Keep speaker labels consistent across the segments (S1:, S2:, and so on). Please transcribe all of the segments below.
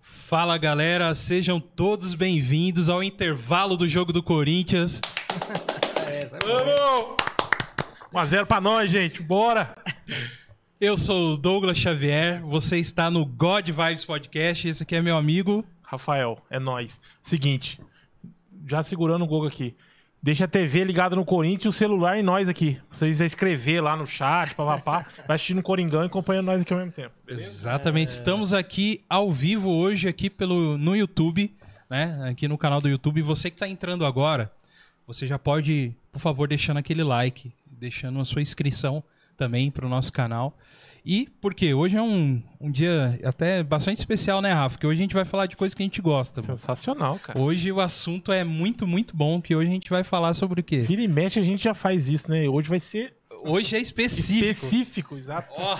S1: Fala galera, sejam todos bem-vindos ao intervalo do jogo do Corinthians.
S2: Vamos! 1x0 pra nós, gente. Bora!
S1: Eu sou o Douglas Xavier, você está no God Vibes Podcast, esse aqui é meu amigo.
S2: Rafael, é nós. Seguinte, já segurando o Gogo aqui. Deixa a TV ligada no Corinthians e o celular em nós aqui. Vocês vão escrever lá no chat, papapá. Vai assistindo o Coringão e acompanhando nós aqui ao mesmo tempo.
S1: Exatamente, estamos aqui ao vivo hoje aqui pelo no YouTube, né? Aqui no canal do YouTube. Você que está entrando agora, você já pode, por favor, deixando aquele like, deixando a sua inscrição também para o nosso canal. E porque hoje é um, um dia até bastante especial, né, Rafa? Que hoje a gente vai falar de coisa que a gente gosta. mano.
S2: Sensacional, cara.
S1: Hoje o assunto é muito, muito bom, que hoje a gente vai falar sobre o quê?
S2: Vira e mexe, a gente já faz isso, né? Hoje vai ser
S1: Hoje é específico.
S2: específico, exato.
S1: Ó,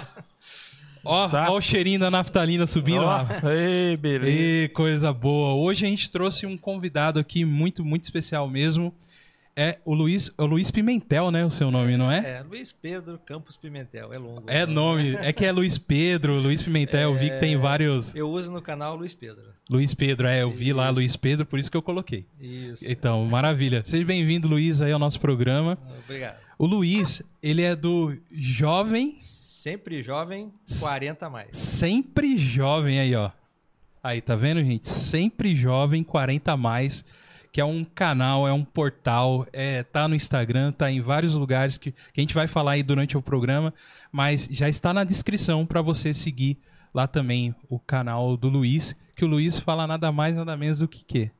S1: ó,
S2: Exato.
S1: ó o cheirinho da naftalina subindo
S2: Ó,
S1: lá.
S2: ei, beleza.
S1: E coisa boa. Hoje a gente trouxe um convidado aqui muito, muito especial mesmo. É o Luiz, o Luiz Pimentel, né, o seu nome, não é?
S3: É, Luiz Pedro Campos Pimentel, é longo.
S1: É nome, é que é Luiz Pedro, Luiz Pimentel, eu vi que tem vários.
S3: Eu uso no canal Luiz Pedro.
S1: Luiz Pedro, é, eu vi lá Luiz Pedro, por isso que eu coloquei.
S3: Isso.
S1: Então, maravilha. Seja bem-vindo, Luiz, aí ao nosso programa.
S3: Obrigado.
S1: O Luiz, ele é do Jovem,
S3: Sempre jovem, 40 a mais.
S1: sempre jovem aí, ó. Aí, tá vendo, gente? Sempre jovem, 40 a mais, que é um canal, é um portal, é, tá no Instagram, tá em vários lugares que, que a gente vai falar aí durante o programa, mas já está na descrição pra você seguir lá também o canal do Luiz, que o Luiz fala nada mais, nada menos do que quê?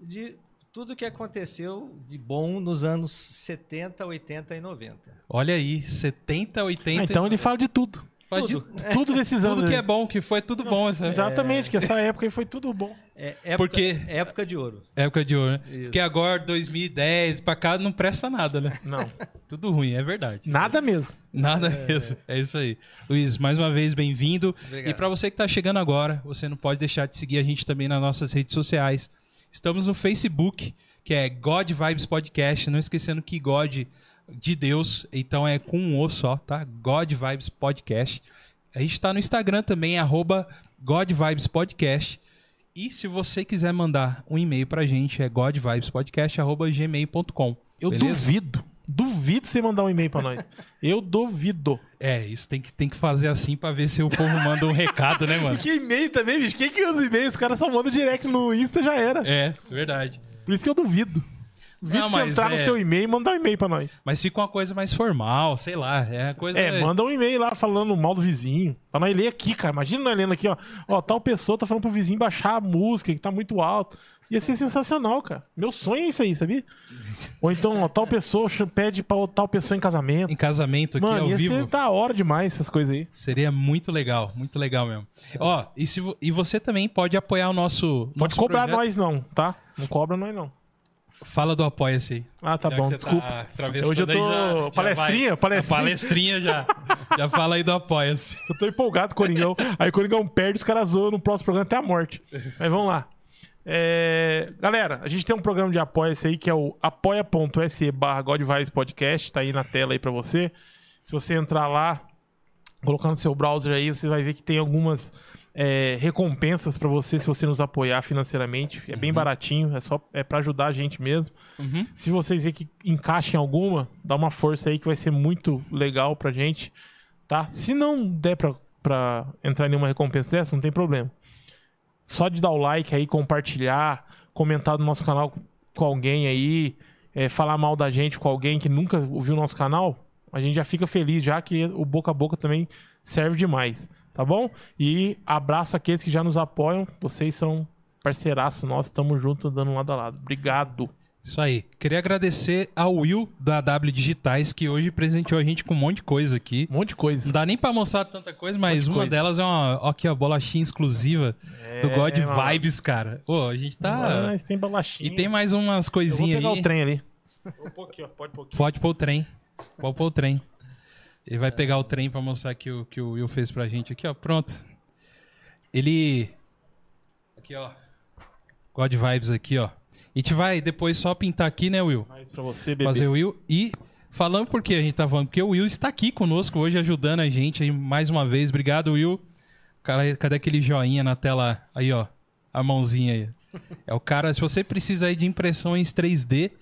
S3: De tudo que aconteceu de bom nos anos 70, 80 e 90.
S1: Olha aí, 70, 80,
S2: Ah, então ele fala de tudo.
S1: fala de
S3: tudo.
S2: Tudo desses anos.
S1: tudo que é
S2: aí.
S1: bom, que foi tudo bom essa
S2: Exatamente, que essa época aí foi tudo bom.
S3: É, época,
S1: Porque-
S3: Época de ouro.
S1: época de ouro, né?
S3: Isso.
S1: Porque agora, 2010, pra cá, não presta nada, né?
S2: Não,
S1: Tudo ruim, é verdade.
S2: nada mesmo.
S1: Nada mesmo. É isso aí. Luiz, mais uma vez, bem-vindo.
S3: Obrigado.
S1: E para você que está chegando agora, você não pode deixar de seguir a gente também nas nossas redes sociais. Estamos no Facebook, que é God Vibes Podcast. Não esquecendo que God de Deus, então é com um O só, tá? God Vibes Podcast. A gente está no Instagram também, arroba God Vibes Podcast. E se você quiser mandar um e-mail pra gente, é godvibespodcast.gmail.com.
S2: Eu
S1: Beleza?
S2: duvido. Duvido você mandar um e-mail pra nós. Eu duvido.
S1: É, isso tem que, tem que fazer assim pra ver se o povo manda um recado, né, mano?
S2: Que e-mail também, bicho? Quem que usa e-mail? Os caras só mandam direct no Insta já era.
S1: É, verdade.
S2: Por isso que eu duvido. Duvido
S1: Não,
S2: você
S1: mas
S2: entrar
S1: é-
S2: no seu e-mail e mandar um e-mail pra nós.
S1: Mas fica uma coisa mais formal, sei lá. É a coisa.
S2: É, manda um e-mail lá falando mal do vizinho. Pra nós ler aqui, cara. Imagina nós lendo aqui, ó. Ó, tal pessoa tá falando pro vizinho baixar a música, que tá muito alto. Ia ser sensacional, cara. Meu sonho é isso aí, sabia? Ou então, ó, tal pessoa ch- pede pra tal pessoa em casamento.
S1: Em casamento aqui
S2: Mano,
S1: ao
S2: ia
S1: vivo.
S2: ser tá- da hora demais essas coisas aí.
S1: Seria muito legal, muito legal mesmo. Ó, e, se, vo- e você também pode apoiar o nosso.
S2: Pode
S1: nosso
S2: cobrar
S1: projeto.
S2: nós não, tá? Não cobra nós não.
S1: Fala do Apoia-se aí.
S2: Ah, tá
S1: Já que
S2: bom,
S1: você
S2: desculpa.
S1: tá atravessando
S2: Hoje eu tô
S1: aí, já- já
S2: palestrinha,
S1: vai.
S2: palestrinha.
S1: A palestrinha já. já fala aí do Apoia-se.
S2: Eu tô empolgado com o Coringão. Aí o Coringão perde, os caras zoam no próximo programa até a morte. Mas vamos lá. É, Galera, a gente tem um programa de apoio esse aí que é o apoia.se barra Godvice Podcast. Tá aí na tela aí pra você. Se você entrar lá, colocar no seu browser aí, você vai ver que tem algumas é, recompensas pra você se você nos apoiar financeiramente. É bem baratinho, é só é para ajudar a gente mesmo.
S1: Uhum.
S2: Se vocês verem que encaixem alguma, dá uma força aí que vai ser muito legal pra gente, tá? Se não der pra, pra entrar em nenhuma recompensa dessa, não tem problema. Só de dar o like aí, compartilhar, comentar no nosso canal com alguém aí, é, falar mal da gente com alguém que nunca ouviu o nosso canal, a gente já fica feliz, já que o boca a boca também serve demais, tá bom? E abraço aqueles que já nos apoiam, vocês são parceiraços nossos, tamo junto, andando lado a lado. Obrigado!
S1: Isso aí. Queria agradecer ao Will da W Digitais, que hoje presenteou a gente com um monte de coisa aqui.
S2: Um monte de coisa.
S1: Não dá nem pra mostrar tanta coisa, mas uma
S2: coisa. É,
S1: delas é uma, ó, aqui, ó, bolachinha exclusiva do God
S2: mano.
S1: Vibes, cara. Ô, a gente
S2: Ah,
S1: tá.
S2: mas tem bolachinha.
S1: E tem mais umas
S2: Eu vou
S1: coisinhas
S2: pegar
S1: aí.
S2: o trem ali. Vou pôr aqui, Um ó. Pode pôr aqui.
S1: Pode pôr o trem. Pode pôr o trem. Ele vai pegar o trem pra mostrar que o que o Will fez pra gente aqui, ó. Pronto. Ele. Aqui, ó. God Vibes aqui, ó. A gente vai depois só pintar aqui, né, Will?
S2: Mais pra você, bebê.
S1: fazer o Will. E falando por que a gente tá falando, porque o Will está aqui conosco hoje ajudando a gente aí mais uma vez. Obrigado, Will. Cara, cadê aquele joinha na tela? Aí, ó. a mãozinha aí. É o cara, se você precisa aí de impressões 3D,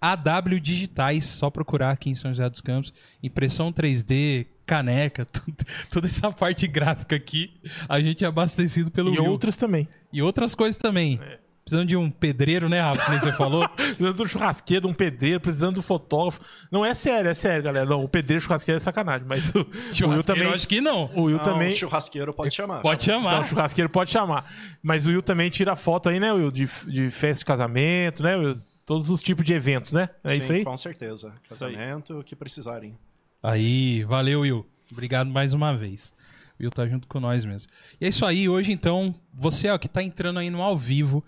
S1: AW Digitais, só procurar aqui em São José dos Campos. Impressão 3D, caneca, tudo- toda essa parte gráfica aqui, a gente é abastecido pelo
S2: E
S1: Will.
S2: outras também.
S1: E outras coisas também. Precisando de um pedreiro, né, Rafa? Como você falou.
S2: Precisando do churrasqueiro, de um pedreiro, precisando do fotógrafo. Não é sério, é sério, galera. Não, o pedreiro churrasqueiro é sacanagem, mas o, o Will
S1: Churrasqueiro,
S2: também.
S1: eu acho que Ah, não.
S2: O Will
S4: Não,
S2: também.
S4: Então, churrasqueiro pode chamar.
S1: Pode
S2: Não,
S1: chamar.
S2: churrasqueiro pode chamar. Mas o Will também tira foto aí, né, Will? De, de festa de casamento, né, Will? Todos os tipos de eventos, né? É
S4: Sim,
S2: isso aí?
S4: Com certeza.
S2: aí.
S4: Casamento, o que precisarem.
S1: Aí, valeu, Will. Obrigado mais uma vez. O Will tá junto com nós mesmo. E é isso aí. Hoje, então, você ó, que tá entrando aí no ao vivo,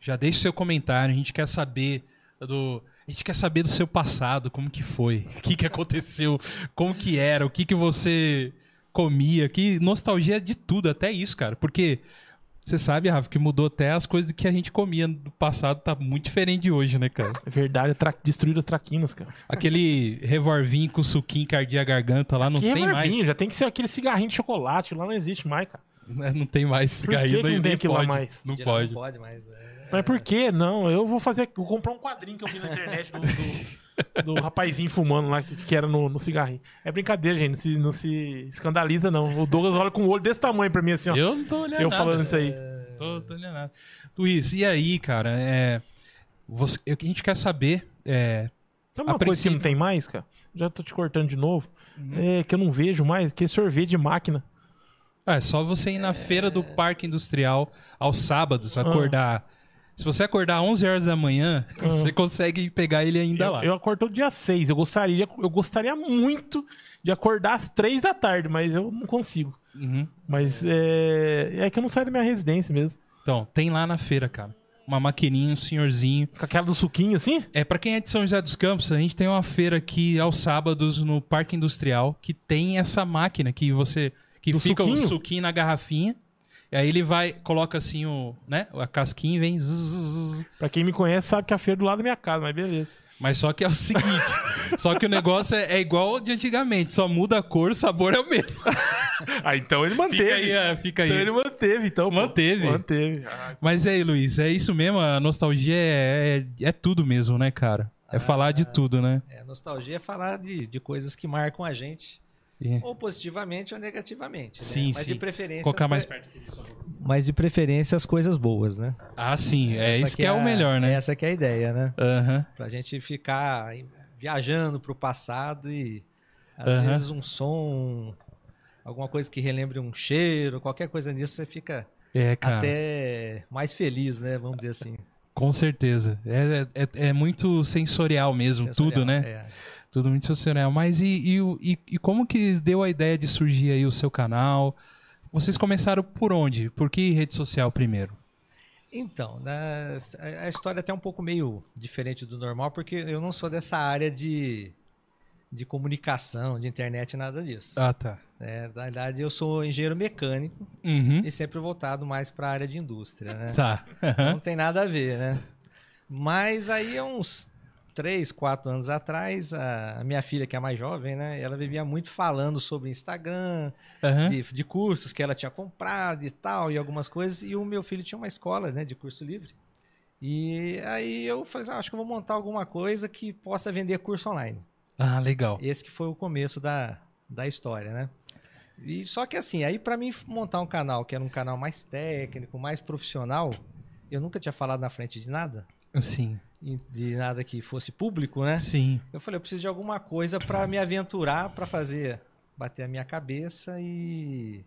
S1: já deixa o seu comentário. A gente quer saber do. A gente quer saber do seu passado, como que foi, o que, que aconteceu, como que era, o que, que você comia, que nostalgia de tudo, até isso, cara. Porque você sabe, Rafa, que mudou até as coisas que a gente comia do passado, tá muito diferente de hoje, né, cara?
S2: É verdade, tra... destruíram as traquinas, cara.
S1: Aquele revolvinho com suquinho cardia garganta lá não
S2: que
S1: tem mais.
S2: revolvinho, já tem que ser aquele cigarrinho de chocolate, lá não existe mais, cara.
S1: Né, Não tem mais
S2: Por que
S1: cigarro.
S2: que não
S1: nem
S2: tem aquilo lá
S1: pode.
S2: mais?
S1: Não
S3: Já
S1: pode.
S3: Não pode mais. é.
S2: Mas por que? Não, eu vou fazer. Vou comprar um quadrinho que eu vi na internet do, do, do rapazinho fumando lá, que, que era no, no cigarrinho. É brincadeira, gente. Não se, não se escandaliza, não. O Douglas olha com o olho desse tamanho pra mim, assim, ó. Eu,
S1: Eu não tô olhando nada. É,
S2: falando isso aí.
S1: Tô, tô olhando nada. Luiz, e aí, cara? É, você, eu- a gente quer saber. é,
S2: Sabe uma
S1: A
S2: coisa que
S1: princípio- Uhum.
S2: não tem mais, cara? Já tô te cortando de novo. É que eu não vejo mais, que é sorvete de máquina.
S1: ah, é só você ir na feira do Parque Industrial aos sábados, acordar.
S2: Ah.
S1: Se você acordar 11 horas da manhã, você consegue pegar ele ainda
S2: Eu,
S1: lá.
S2: eu acordo todo dia 6. Eu gostaria, eu gostaria muito de acordar às 3 da tarde, mas eu não consigo.
S1: Uhum.
S2: Mas é, é que eu não saio da minha residência mesmo.
S1: Então, tem lá na feira, cara. Uma maquininha, um senhorzinho.
S2: Com aquela do suquinho assim?
S1: É, pra quem é de São José dos Campos, a gente tem uma feira aqui aos sábados no Parque Industrial que tem essa máquina que você que
S2: Do
S1: fica
S2: suquinho?
S1: o suquinho na garrafinha. E aí ele vai, coloca assim o, né, a casquinha e vem. zzz.
S2: Pra quem me conhece sabe que a feira é do lado da minha casa, mas beleza.
S1: Mas só que é o seguinte, só que o negócio é, é igual ao de antigamente, só muda a cor, o sabor é o mesmo.
S2: Ah, então ele
S1: Fica aí, é, fica aí.
S2: Então ele manteve, então. pô.
S1: Manteve.
S2: Manteve. Ah,
S1: Mas e aí, Luiz, é isso mesmo, a nostalgia é, é, é tudo mesmo, né, cara? É falar de tudo, né?
S3: É, nostalgia é falar de, de coisas que marcam a gente,
S1: E-
S3: ou positivamente ou negativamente. né?
S1: É. Sim,
S3: Mas
S1: sim.
S3: de preferência.
S1: Colocar
S3: as
S1: mais
S3: coi-
S1: perto.
S3: Mas de preferência as coisas boas, né?
S1: Ah, sim, é
S3: Essa
S1: isso que é, o
S3: a-
S1: melhor, né?
S3: Essa que é a ideia, né?
S1: Aham.
S3: Pra gente ficar em- viajando pro passado e às
S1: Aham.
S3: vezes um som, alguma coisa que relembre um cheiro, qualquer coisa nisso, você fica
S1: É, cara,
S3: até mais feliz, né? Vamos dizer assim.
S1: com certeza. É, é, é muito sensorial mesmo,
S3: sensorial.
S1: tudo, né?
S3: É.
S1: Tudo muito sensorial. Mas e, e, o- e- e como que deu a ideia de surgir aí o seu canal? Vocês começaram por onde? Por que rede social primeiro?
S3: Então, na- a- a história é até um pouco meio diferente do normal, porque eu não sou dessa área de, de comunicação, de internet, nada disso.
S1: Ah, tá.
S3: É, na verdade, eu sou engenheiro mecânico
S1: Uhum.
S3: e sempre voltado mais para a área de indústria, né?
S1: Tá. Aham.
S3: Não tem nada a ver, né? Mas aí, há uns 3, 4 anos atrás, a a minha filha, que é a mais jovem, né? Ela vivia muito falando sobre Instagram,
S1: Aham.
S3: de, de cursos que ela tinha comprado e tal, e algumas coisas. E o meu filho tinha uma escola, né, de curso livre. E aí eu falei, assim, ah, acho que eu vou montar alguma coisa que possa vender curso online.
S1: Ah, legal.
S3: Esse que foi o começo da, da história, né? E só que assim, aí pra mim montar um canal que era um canal mais técnico, mais profissional, eu nunca tinha falado na frente de nada,
S1: Sim.
S3: e de nada que fosse público, né?
S1: Sim.
S3: Eu falei, eu preciso de alguma coisa pra me aventurar, pra fazer bater a minha cabeça e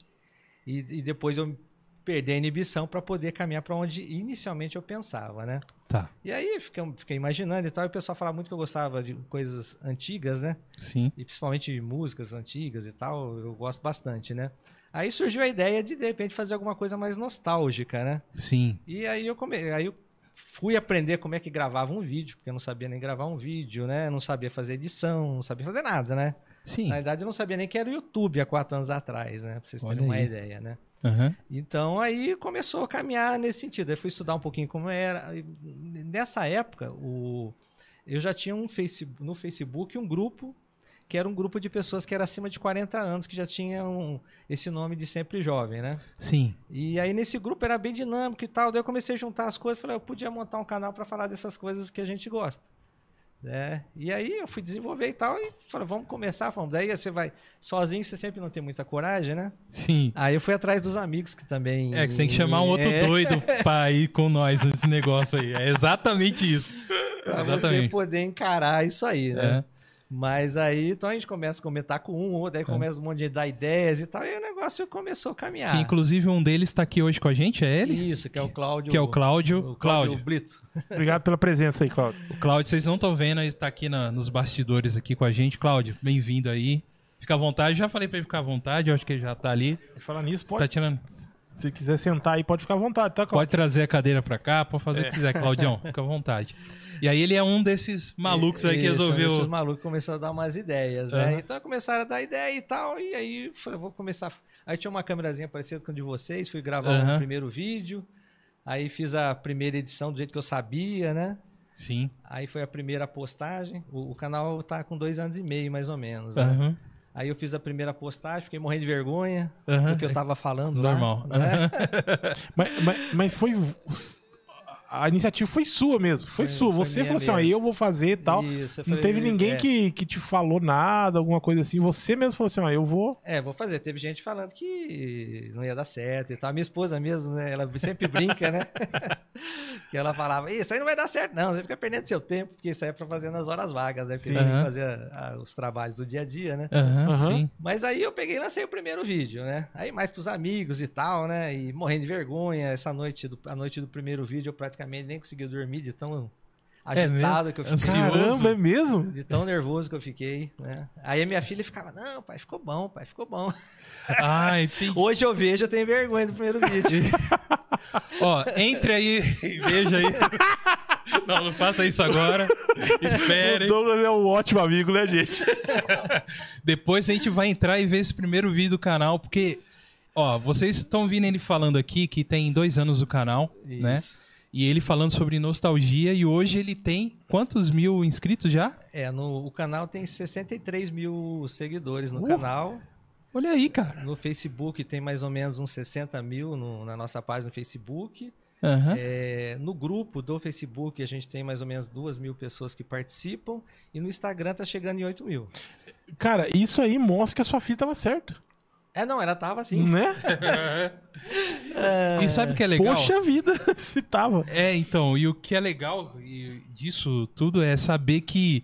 S3: e, e depois eu perder a inibição pra poder caminhar pra onde inicialmente eu pensava, né?
S1: Tá.
S3: E aí fiquei, fiquei imaginando e tal, e o pessoal falava muito que eu gostava de coisas antigas, né?
S1: Sim.
S3: E principalmente músicas antigas e tal, eu gosto bastante, né? Aí surgiu a ideia de de repente fazer alguma coisa mais nostálgica, né?
S1: Sim.
S3: E aí eu come... aí eu fui aprender como é que gravava um vídeo, porque eu não sabia nem gravar um vídeo, né? Não sabia fazer edição, não sabia fazer nada, né?
S1: Sim.
S3: Na verdade, eu não sabia nem que era o YouTube há quatro anos atrás, né? Pra vocês terem
S1: Olha
S3: uma
S1: aí.
S3: ideia, né?
S1: Aham.
S3: Então aí começou a caminhar nesse sentido. Aí fui estudar um pouquinho como era. E Nessa época, o... eu já tinha um Facebook, no Facebook um grupo que era um grupo de pessoas que era acima de 40 anos, que já tinham esse nome de sempre jovem, né?
S1: Sim.
S3: E aí nesse grupo era bem dinâmico e tal. Daí eu comecei a juntar as coisas, falei, eu podia montar um canal para falar dessas coisas que a gente gosta. Né? E aí eu fui desenvolver e tal, e falei, vamos começar, vamos. Daí você vai sozinho, você sempre não tem muita coragem, né?
S1: Sim.
S3: Aí eu fui atrás dos amigos que também.
S1: É que você tem que chamar um outro
S3: É,
S1: doido pra ir com nós nesse negócio aí. É exatamente isso.
S3: Pra você
S1: exatamente.
S3: poder encarar isso aí, né?
S1: É.
S3: Mas aí, então a gente começa a comentar com um, outro, aí começa um monte de dar ideias e tal, e o negócio começou a caminhar.
S1: Que inclusive um deles tá aqui hoje com a gente, é ele?
S3: Isso, que é o Cláudio.
S1: Que é o Cláudio.
S3: o
S1: Cláudio,
S3: Blito.
S2: Obrigado pela presença aí, Claudio.
S1: o Cláudio, vocês não estão vendo, ele está aqui na- nos bastidores aqui com a gente. Cláudio, bem-vindo aí. Fica à vontade, já falei pra ele ficar à vontade, eu acho que ele já tá ali.
S2: E Falar nisso,
S1: Tá
S2: pode,
S1: tirando.
S3: Tá.
S2: se quiser sentar aí, pode ficar à vontade, tá, Claudio?
S1: Pode trazer a cadeira pra cá, pode fazer o
S3: É.
S1: que quiser, Claudião, fica à vontade. E aí ele é um desses malucos aí que
S3: Isso,
S1: resolveu.
S3: Esses malucos começaram a dar umas ideias, né?
S1: Aham.
S3: Então começaram a dar ideia e tal, e aí eu falei, vou começar. Aí tinha uma câmerazinha parecida com a de vocês, fui gravar
S1: Aham.
S3: o primeiro vídeo, aí fiz a primeira edição do jeito que eu sabia, né?
S1: Sim.
S3: Aí foi a primeira postagem. O, o canal tá com dois anos e meio, mais ou menos. né?
S1: Aham.
S3: Aí eu fiz a primeira postagem, fiquei morrendo de vergonha
S1: Aham.
S3: do que eu tava falando. lá,
S1: Normal.
S3: né?
S1: Aham.
S2: Mas, mas- mas foi. A iniciativa foi sua mesmo.
S3: Foi-
S2: Foi, sua.
S3: foi
S2: Você
S3: minha
S2: falou assim: ó,
S3: mesmo.
S2: eu vou fazer e tal.
S3: Isso, eu
S2: Não
S3: falei,
S2: teve ninguém
S3: é,
S2: que, que te falou nada, alguma coisa assim. Você mesmo falou assim: ó, eu vou.
S3: É, vou fazer. Teve gente falando que não ia dar certo e tal. A minha esposa mesmo, né? Ela sempre brinca, né? que ela falava, isso aí não vai dar certo, não. Você fica perdendo seu tempo, porque isso aí é pra fazer nas horas vagas, né? Porque
S1: Sim.
S3: você tem
S1: Aham.
S3: que fazer a- a- os trabalhos do dia a dia, né?
S1: Aham,
S2: Aham.
S1: Sim.
S3: Mas aí eu peguei e lancei o primeiro vídeo, né? Aí mais pros amigos e tal, né? E morrendo de vergonha. Essa noite, do, a noite do primeiro vídeo, eu praticamente nem consegui dormir de tão
S1: É mesmo?
S3: agitado que eu fiquei.
S1: Ansioso.
S2: Caramba, é mesmo?
S3: De tão nervoso que eu fiquei, né? Aí a minha filha ficava, não, pai, ficou bom, pai, ficou bom.
S1: Ah, entendi.
S3: Hoje eu vejo, eu tenho vergonha do primeiro vídeo.
S1: Ó, entre aí e veja aí. Não, não faça isso agora.
S2: O
S1: Espere.
S2: Douglas é um ótimo amigo, né, gente?
S1: Depois a gente vai entrar e ver esse primeiro vídeo do canal, porque, ó, vocês estão vindo ele falando aqui que tem dois anos o canal, né? E ele falando sobre nostalgia e hoje ele tem quantos mil inscritos já?
S3: É, no, o canal tem 63 mil seguidores
S1: Uh!
S3: no canal.
S1: Olha aí, cara.
S3: No Facebook tem mais ou menos uns 60 mil no- na nossa página no Facebook.
S1: Aham.
S3: É, no grupo do Facebook a gente tem mais ou menos 2 mil pessoas que participam. E no Instagram tá chegando em 8 mil.
S2: Cara, isso aí mostra que a sua filha tava certa.
S3: É, não, ela tava assim.
S1: Hum.
S2: Né?
S1: E sabe o que é legal?
S2: Poxa vida, se tava.
S1: É, então, e o que é legal e- disso tudo é saber que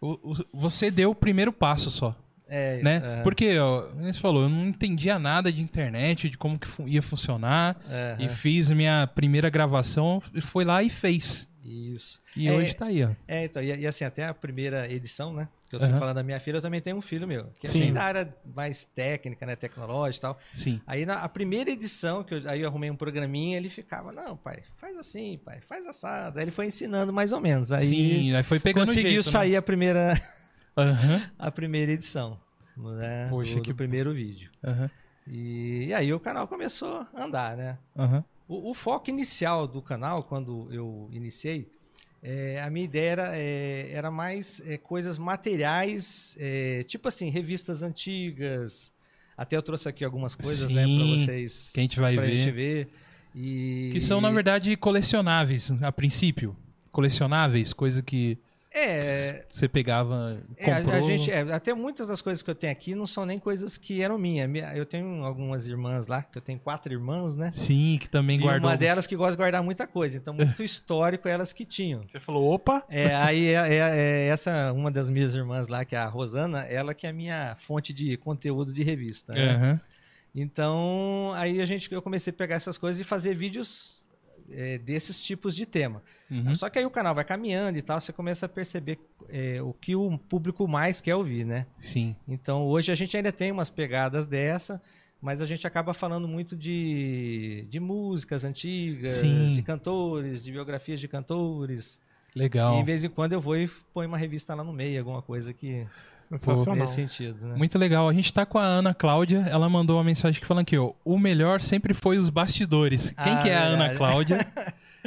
S1: o- o- você deu o primeiro passo só.
S3: É,
S1: né?
S3: é,
S1: Porque, ó, como você falou, eu não entendia nada de internet, de como que fu- ia funcionar.
S3: é,
S1: E fiz minha primeira gravação, e foi lá e fez.
S3: Isso.
S1: E
S3: É.
S1: hoje tá aí, ó.
S3: É, então, e, e assim, até a primeira edição, né? Que eu tô
S1: Aham.
S3: falando da minha filha, eu também tenho um filho meu, que é
S2: Sim.
S3: assim da área mais técnica, né? Tecnológica e tal.
S1: Sim.
S3: Aí na a primeira edição, que eu, aí eu arrumei um programinha, ele ficava, não, pai, faz assim, pai, faz assado. Aí ele foi ensinando mais ou menos. Aí
S1: Sim, aí foi pegando
S3: conseguiu
S1: jeito, né?
S3: sair a, primeira,
S1: Aham,
S3: a primeira edição. Né?
S1: Poxa,
S3: do,
S1: que-
S3: do primeiro vídeo.
S1: aham,
S3: E, e aí o canal começou a andar, né?
S1: aham.
S3: O, o foco inicial do canal, quando eu iniciei, é, a minha ideia era, é, era mais é, coisas materiais, é, tipo assim, revistas antigas. Até eu trouxe aqui algumas coisas, né, para
S1: Sim,
S3: vocês.
S1: que a gente vai
S3: pra
S1: ver.
S3: Gente ver. E-
S1: Que são, na verdade, colecionáveis, a princípio. Colecionáveis, coisa que
S3: É,
S1: você pegava,
S3: É, a-
S1: comprou.
S3: a gente, é, até muitas das coisas que eu tenho aqui não são nem coisas que eram minhas. Minha- Eu tenho algumas irmãs lá, que eu tenho quatro irmãs, né?
S1: Sim, que também
S3: E
S1: guardou.
S3: uma delas que gosta de guardar muita coisa. Então, muito histórico elas que tinham.
S2: Você falou, opa,
S3: É, aí é, é- é essa, uma das minhas irmãs lá, que é a Rosana, ela que é a minha fonte de conteúdo de revista. né?
S1: Aham.
S3: Então, aí a gente, eu comecei a pegar essas coisas e fazer vídeos é, desses tipos de tema.
S1: Uhum.
S3: Só que aí o canal vai caminhando e tal, você começa a perceber é, o que o público mais quer ouvir, né?
S1: Sim.
S3: Então, hoje a gente ainda tem umas pegadas dessa, mas a gente acaba falando muito de, de músicas antigas,
S1: Sim.
S3: de cantores, de biografias de cantores. E
S1: Legal.
S3: de vez em quando eu vou e ponho uma revista lá no meio, alguma coisa que
S2: sensacional.
S3: nesse sentido, né?
S1: Muito legal. A gente tá com a Ana Cláudia. Ela mandou uma mensagem que falando que ó, o melhor sempre foi os bastidores. Quem
S3: Ah,
S1: que é a
S3: verdade.
S1: Ana Cláudia?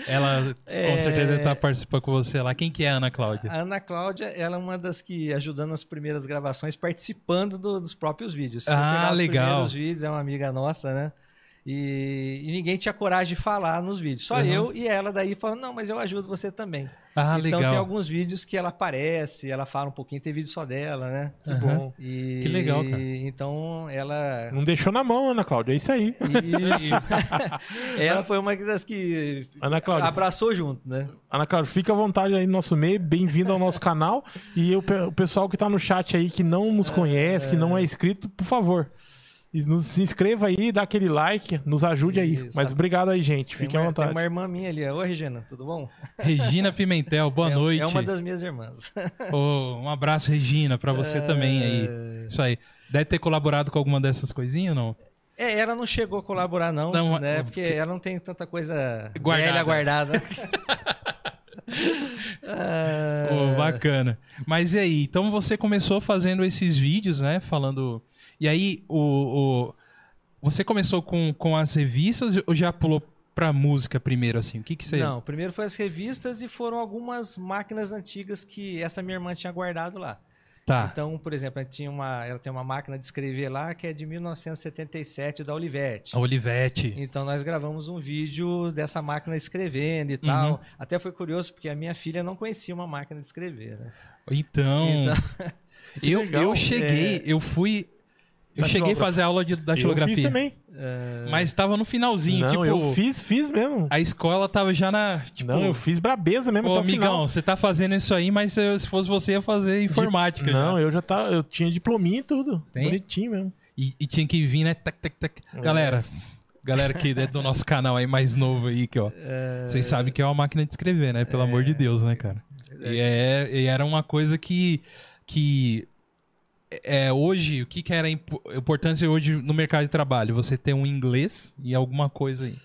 S1: Ela com
S3: É.
S1: certeza tá participando com você lá. Quem que é a Ana Cláudia?
S3: A Ana Cláudia, ela é uma das que ajudando nas primeiras gravações, participando do- dos próprios vídeos. Se eu
S1: Ah,
S3: pegar
S1: legal.
S3: Os primeiros vídeos, é uma amiga nossa, né? E, e ninguém tinha coragem de falar nos vídeos. Só
S1: Uhum.
S3: eu e ela daí falando, não, mas eu ajudo você também.
S1: Ah,
S3: então
S1: legal.
S3: tem alguns vídeos que ela aparece, ela fala um pouquinho, tem vídeo só dela, né?
S2: Que
S1: Aham.
S2: bom.
S3: E-
S1: Que legal, cara.
S3: Então ela
S2: Não deixou na mão, Ana Cláudia. É isso aí.
S3: Isso. ela foi uma das que
S2: Ana Cláudia,
S3: abraçou junto, né?
S2: Ana Cláudia, fica à vontade aí no nosso meio, bem-vindo ao nosso canal. E o, pe- o pessoal que tá no chat aí, que não nos conhece, que não é inscrito, por favor, e nos- se inscreva aí, dá aquele like, nos ajude aí.
S3: Isso.
S2: Mas obrigado aí, gente.
S3: Tem
S2: Fique à
S3: uma,
S2: vontade.
S3: Tem uma irmã minha ali. Oi, Regina, tudo bom?
S1: Regina Pimentel, boa
S3: É-
S1: noite.
S3: É uma das minhas irmãs.
S1: Ô, um abraço, Regina, pra você também aí. Isso aí. Deve ter colaborado com alguma dessas coisinhas, não?
S3: É, ela não chegou a colaborar, não,
S1: Não,
S3: né?
S1: eu-
S3: Porque ela não tem tanta coisa
S1: Guardada.
S3: velha guardada. Ah,
S1: Pô, bacana. Mas e aí? Então você começou fazendo esses vídeos, né? Falando. E aí, o. o- Você começou com, com as revistas ou já pulou pra música primeiro, assim? O que que você.
S3: Não, primeiro foi as revistas e foram algumas máquinas antigas que essa minha irmã tinha guardado lá.
S1: Tá.
S3: Então, por exemplo, ela, tinha uma, ela tem uma máquina de escrever lá que é de 1977 da Olivetti.
S1: A Olivetti.
S3: Então nós gravamos um vídeo dessa máquina escrevendo e tal.
S1: Uhum.
S3: Até foi curioso porque a minha filha não conhecia uma máquina de escrever, né?
S1: Então. eu,
S4: legal.
S1: eu cheguei, eu fui. Eu cheguei a
S2: Datilógrafo.
S1: fazer aula de
S2: É. eu fiz
S1: datilografia.
S2: também.
S1: Mas tava no finalzinho,
S2: não,
S1: tipo.
S2: eu fiz, fiz mesmo.
S1: A escola tava já na. Tipo,
S2: não, eu fiz brabeza mesmo
S1: Ô,
S2: até o final.
S1: amigão, você tá fazendo isso aí, mas se, eu- se fosse você, ia fazer informática. já.
S2: Não, eu já tava, eu tinha diplominha e tudo.
S1: Tem?
S2: Bonitinho mesmo.
S1: E, e tinha que vir, né? Tac, tac, tac. Galera, galera que é do nosso canal aí mais novo aí, que ó. Vocês sabem que é uma máquina de escrever, né? Pelo amor de Deus, né, cara? E, é, e era uma coisa que. que é, hoje, o que, que era a impo- a importância hoje no mercado de trabalho? Você ter um inglês e alguma coisa aí.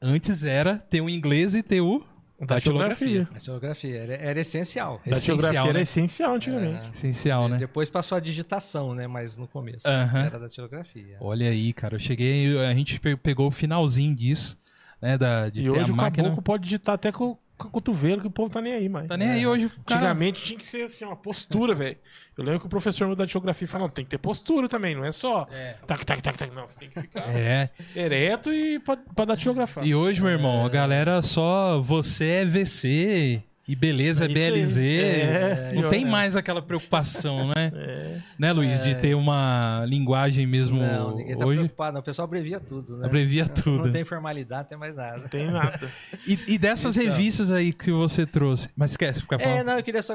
S1: Antes era ter um inglês e ter o.
S2: Tá,
S1: Datilografia.
S2: Datilografia.
S3: A geografia era, era essencial. É,
S1: Essencial,
S2: Datilografia
S1: né?
S2: era essencial antigamente.
S1: Essencial, né?
S3: Depois passou a digitação, né? Mas no começo
S1: Aham.
S3: era da geografia.
S1: Olha aí, cara. Eu cheguei, a gente pe- pegou o finalzinho disso, né? Da, de
S2: E
S1: ter
S2: hoje
S1: a
S2: o
S1: máquina.
S2: caboclo pode digitar até com, com o cotovelo, que o povo tá nem aí mais.
S1: Tá nem aí hoje, o cara.
S2: Antigamente tinha que ser assim, uma postura, velho. Eu lembro que o professor meu da geografia falou, tem que ter postura também, não é só tac, tac, tac, tac. Não, você tem que ficar
S1: É.
S2: ereto e pra, pra datilografar.
S1: E hoje, meu
S2: É.
S1: irmão, a galera só você é VC e beleza é,
S2: É isso aí.
S1: BLZ.
S2: É,
S1: Não
S2: eu-
S1: tem
S2: é.
S1: mais aquela preocupação, né? Né, Luiz? De ter uma linguagem mesmo
S3: É. Não, ninguém tá
S1: hoje.
S3: preocupado. não. O pessoal abrevia tudo, né?
S1: Abrevia
S3: Não
S1: tudo.
S3: tem formalidade, não tem mais
S2: Não
S3: nada.
S2: tem nada.
S1: E, e dessas
S3: Então.
S1: revistas aí que você trouxe. Mas esquece, fica falando.
S3: É, não, eu queria só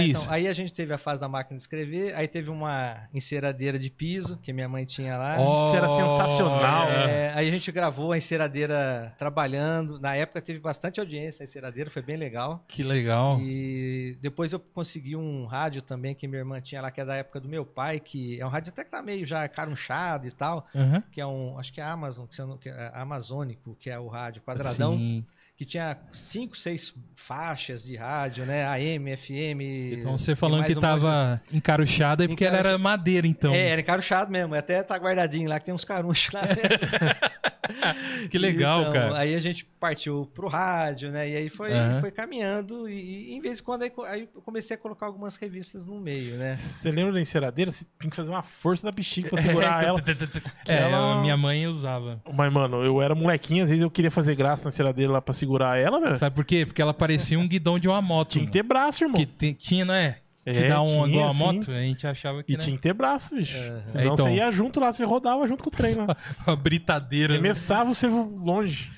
S1: Tá Isso.
S3: Então, aí a gente teve a fase da máquina de escrever, aí teve uma enceradeira de piso que minha mãe tinha lá.
S2: Isso era sensacional.
S1: Olha.
S3: É, aí a gente gravou a enceradeira trabalhando. Na época teve bastante audiência a enceradeira, foi bem legal.
S1: Que legal.
S3: né? E depois eu consegui um rádio também que minha irmã tinha lá, que é da época do meu pai, que é um rádio até que tá meio já carunchado e tal,
S1: Aham.
S3: que é um, acho que é Amazon, que, se eu não- que é amazônico, que é o rádio quadradão,
S1: Sim.
S3: que tinha cinco, seis faixas de rádio, né? AM, FM.
S1: Então você
S3: e
S1: falando
S3: mais
S1: que
S3: um monte de-
S1: tava encaruchada é porque ela era madeira, então.
S3: É, era encaruchado mesmo, até tá guardadinho lá que tem uns carunchos lá. dentro.
S1: É, Que legal,
S3: Então,
S1: cara.
S3: Aí a gente partiu pro rádio, né? E aí foi,
S1: Aham.
S3: foi caminhando. E, e em vez de quando aí, co- aí eu comecei a colocar algumas revistas no meio, né?
S2: Você lembra da enceradeira? Você tinha que fazer uma força da bexiga
S3: é,
S2: pra segurar ela.
S1: É,
S2: ela-
S1: a minha mãe usava.
S2: Mas, mano, eu era molequinho, às vezes eu queria fazer graça na enceradeira lá pra segurar ela, velho.
S1: Sabe por quê? Porque ela parecia um guidão de uma moto.
S2: É. Tinha que ter braço, irmão.
S1: Que te- tinha, né? que
S2: É,
S1: dá um,
S2: tinha,
S1: igual a
S2: sim.
S1: moto, a gente achava que
S2: E
S1: né?
S2: tinha que ter braço, bicho. Senão
S1: É, então.
S2: você ia junto lá, você rodava junto com o trem lá.
S1: uma
S2: É
S1: britadeira. né?
S2: Emessava você longe.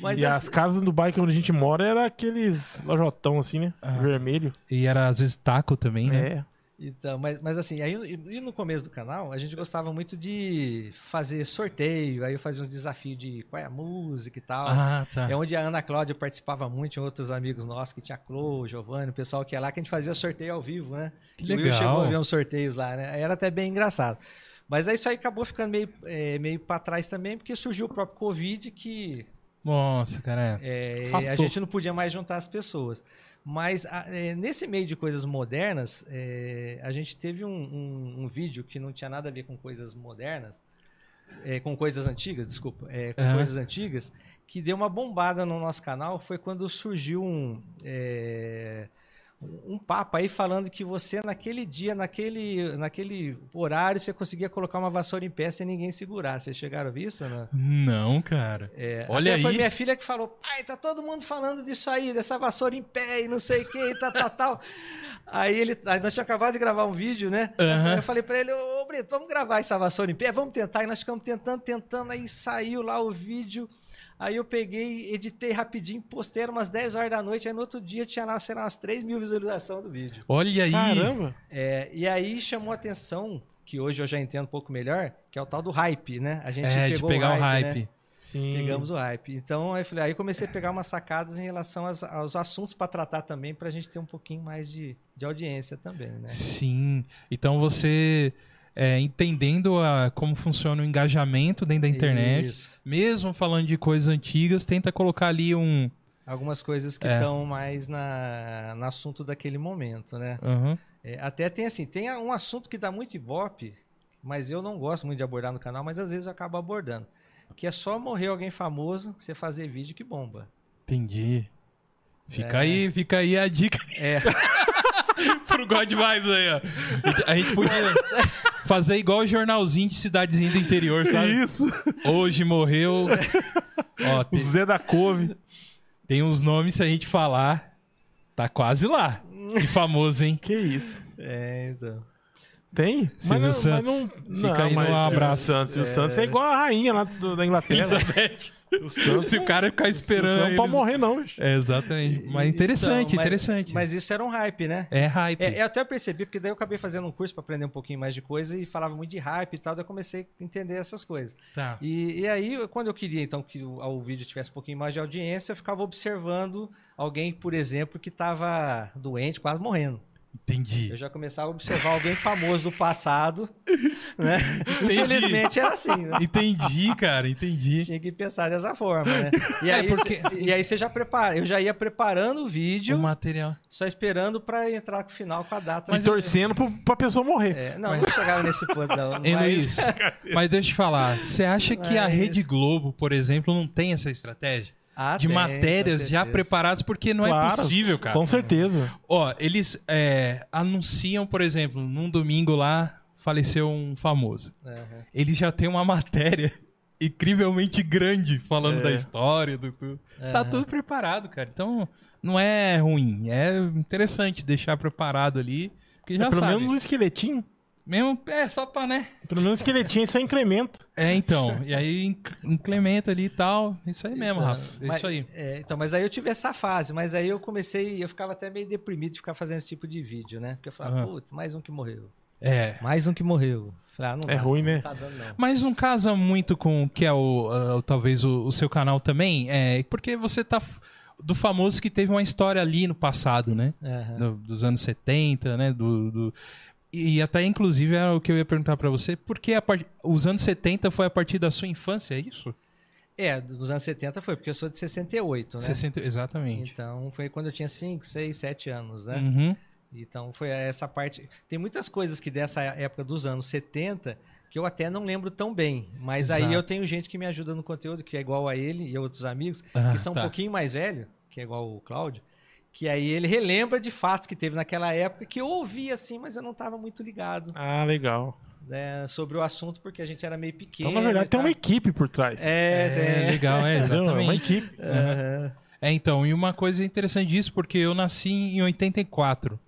S3: Mas
S2: e
S3: as-
S2: as casas do bairro que onde a gente mora era aqueles lojotão assim, né?
S1: Ah.
S2: Vermelho.
S1: E era às vezes taco também, né?
S2: É.
S3: Então, mas, mas assim, aí e- e no começo do canal, a gente gostava muito de fazer sorteio, aí eu fazia uns desafios de qual é a música e tal.
S1: Ah, tá.
S3: É onde a Ana Cláudia participava muito, tinha outros amigos nossos que tinha a Clô, o Giovanni, o pessoal que ia lá, que a gente fazia sorteio ao vivo, né?
S1: Que
S3: O Will chegou a ver
S1: legal.
S3: uns sorteios lá, né? Era até bem engraçado. Mas aí isso aí acabou ficando meio, eh, meio para trás também, porque surgiu o próprio Covid, que
S1: Nossa, cara. é.
S3: eh,
S2: Afastou.
S3: a gente não podia mais juntar as pessoas. Mas a- eh, nesse meio de coisas modernas, é, eh, a gente teve um, um- um vídeo que não tinha nada a ver com coisas modernas, é, com coisas antigas, desculpa, é, com
S1: Aham.
S3: coisas antigas, que deu uma bombada no nosso canal foi quando surgiu um, é, um papo aí falando que você naquele dia, naquele, naquele horário, você conseguia colocar uma vassoura em pé sem ninguém segurar. Vocês chegaram a ver isso, né?
S1: Não, cara. Olha
S3: Até
S1: aí.
S3: Foi minha filha que falou: pai, tá todo mundo falando disso aí, dessa vassoura em pé e não sei o que, e tal, tal, tal. Aí ele. Aí nós tínhamos acabado de gravar um vídeo, né?
S1: Aham.
S3: Aí Eu falei pra ele, ô ô, Brito, vamos gravar essa vassoura em pé, vamos tentar. E nós ficamos tentando, tentando, aí saiu lá o vídeo. Aí eu peguei, editei rapidinho, postei era umas 10 horas da noite, aí no outro dia tinha lá, sei lá, umas 3 mil visualizações do vídeo.
S1: Olha aí.
S2: Caramba.
S3: É, e aí chamou a atenção, que hoje eu já entendo um pouco melhor, que é o tal do hype, né? A gente
S1: É,
S3: pegou
S1: de pegar o
S3: né?
S1: hype.
S2: Sim.
S3: Pegamos o hype. Então, aí, eu falei, aí eu comecei a pegar umas sacadas em relação às- aos assuntos para tratar também, para a gente ter um pouquinho mais de, de audiência também, né?
S1: Sim. Então você é, entendendo a, como funciona o engajamento dentro da internet,
S3: Isso.
S1: mesmo falando de coisas antigas, tenta colocar ali um.
S3: Algumas coisas que
S1: É.
S3: estão mais na, no assunto daquele momento, né?
S1: Aham.
S3: É, até tem assim, tem um assunto que dá muito ibope, mas eu não gosto muito de abordar no canal, mas às vezes eu acabo abordando. Que é só morrer alguém famoso, você fazer vídeo que bomba.
S1: Entendi. Fica aí, fica aí a dica
S3: É,
S1: pro God Vibes aí, ó. A gente- A gente podia fazer igual o jornalzinho de cidadezinha do interior, sabe?
S2: Isso.
S1: Hoje morreu. Ó,
S2: O
S1: te-
S2: Zé da Cove.
S1: tem uns nomes, se a gente falar, tá quase lá. Que famoso, hein?
S2: Que isso.
S3: é então.
S2: Tem?
S1: Silvio
S2: não-
S1: Santos.
S2: não, não,
S1: aí no
S2: mas Silvio
S1: abraço.
S2: Santos. Silvio Santos é igual a rainha lá do- da
S3: É, né?
S2: Inglaterra.
S1: Elizabeth.
S2: O Santos
S1: Se o cara ficar
S3: um
S1: esperando.
S2: não pode
S1: eles-
S2: morrer, não. bicho.
S1: É, exatamente. Mas interessante,
S3: Então, mas-
S1: interessante.
S3: Mas isso era um hype, né?
S1: É hype.
S3: É, eu até percebi, porque daí eu acabei fazendo um curso para aprender um pouquinho mais de coisa e falava muito de hype e tal, daí eu comecei a entender essas coisas.
S1: Tá.
S3: E, e aí, eu- quando eu queria, então, que o, o vídeo tivesse um pouquinho mais de audiência, eu ficava observando alguém, por exemplo, que estava doente, quase morrendo.
S1: Entendi.
S3: Eu já começava a observar alguém famoso do passado, né?
S1: Entendi.
S3: Infelizmente era assim, né?
S1: Entendi, cara, entendi.
S3: Tinha que pensar dessa forma, né? E
S1: É,
S3: aí,
S1: porque-
S3: cê- e aí você já prepara. Eu já ia preparando o vídeo,
S1: O material.
S3: só esperando para entrar com o final com a data.
S2: E torcendo pro, pra pessoa morrer.
S3: É, não, não chegava nesse ponto, não.
S1: Hein,
S3: mas-
S1: Luiz? Mas deixa eu te falar. Você acha que a
S3: Mas-
S1: Rede Globo, por exemplo, não tem essa estratégia?
S3: Ah,
S1: De
S3: tem,
S1: matérias
S3: com
S1: já
S3: certeza.
S1: preparadas, porque não é
S2: Claro,
S1: possível, cara.
S2: Com certeza.
S1: Ó, eles é, anunciam, por exemplo, num domingo lá, faleceu um famoso.
S3: Aham.
S1: Ele já tem uma matéria incrivelmente grande falando
S3: É.
S1: da história, do tudo. Tá
S3: Aham.
S1: tudo preparado, cara. Então, não é ruim. É interessante deixar preparado ali, porque já
S2: pelo
S1: sabe.
S2: menos um esqueletinho.
S1: Mesmo, é, só pra, né?
S2: Pelo menos um esqueletinho, isso é incremento.
S1: É, então. E aí inc- incrementa ali e tal. Isso aí mesmo,
S3: Então,
S1: Rafa. É
S3: mas-
S1: isso aí.
S3: É, então, mas aí eu tive essa fase, mas aí eu comecei, eu ficava até meio deprimido de ficar fazendo esse tipo de vídeo, né? Porque eu falava,
S1: Aham.
S3: putz, mais um que morreu.
S1: É.
S3: Mais um que morreu. Falei, ah, não
S2: É
S3: dá,
S2: ruim, né?
S3: Não tá dando, não.
S1: Mas não casa muito com o que é o, ah, o- talvez o, o seu canal também, é porque você tá f- do famoso que teve uma história ali no passado, né?
S3: Aham.
S1: Do- dos anos 70, né? Do, do- E até inclusive era o que eu ia perguntar pra você, porque a part... os anos 70 foi a partir da sua infância, é isso?
S3: É, dos anos 70 foi, porque eu sou de 68, né?
S1: 60... Exatamente.
S3: Então foi quando eu tinha 5, 6, 7 anos, né?
S1: Uhum.
S3: Então foi essa parte. Tem muitas coisas que dessa época dos anos 70 que eu até não lembro tão bem. Mas
S1: Exato.
S3: aí eu tenho gente que me ajuda no conteúdo, que é igual a ele e outros amigos,
S1: Ah,
S3: que são
S1: tá.
S3: um pouquinho mais velho, que é igual o Cláudio, que aí ele relembra de fatos que teve naquela época que eu ouvi assim, mas eu não estava muito ligado
S2: Ah, legal.
S3: né, sobre o assunto, porque a gente era meio pequeno.
S2: Então, na verdade,
S3: e
S2: tem
S3: tal.
S2: uma equipe por trás.
S1: É,
S3: tá- É, é,
S1: legal, é,
S2: Entendeu? É uma
S1: exatamente.
S2: equipe.
S3: Aham.
S1: É, então, e uma coisa interessante disso, porque eu nasci em 84.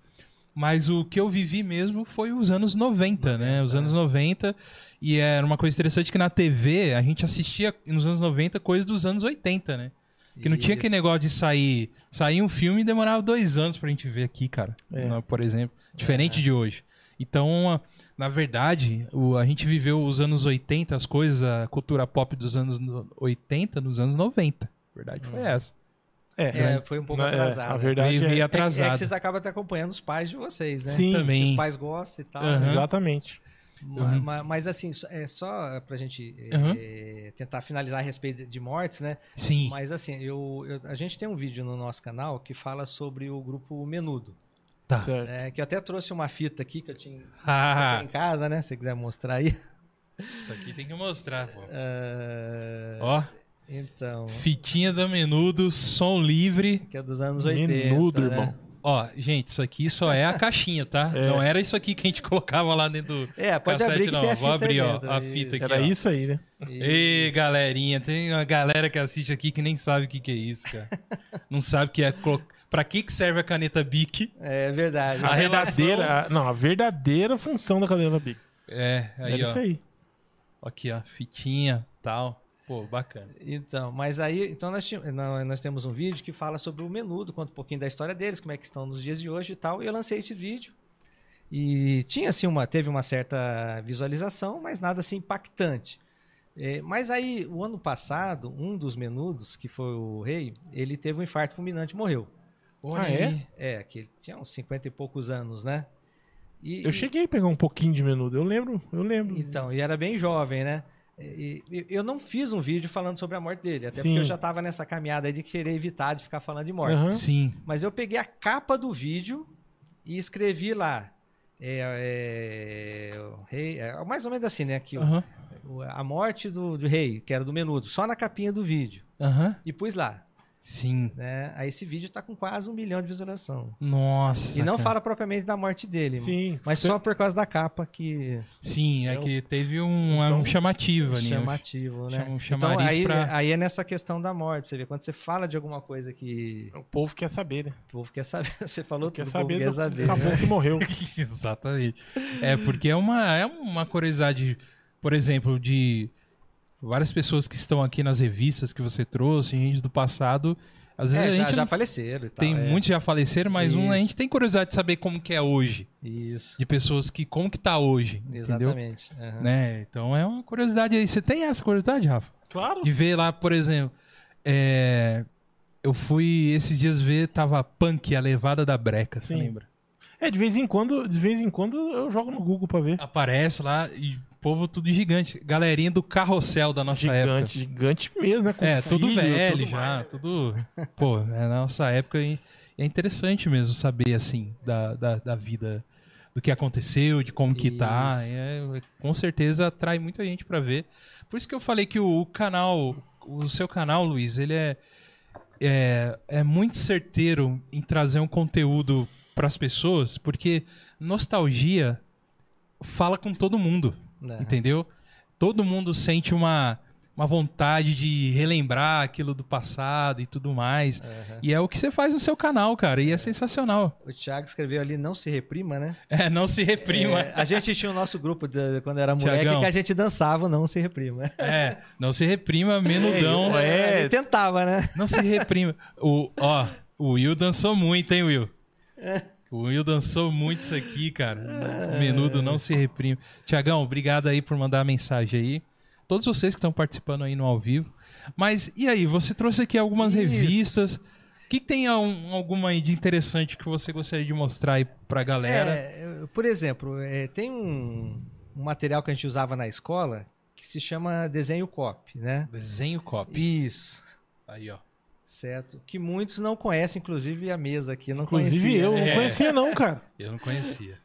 S1: Mas o que eu vivi mesmo foi os anos 90, né? Os
S3: é.
S1: anos 90. E era uma coisa interessante que na TV a gente assistia nos anos 90 coisas dos anos 80, né? Que não tinha aquele
S3: Isso.
S1: negócio de sair. Sair um filme e demorava dois anos pra gente ver aqui, cara.
S2: É.
S1: Não, Por exemplo. Diferente de hoje. Então, a- na verdade, o- a gente viveu os anos 80, as coisas, a cultura pop dos anos no- 80, nos anos 90. A verdade foi essa.
S2: É,
S1: né?
S3: É, foi um pouco
S2: na- é, a
S3: atrasado.
S2: verdade
S1: Meio-
S2: é-
S1: meio
S3: É que- É,
S1: atrasado.
S3: que vocês acabam até acompanhando os pais de vocês, né?
S2: Sim,
S3: Que
S1: também.
S3: Os pais gostam e tal. né?
S1: Aham.
S2: exatamente.
S3: Ma-
S1: Uhum.
S3: ma- Mas assim, só- é só pra gente é,
S1: Uhum.
S3: é, tentar finalizar a respeito de mortes, né?
S1: Sim.
S3: Mas assim, eu, eu- a gente tem um vídeo no nosso canal que fala sobre o grupo Menudo,
S1: Tá.
S3: É,
S2: Certo.
S3: né? Que eu até trouxe uma fita aqui que eu tinha
S1: Ah,
S3: em casa, né? Se você quiser mostrar aí.
S5: Isso aqui tem que mostrar, pô.
S3: Ah,
S1: Ó,
S3: Então,
S1: fitinha da Menudo, som livre.
S3: que é dos anos 80.
S2: Menudo,
S3: né?
S2: irmão.
S1: Ó, gente, isso aqui só é a caixinha, tá?
S2: É.
S1: Não era isso aqui que a gente colocava lá dentro do
S3: É, pode
S1: cassete,
S3: abrir que
S1: não.
S3: tem a
S1: Vou
S3: fita
S1: abrir,
S3: aí
S1: ó,
S3: dentro,
S1: a
S3: isso.
S1: fita aqui.
S2: Era
S1: ó.
S2: isso aí, né?
S1: Ei, galerinha, tem uma galera que assiste aqui que nem sabe o que, que é isso, cara. Não sabe que é. colo- Pra que, que serve a caneta BIC?
S3: É verdade.
S1: A relação-
S2: verdadeira, a- não, a verdadeira função da cadeira da Big.
S1: É, aí,
S2: Era
S1: ó.
S2: isso aí.
S1: Aqui, ó, fitinha tal. Pô, bacana.
S3: Então, mas aí, então nós, ti- nó- nós temos um vídeo que fala sobre o menudo, conta um pouquinho da história deles, como é que estão nos dias de hoje e tal. E eu lancei esse vídeo. E tinha assim uma, teve uma certa visualização, mas nada assim impactante. É, mas aí, o ano passado, um dos menudos, que foi o rei, ele teve um infarto fulminante e morreu.
S1: Olha
S2: Ah, é?
S1: aí.
S3: É, que ele tinha uns 50 e poucos anos, né? E,
S2: Eu cheguei a pegar um pouquinho de menudo, eu lembro, eu lembro.
S3: Então, e era bem jovem, né? E, e- eu não fiz um vídeo falando sobre a morte dele, até
S2: Sim.
S3: porque eu já tava nessa caminhada aí de querer evitar de ficar falando de morte.
S2: Aham.
S1: Sim.
S3: Mas eu peguei a capa do vídeo e escrevi lá. É, é, o rei, é, mais ou menos assim, né? Que o-
S1: Aham.
S3: o- a morte do, do rei, que era do menudo, só na capinha do vídeo.
S1: Aham.
S3: E pus lá.
S1: Sim.
S3: Né? Aí esse vídeo tá com quase um milhão de visualização.
S1: Nossa.
S3: E não
S1: cara.
S3: fala propriamente da morte dele,
S2: Sim.
S3: mas
S2: Você-
S3: só por causa da capa que
S1: Sim, é
S2: Eu-
S1: que teve um, é um
S3: Então,
S1: chamativo ali. eu acho.
S3: chamativo, né?
S1: Chama- um
S3: Então,
S1: chamariz
S3: aí,
S1: pra-
S3: aí é nessa questão da morte, você vê. Quando você fala de alguma coisa que
S2: O povo quer saber, né?
S3: o povo quer saber, você falou
S2: Quer
S3: tudo, o
S2: saber,
S3: povo quer
S2: do...
S3: saber. né?
S2: acabou que morreu.
S1: Exatamente. É, porque é uma, é uma curiosidade, por exemplo, de várias pessoas que estão aqui nas revistas que você trouxe, gente do passado. Às vezes
S3: É,
S1: a
S3: já,
S1: gente
S3: já
S1: não-
S3: faleceram e tal.
S1: tem
S3: é.
S1: muitos já faleceram, mas um
S3: Isso.
S1: a gente tem curiosidade de saber como que é hoje.
S3: Isso,
S1: De pessoas que, como que tá hoje, entendeu?
S3: exatamente. aham.
S1: Né? Então é uma curiosidade aí. Você tem essa curiosidade, Rafa?
S2: Claro.
S1: E ver lá, por exemplo, é, eu fui esses dias ver, tava Punk, a levada da breca, você
S2: Sim.
S1: lembra?
S2: É, de vez em quando, de vez em quando eu jogo no Google pra ver.
S1: Aparece lá e povo tudo gigante. Galerinha do carrossel da nossa época.
S2: gigante, gigante mesmo, né? Com
S1: É, tudo
S2: filho,
S1: velho
S2: tudo
S1: já,
S2: mais.
S1: tudo... Pô, é na nossa época e é interessante mesmo saber, assim, da, da, da vida, do que aconteceu, de como que tá.
S3: Isso.
S1: É, com certeza atrai muita gente pra ver. Por isso que eu falei que o, o canal, o seu canal, Luiz, ele é, é, é muito certeiro em trazer um conteúdo pras pessoas, porque nostalgia fala com todo mundo.
S3: Né?
S1: Entendeu? Todo mundo sente uma, uma vontade de relembrar aquilo do passado e tudo mais.
S3: Aham.
S1: E é o que você faz no seu canal, cara. E é, sensacional.
S3: O Thiago escreveu ali, não se reprima, né?
S1: É, não se reprima.
S3: É, a gente tinha o nosso grupo de- quando era moleque
S1: Thiagão.
S3: que a gente dançava, o não se reprima.
S1: É, não se reprima, menudão.
S2: É.
S3: Ele tentava, né?
S1: Não se reprima. O, ó, o Will dançou muito, hein, Will?
S3: É.
S1: O Will dançou muito isso aqui, cara. O menudo não se reprime. Tiagão, obrigado aí por mandar a mensagem aí. Todos vocês que estão participando aí no ao vivo. Mas, e aí, você trouxe aqui algumas
S3: Isso.
S1: revistas. O que, que tem um- alguma aí de interessante que você gostaria de mostrar aí pra galera?
S3: É, eh, por exemplo, eh, tem um, um material que a gente usava na escola que se chama desenho cop, né?
S1: Desenho copy.
S3: Isso.
S1: Aí, ó.
S3: Certo. Que muitos não conhecem, inclusive a mesa aqui não
S2: Inclusive
S3: conhecia,
S2: eu,
S3: né?
S2: não
S1: É.
S2: conhecia não, cara.
S1: Eu não conhecia.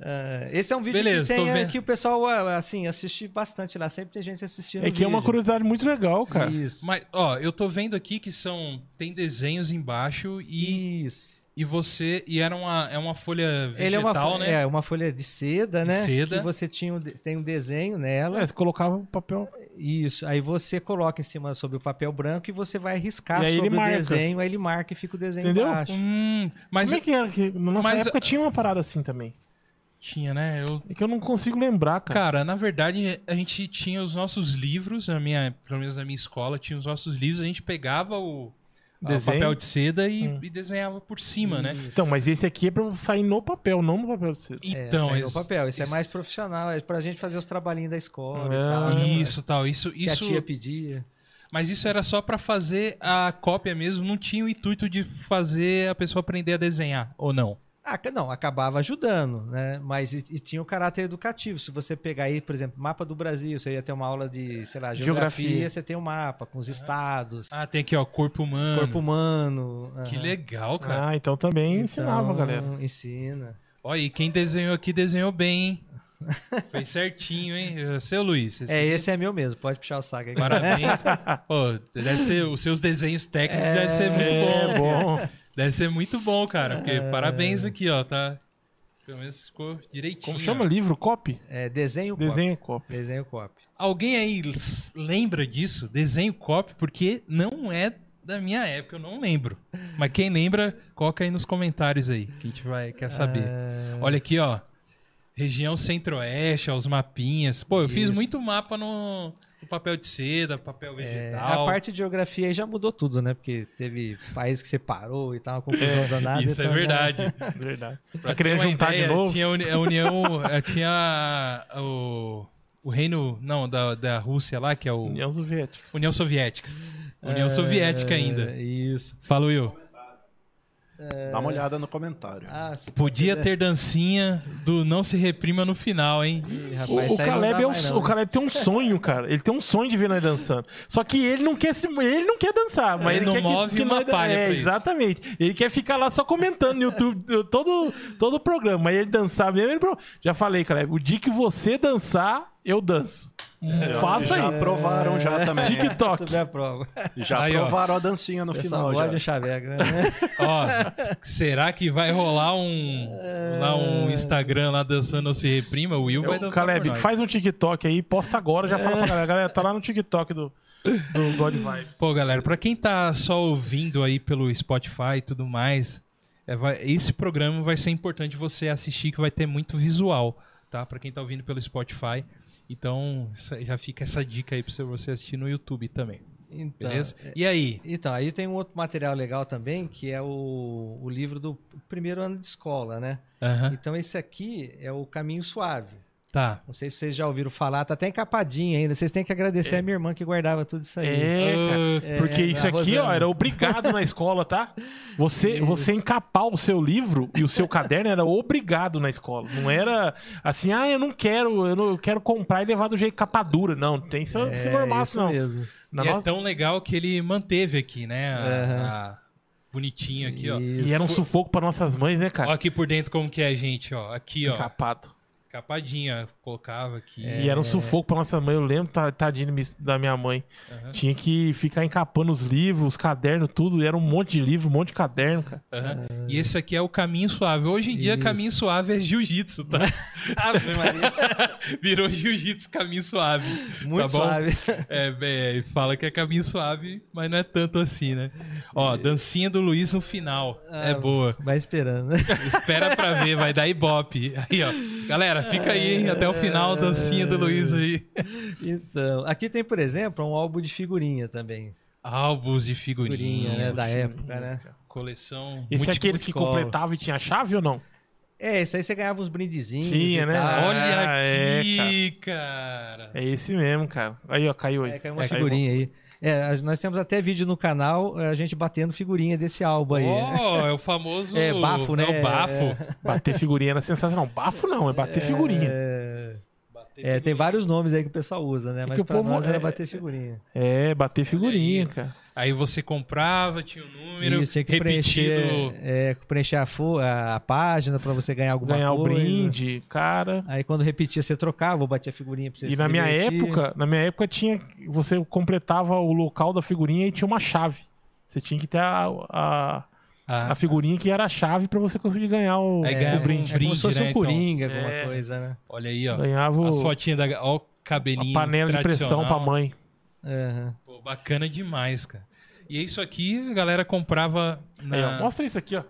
S3: Ah, Esse é um vídeo
S1: Beleza,
S3: que,
S1: tô
S3: tem,
S1: vendo.
S3: que o pessoal ah, assim, assiste bastante lá. Sempre tem gente assistindo.
S2: É que é uma
S3: vídeo.
S2: curiosidade muito legal, cara.
S3: Isso.
S1: Mas, ó, eu tô vendo aqui que são. Tem desenhos embaixo e.
S3: Isso.
S1: E você. E era uma, é uma folha vegetal,
S3: Ele é uma, fo-
S1: né?
S3: é uma folha de seda,
S1: De
S3: né?
S1: seda.
S3: Que você tinha um de- tem um desenho nela.
S2: É, você colocava o papel.
S3: Isso, aí você coloca em cima sobre o papel branco e você vai riscar
S2: E aí ele
S3: sobre o
S2: marca.
S3: desenho, aí ele marca e fica o desenho
S2: Entendeu?
S3: embaixo.
S1: Hum, mas
S2: Como é que era? Que na nossa
S1: mas-
S2: época tinha uma parada assim também.
S1: tinha, né? Eu,
S2: É que eu não consigo lembrar,
S3: Tá.
S2: cara.
S1: cara, na verdade, a gente tinha os nossos livros, na minha, pelo menos na minha escola, tinha os nossos livros, a gente pegava o, a- o
S2: Desenho.
S1: papel de seda e,
S2: Hum.
S1: e desenhava por cima,
S3: Hum.
S1: né?
S2: Então, mas esse aqui é pra sair no papel, não no papel de seda.
S3: É,
S1: Então,
S3: saiu
S1: esse-
S3: o papel. Isso é mais
S1: esse-
S3: profissional, é pra gente fazer os trabalhinhos da escola
S2: Ah,
S3: e tal. né?
S1: Isso, tal, isso,
S3: Que
S1: isso,
S3: a tia pedia.
S1: mas isso era só pra fazer a cópia mesmo, não tinha o intuito de fazer a pessoa aprender a desenhar, ou não?
S3: Ah, ca- não, acabava ajudando, né? Mas e, e tinha o caráter educativo. Se você pegar aí, por exemplo, mapa do Brasil, você ia ter uma aula de, sei lá, geografia,
S2: Geografia.
S3: você tem um mapa com os estados,
S1: Ah, tem aqui, ó, corpo humano.
S3: corpo humano.
S1: Que
S3: aham.
S1: legal, cara.
S2: Ah, então também ensinava,
S3: Então,
S2: galera.
S3: Ensina.
S1: Olha, e quem desenhou aqui desenhou bem, hein? Foi certinho, hein? Seu Luiz. esse-
S3: É, esse é meu mesmo, pode puxar o saco aqui.
S1: Parabéns. Pô, deve ser, os seus desenhos técnicos devem ser muito bom.
S2: É bom. É.
S1: Deve ser muito bom, cara. Porque parabéns aqui, ó. Tá. Pelo menos ficou direitinho.
S2: Como chama? Livro? Copy?
S3: É, desenho cop.
S2: Desenho copy.
S3: Desenho cop.
S1: Alguém aí s- lembra disso? Desenho copy, porque não é da minha época, eu não lembro. Mas quem lembra, coloca aí nos comentários aí, que a gente vai, quer saber.
S3: Ah,
S1: Olha aqui, ó. Região Centro-Oeste, ó, os mapinhas. Pô, eu fiz
S3: Isso.
S1: muito mapa no, no papel de seda, papel
S3: É,
S1: vegetal.
S3: a parte de geografia aí já mudou tudo, né? Porque teve país que separou e tal, uma confusão danada.
S1: Isso é
S3: então já-
S1: verdade.
S2: Verdade.
S1: Pra
S2: Tá querendo
S1: ter uma
S2: juntar de
S1: ideia,
S2: novo?
S1: Tinha a uni- a União. eh, tinha a- o, o reino. Não, da, da Rússia lá, que é o.
S2: União Soviética.
S1: União Soviética. União
S3: É,
S1: Soviética ainda.
S3: Isso.
S1: Falou eu.
S4: Dá uma olhada no comentário.
S3: Ah, se-
S1: Podia ter dancinha do Não Se Reprima no final, hein?
S3: Ih,
S2: O,
S3: rapaz,
S2: o
S3: isso aí não
S2: Caleb
S3: dá
S2: é o,
S3: mais
S2: so-
S3: não,
S2: o
S1: né?
S2: Caleb tem um sonho, cara. Ele tem um sonho de ver nós dançando. Só que ele não quer se, ele não quer dançar, mas
S1: Ele
S2: ele,
S1: não
S2: quer que-
S1: move
S2: que,
S1: uma
S2: nós-
S1: palha
S2: é,
S1: pra isso.
S2: exatamente. Ele quer ficar lá só comentando no YouTube todo todo o programa, mas ele dançar mesmo, ele pro- já falei, Caleb, o dia que você dançar, eu danço.
S1: É,
S4: Eu-
S2: Faça
S4: Já
S2: aí.
S4: aprovaram já também. é.
S3: né?
S2: TikTok.
S3: Sobre a prova.
S4: Já
S1: Aí, ó.
S4: aprovaram a dancinha no
S3: Eu só
S4: final
S3: gosto de
S4: já.
S3: um chaveco, né?
S1: Ó, será que vai rolar um. Lá um Instagram lá dançando Não Se Reprima? O Will vai
S2: Eu,
S1: dançar. por
S2: É Caleb,
S1: nós. É.
S2: faz um TikTok aí, posta agora, já fala pra galera. Galera, tá lá no TikTok do, do God Vibes.
S1: Pô, galera, pra quem tá só ouvindo aí pelo Spotify e tudo mais, é, vai- esse programa vai ser importante você assistir, que vai ter muito visual, tá? Pra quem tá ouvindo pelo Spotify. Então, isso aí já fica essa dica aí pra você- você assistir no YouTube também,
S3: Então,
S1: beleza? E aí?
S3: Então, aí tem um outro material legal também, que é o, o livro do primeiro ano de escola, né?
S1: Aham,
S3: Então, esse aqui é o Caminho Suave.
S1: Tá.
S3: Não sei se vocês já ouviram falar, tá até encapadinho ainda. Vocês têm que agradecer a minha irmã que guardava tudo isso aí.
S2: É, cara. Porque
S3: é,
S2: isso
S3: a
S2: aqui, ó,
S3: Rosana.
S2: era obrigado na escola, tá? Você, você encapar o seu livro e o seu caderno era obrigado na escola. Não era assim, ah, eu não quero, eu não eu quero comprar e levar do jeito capadura. Não, tem esse, esse
S3: É, isso
S2: mormaço, é não.
S3: mesmo.
S2: Na
S1: e é
S2: nossa-
S1: tão legal que ele manteve aqui, né? A,
S3: Aham.
S1: a- Bonitinho aqui, ó.
S3: Isso.
S2: E era um sufoco pra nossas mães, né,
S1: Ó
S2: cara?
S1: aqui por dentro como que é, gente, ó. Aqui, ó. É.
S2: Encapado.
S1: Capadinha, colocava aqui.
S2: E era um sufoco pra nossas mães. Eu lembro, ta- tadinho mis- da minha mãe.
S1: Aham.
S2: Tinha que ficar encapando os livros, os cadernos, tudo. E era um monte de livro, um monte de caderno, cara.
S1: Aham. E esse aqui é o caminho suave. Hoje em dia,
S3: um- Isso.
S1: caminho suave é jiu-jitsu, tá?
S3: Ave Maria,
S1: Virou jiu-jitsu, caminho suave.
S3: Muito
S1: tá bom?
S3: suave.
S1: É, é, fala que é caminho suave, mas não é tanto assim, né? Ó, dancinha do Luiz no final. é
S3: É. Ah,
S1: boa.
S3: Vai esperando, né?
S1: Espera pra ver, vai dar ibope. Aí, ó. Galera, fica aí, hein? Até o final, dancinha do Luiz aí.
S3: É. Então, aqui tem, por exemplo, um álbum de figurinha também.
S1: Álbuns de figurinha.
S3: Figurinha, né? Da época, né?
S1: Coleção.
S2: Esse
S1: multi-
S2: é aqueles que
S3: multicolor.
S2: completavam e tinha chave ou não?
S3: É, isso aí você ganhava uns brindezinhos.
S2: Tinha,
S3: e
S2: né?
S3: Tal.
S1: Olha
S2: Ah, é,
S1: aqui, cara.
S2: É esse mesmo, cara. Aí, ó, caiu aí.
S3: É, caiu uma
S2: É,
S3: figurinha aí. É, a- nós temos até vídeo no canal, é, a gente batendo figurinha desse álbum aí. né?
S1: Oh, é o famoso.
S3: É, bafo, né?
S1: É o bafo.
S2: Bater figurinha era sensacional. Bafo não, é bater figurinha.
S3: É, é, tem vários nomes aí que o pessoal usa, né? Mas
S2: que o
S3: pra
S2: povo-
S3: nós era
S2: é-
S3: bater figurinha.
S2: É, bater figurinha, cara.
S1: Aí você comprava, tinha o
S2: é um
S1: número,
S3: Isso, tinha que
S1: repetido.
S3: preencher, é, preencher a, fo- a- a página pra você ganhar alguma
S2: Ganhar o
S3: coisa.
S2: brinde, cara.
S3: Aí quando repetia, você trocava, ou batia a figurinha pra você
S2: E
S3: se
S2: na minha
S3: divertir.
S2: época, na minha época tinha. Você completava o local da figurinha e tinha uma chave. Você tinha que ter a, a,
S1: Ah,
S2: a figurinha que era a chave pra você conseguir ganhar o,
S1: Aí
S2: o
S1: ganhava um
S2: brinde.
S3: É como se fosse
S1: né,
S3: um
S1: então?
S3: coringa, alguma
S2: É.
S3: coisa, né?
S1: olha aí, ó.
S2: Ganhava
S1: As
S2: o-
S1: fotinhas da. Ó, o cabelinho.
S2: a panela de pressão pra
S1: tradicional.
S2: mãe.
S3: Aham.
S1: Pô, bacana demais, cara. E é isso aqui a galera comprava. Na...
S2: Aí, É, ó, mostra isso aqui, ó.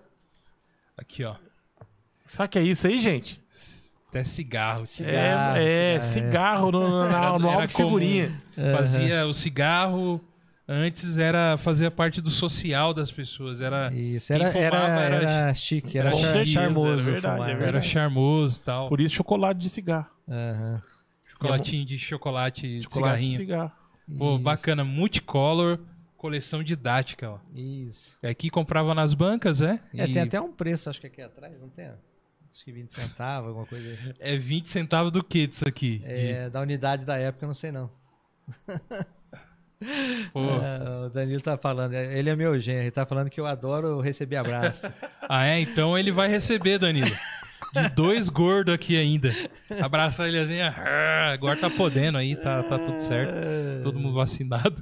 S1: Aqui, ó.
S2: Sabe o que é isso aí, gente?
S1: Até cigarro. cigarro.
S2: É,
S3: Cigarro,
S2: é, cigarro, no, na- no álbum
S1: era
S2: de figurinha.
S1: comum. Fazia o cigarro. Antes era fazia parte do social das pessoas.
S2: Ah,
S1: Era,
S3: Isso,
S1: Quem
S3: era, era,
S1: fumava era
S3: era,
S1: chi-
S3: chique, era
S1: era
S3: char-
S1: certeza,
S3: charmoso
S2: é verdade,
S3: fumar.
S2: é
S1: era charmoso e tal.
S2: Por isso, chocolate de cigarro.
S3: Aham. é
S1: Chocolatinho de chocolate,
S2: Chocolate de
S1: cigarrinho.
S2: cigarro.
S1: Pô,
S3: Isso.
S1: bacana. Multicolor, coleção didática, ó. É
S3: Isso.
S1: Aqui comprava nas bancas, é?
S3: É,
S1: E
S3: tem até um preço, acho que aqui atrás, não tem? Acho que 20 centavos, alguma coisa. aí.
S1: É 20 centavos do que disso aqui? De-
S3: É, da unidade da época, eu não sei não.
S1: pô,
S3: É, o Danilo tá falando, é, ele é meu genro, ele tá falando que eu adoro receber abraço.
S1: Ah, é? Então ele vai receber, Danilo. de dois gordos aqui ainda. Abraçar ele assim, ah, agora tá podendo aí, tá, tá tudo certo. Todo mundo vacinado.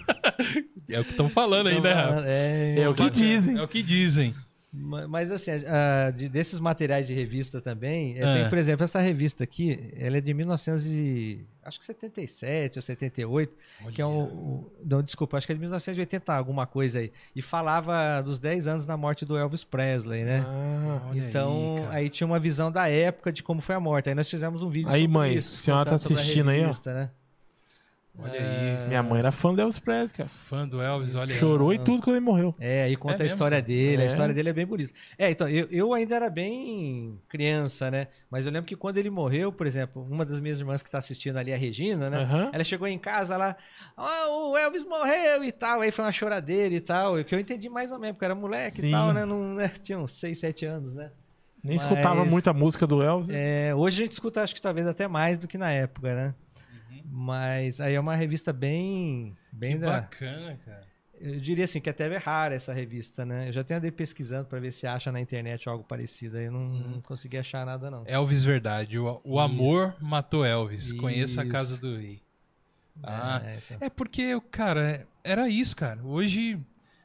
S1: é o que estão falando aí, né, Rafa?
S3: É,
S2: É o que dizem.
S1: É o que dizem.
S3: Ma- Mas assim, a- de- desses materiais de revista também, é,
S1: Ah.
S3: tem, por exemplo, essa revista aqui, ela é de 1977 ou 78, que é um, o- não, desculpa, acho que é de 1980 alguma coisa aí, e falava dos 10 anos da morte do Elvis Presley,
S1: É.
S3: né?
S2: Ah,
S1: Olha
S3: então, aí,
S1: cara.
S3: tinha uma visão da época de como foi a morte. Aí nós fizemos um vídeo
S2: Aí,
S3: sobre
S2: mãe,
S3: isso.
S2: a senhora tá
S3: contando sobre a
S2: assistindo aí, ó.
S3: revista, Né?
S1: Olha
S3: é.
S1: aí.
S2: minha mãe era fã do Elvis Presley, cara.
S1: Fã do Elvis, olha aí.
S2: Chorou e tudo quando ele morreu.
S3: É, aí conta a
S1: mesmo?
S3: história dele.
S2: É.
S3: A história dele é bem bonita. É, então, eu, eu ainda era bem criança, né? Mas eu lembro que quando ele morreu, por exemplo, uma das minhas irmãs que tá assistindo ali, a Regina, né?
S2: Aham.
S3: Ela chegou em casa lá, ah, o Elvis morreu e tal. Aí foi uma choradeira e tal. Que eu entendi mais ou menos, porque eu era moleque
S2: Sim.
S3: e tal, né? Não, né? Tinha uns 6, 7 anos, né?
S2: Nem
S3: Mas-
S2: escutava muito a música do Elvis.
S3: É, hoje a gente escuta, acho que talvez até mais do que na época, né? Mas aí é uma revista bem. bem
S1: Uhum. Que
S3: da...
S1: bacana, cara.
S3: Eu diria assim que até é rara essa revista, né? Eu já tenho andei pesquisando pra ver se acha na internet algo parecido. Aí eu não,
S1: Uhum.
S3: não consegui achar nada, não. É,
S1: Elvis Verdade. O, o amor matou Elvis.
S3: Isso.
S1: Conheça a casa do rei. Ah,
S3: É, então.
S1: É porque, cara, era isso, cara. Hoje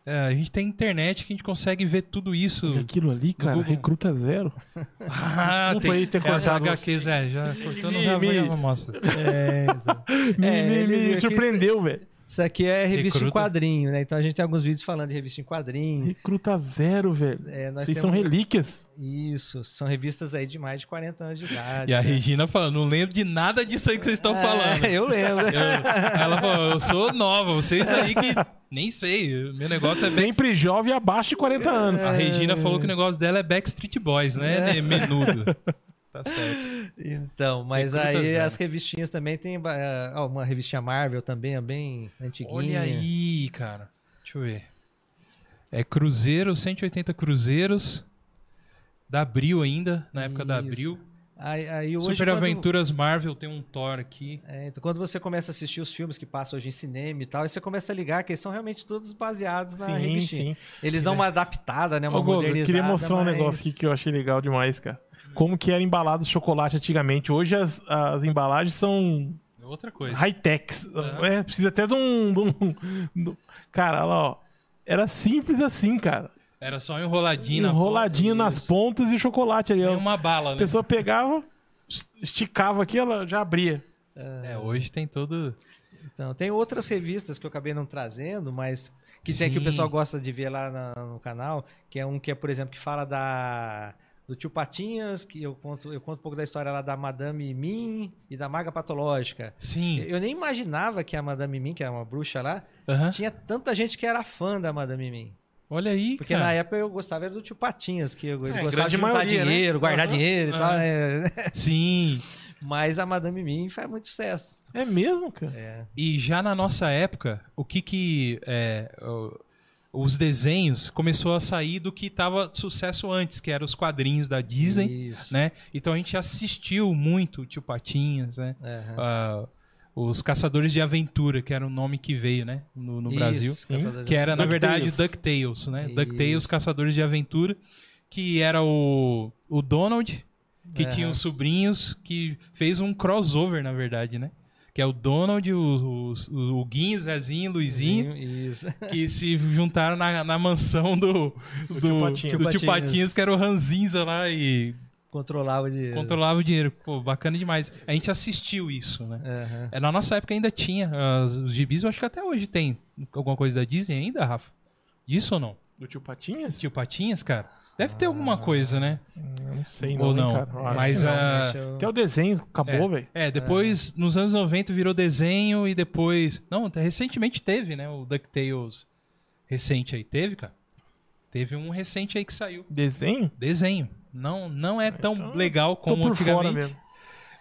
S1: é, a gente tem internet que a gente consegue ver tudo isso.
S2: E aquilo ali, cara,
S1: Google.
S2: recruta zero.
S1: Ah,
S2: Desculpa aí ter
S1: é,
S2: cortado
S1: As HQs, é, já cortando
S2: me-
S1: já
S2: me-
S1: vai, já mostra.
S3: É, então. É,
S2: Me, me-
S3: ele
S2: me
S3: viu aqui,
S2: surpreendeu, velho.
S3: Isso aqui é revista em
S1: Recruta.
S3: quadrinho, né? Então a gente tem alguns vídeos falando de revista em quadrinho.
S2: Recruta zero, velho.
S3: É, nós
S2: Vocês
S3: temos-
S2: são relíquias.
S3: Isso, são revistas aí de mais de 40 anos de idade.
S1: E a
S3: né?
S1: Regina falando, não lembro de nada disso aí que vocês estão
S3: É,
S1: falando.
S3: eu lembro.
S1: Eu- ela falou, eu sou nova, vocês aí que nem sei, meu negócio é bem...
S2: Sempre jovem abaixo de
S3: É.
S2: 40 anos.
S1: A Regina falou que o negócio dela é Backstreet Boys, né? Menudo. Tá certo.
S3: Então, mas
S1: Recruta
S2: né?
S3: aí
S1: zero.
S3: as revistinhas também tem ba- ah, ó, uma revistinha Marvel também, é bem antiguinha.
S1: Olha aí, cara. Deixa eu ver. É Cruzeiro, 180 Cruzeiros. Da Abril ainda, na época da
S3: Isso.
S1: Abril.
S3: Aí, aí hoje
S1: Super
S3: quando-
S1: Aventuras Marvel tem um Thor aqui.
S3: É, então quando você começa a assistir os filmes que passam hoje em cinema e tal, aí você começa a ligar que eles são realmente todos baseados na
S2: Sim,
S3: revistinha.
S2: sim.
S3: Eles dão uma adaptada, né? Uma
S2: Ô, Gogo, eu
S3: modernizada.
S2: queria mostrar um
S3: mas-
S2: negócio aqui que eu achei legal demais, cara. Como que era embalado o chocolate antigamente. Hoje as, as embalagens são
S1: É Outra coisa.
S2: high-techs.
S1: Ah.
S2: É, precisa até de um, de um- do- Cara, olha lá, ó. Era simples assim, cara.
S1: Era só um enroladinho. na
S2: Enroladinho
S1: ponta,
S2: nas
S1: isso.
S2: pontas e chocolate ali. ó.
S1: Tem uma bala,
S2: A
S1: né?
S2: pessoa pegava, esticava aqui, ela já abria.
S1: É, hoje tem todo.
S3: Então, tem outras revistas que eu acabei não trazendo, mas que tem que o
S1: Sim.
S3: pessoal gosta de ver lá na- no canal, que é um que é, por exemplo, que fala da do tio Patinhas, que eu conto, eu conto um pouco da história lá da Madame Mim e da Maga Patológica.
S1: Sim.
S3: Eu nem imaginava que a Madame Mim, que é uma bruxa lá,
S1: Aham.
S3: tinha tanta gente que era fã da Madame Mim.
S1: Olha aí,
S3: Porque
S1: cara. É,
S3: na é- época eu gostava era do tio Patinhas, que eu gostava
S4: grande
S3: de juntar
S4: maioria, né?
S3: dinheiro, guardar
S1: Aham,
S3: dinheiro e tal, né?
S1: Sim.
S3: Mas a Madame Mim faz muito sucesso.
S2: É mesmo, cara?
S3: É.
S1: E já na nossa época, o que que. é, o- os desenhos começou a sair do que tava sucesso antes, que eram os quadrinhos da Disney,
S3: Isso.
S1: né? Então a gente assistiu muito o Tio Patinhas, né?
S3: Aham.
S1: Ah, os Caçadores de Aventura, que era o nome que veio, né? No, no
S3: Isso,
S1: Brasil.
S3: Caçadores
S1: Que era, na
S2: DuckTales.
S1: verdade, DuckTales, né?
S3: Isso.
S1: DuckTales Caçadores de Aventura, que era o, o Donald, que
S3: Aham.
S1: tinha os sobrinhos, que fez um crossover, na verdade, né? Que é o Donald, o, o, o Guin, Zezinho, Luizinho,
S3: Isso.
S1: que se juntaram na, na mansão do, do,
S2: tio
S1: do
S2: Patinhas.
S1: tio Patinhas, que era o Ranzinza lá e
S3: Controlava de.
S1: controlava o dinheiro. Pô, bacana demais. A gente assistiu isso, né?
S3: Aham.
S1: É, Na nossa época ainda tinha ah, os gibis, eu acho que até hoje tem alguma coisa da Disney ainda, Rafa? Disso ou não?
S2: Do tio Patinhas?
S1: Tio Patinhas, cara? Deve ter alguma coisa, né?
S2: Hum, Eu não sei, não,
S1: ou
S2: hein,
S1: não.
S2: cara. Eu acho
S1: Mas
S2: que não.
S1: ah,
S3: Realmente eu-
S2: Até o desenho acabou, velho.
S1: é, depois, nos anos 90 virou desenho e depois. Não, até recentemente teve, né? O DuckTales recente aí. Teve, cara? Teve um recente aí que saiu.
S2: Desenho?
S1: Desenho. Não, não é tão
S2: Então,
S1: legal
S2: Tô
S1: como
S2: por
S1: antigamente.
S2: fora mesmo.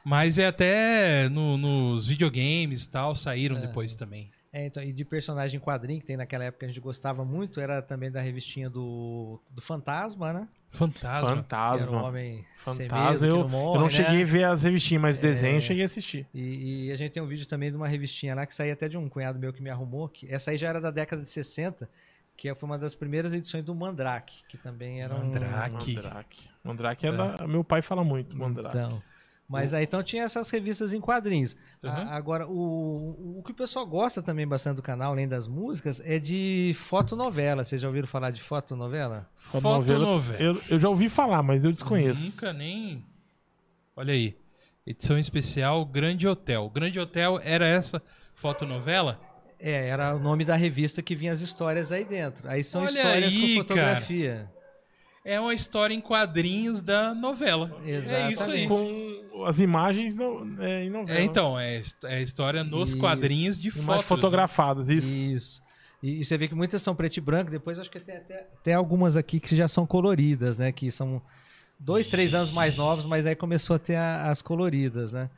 S1: Mas é até no- nos videogames e tal, saíram depois também.
S3: É, então, e de personagem em quadrinho que tem naquela época que a gente gostava muito, era também da revistinha do, do Fantasma, né?
S1: Fantasma.
S3: Que era um
S2: Fantasma.
S3: homem sem medo, que
S2: Fantasma. Eu, eu
S3: não morre,
S2: não
S3: né?
S2: cheguei a ver as revistinhas,
S1: É.
S2: mas o desenho eu cheguei a assistir.
S3: E, e a gente tem um vídeo também de uma revistinha lá que saía até de um cunhado meu que me arrumou, que essa aí já era da década de 60, que foi uma das primeiras edições do Mandrake, que também era um...
S1: Mandrake. Hum. Aqui.
S2: Mandrake. Mandrake é da- Meu pai fala muito, Mandrake.
S3: Então, mas aí então tinha essas revistas em quadrinhos. A-
S1: Uhum.
S3: agora, o, o que o pessoal gosta também bastante do canal, além das músicas, é de fotonovela. Vocês já ouviram falar de fotonovela?
S1: Fotonovela.
S2: Eu, eu já ouvi falar, mas eu desconheço.
S1: Nunca nem. Olha aí. Edição especial Grande Hotel. Grande Hotel era essa fotonovela?
S3: É, era o nome da revista que vinha as histórias aí dentro. Aí são
S1: Olha
S3: histórias
S1: aí,
S3: com fotografia.
S1: É uma história em quadrinhos da novela. É isso aí.
S3: Exatamente.
S2: Com as imagens no, é, em novela.
S1: É, então, é, his- é história nos
S3: Isso.
S1: quadrinhos de
S2: Imagens
S1: fotos. né?
S2: fotografadas, isso.
S3: Isso. E, e você vê que muitas são preto e branco, depois acho que tem até, até algumas aqui que já são coloridas, né? Que são dois, três anos mais novos, mas aí começou a ter a- as coloridas, né?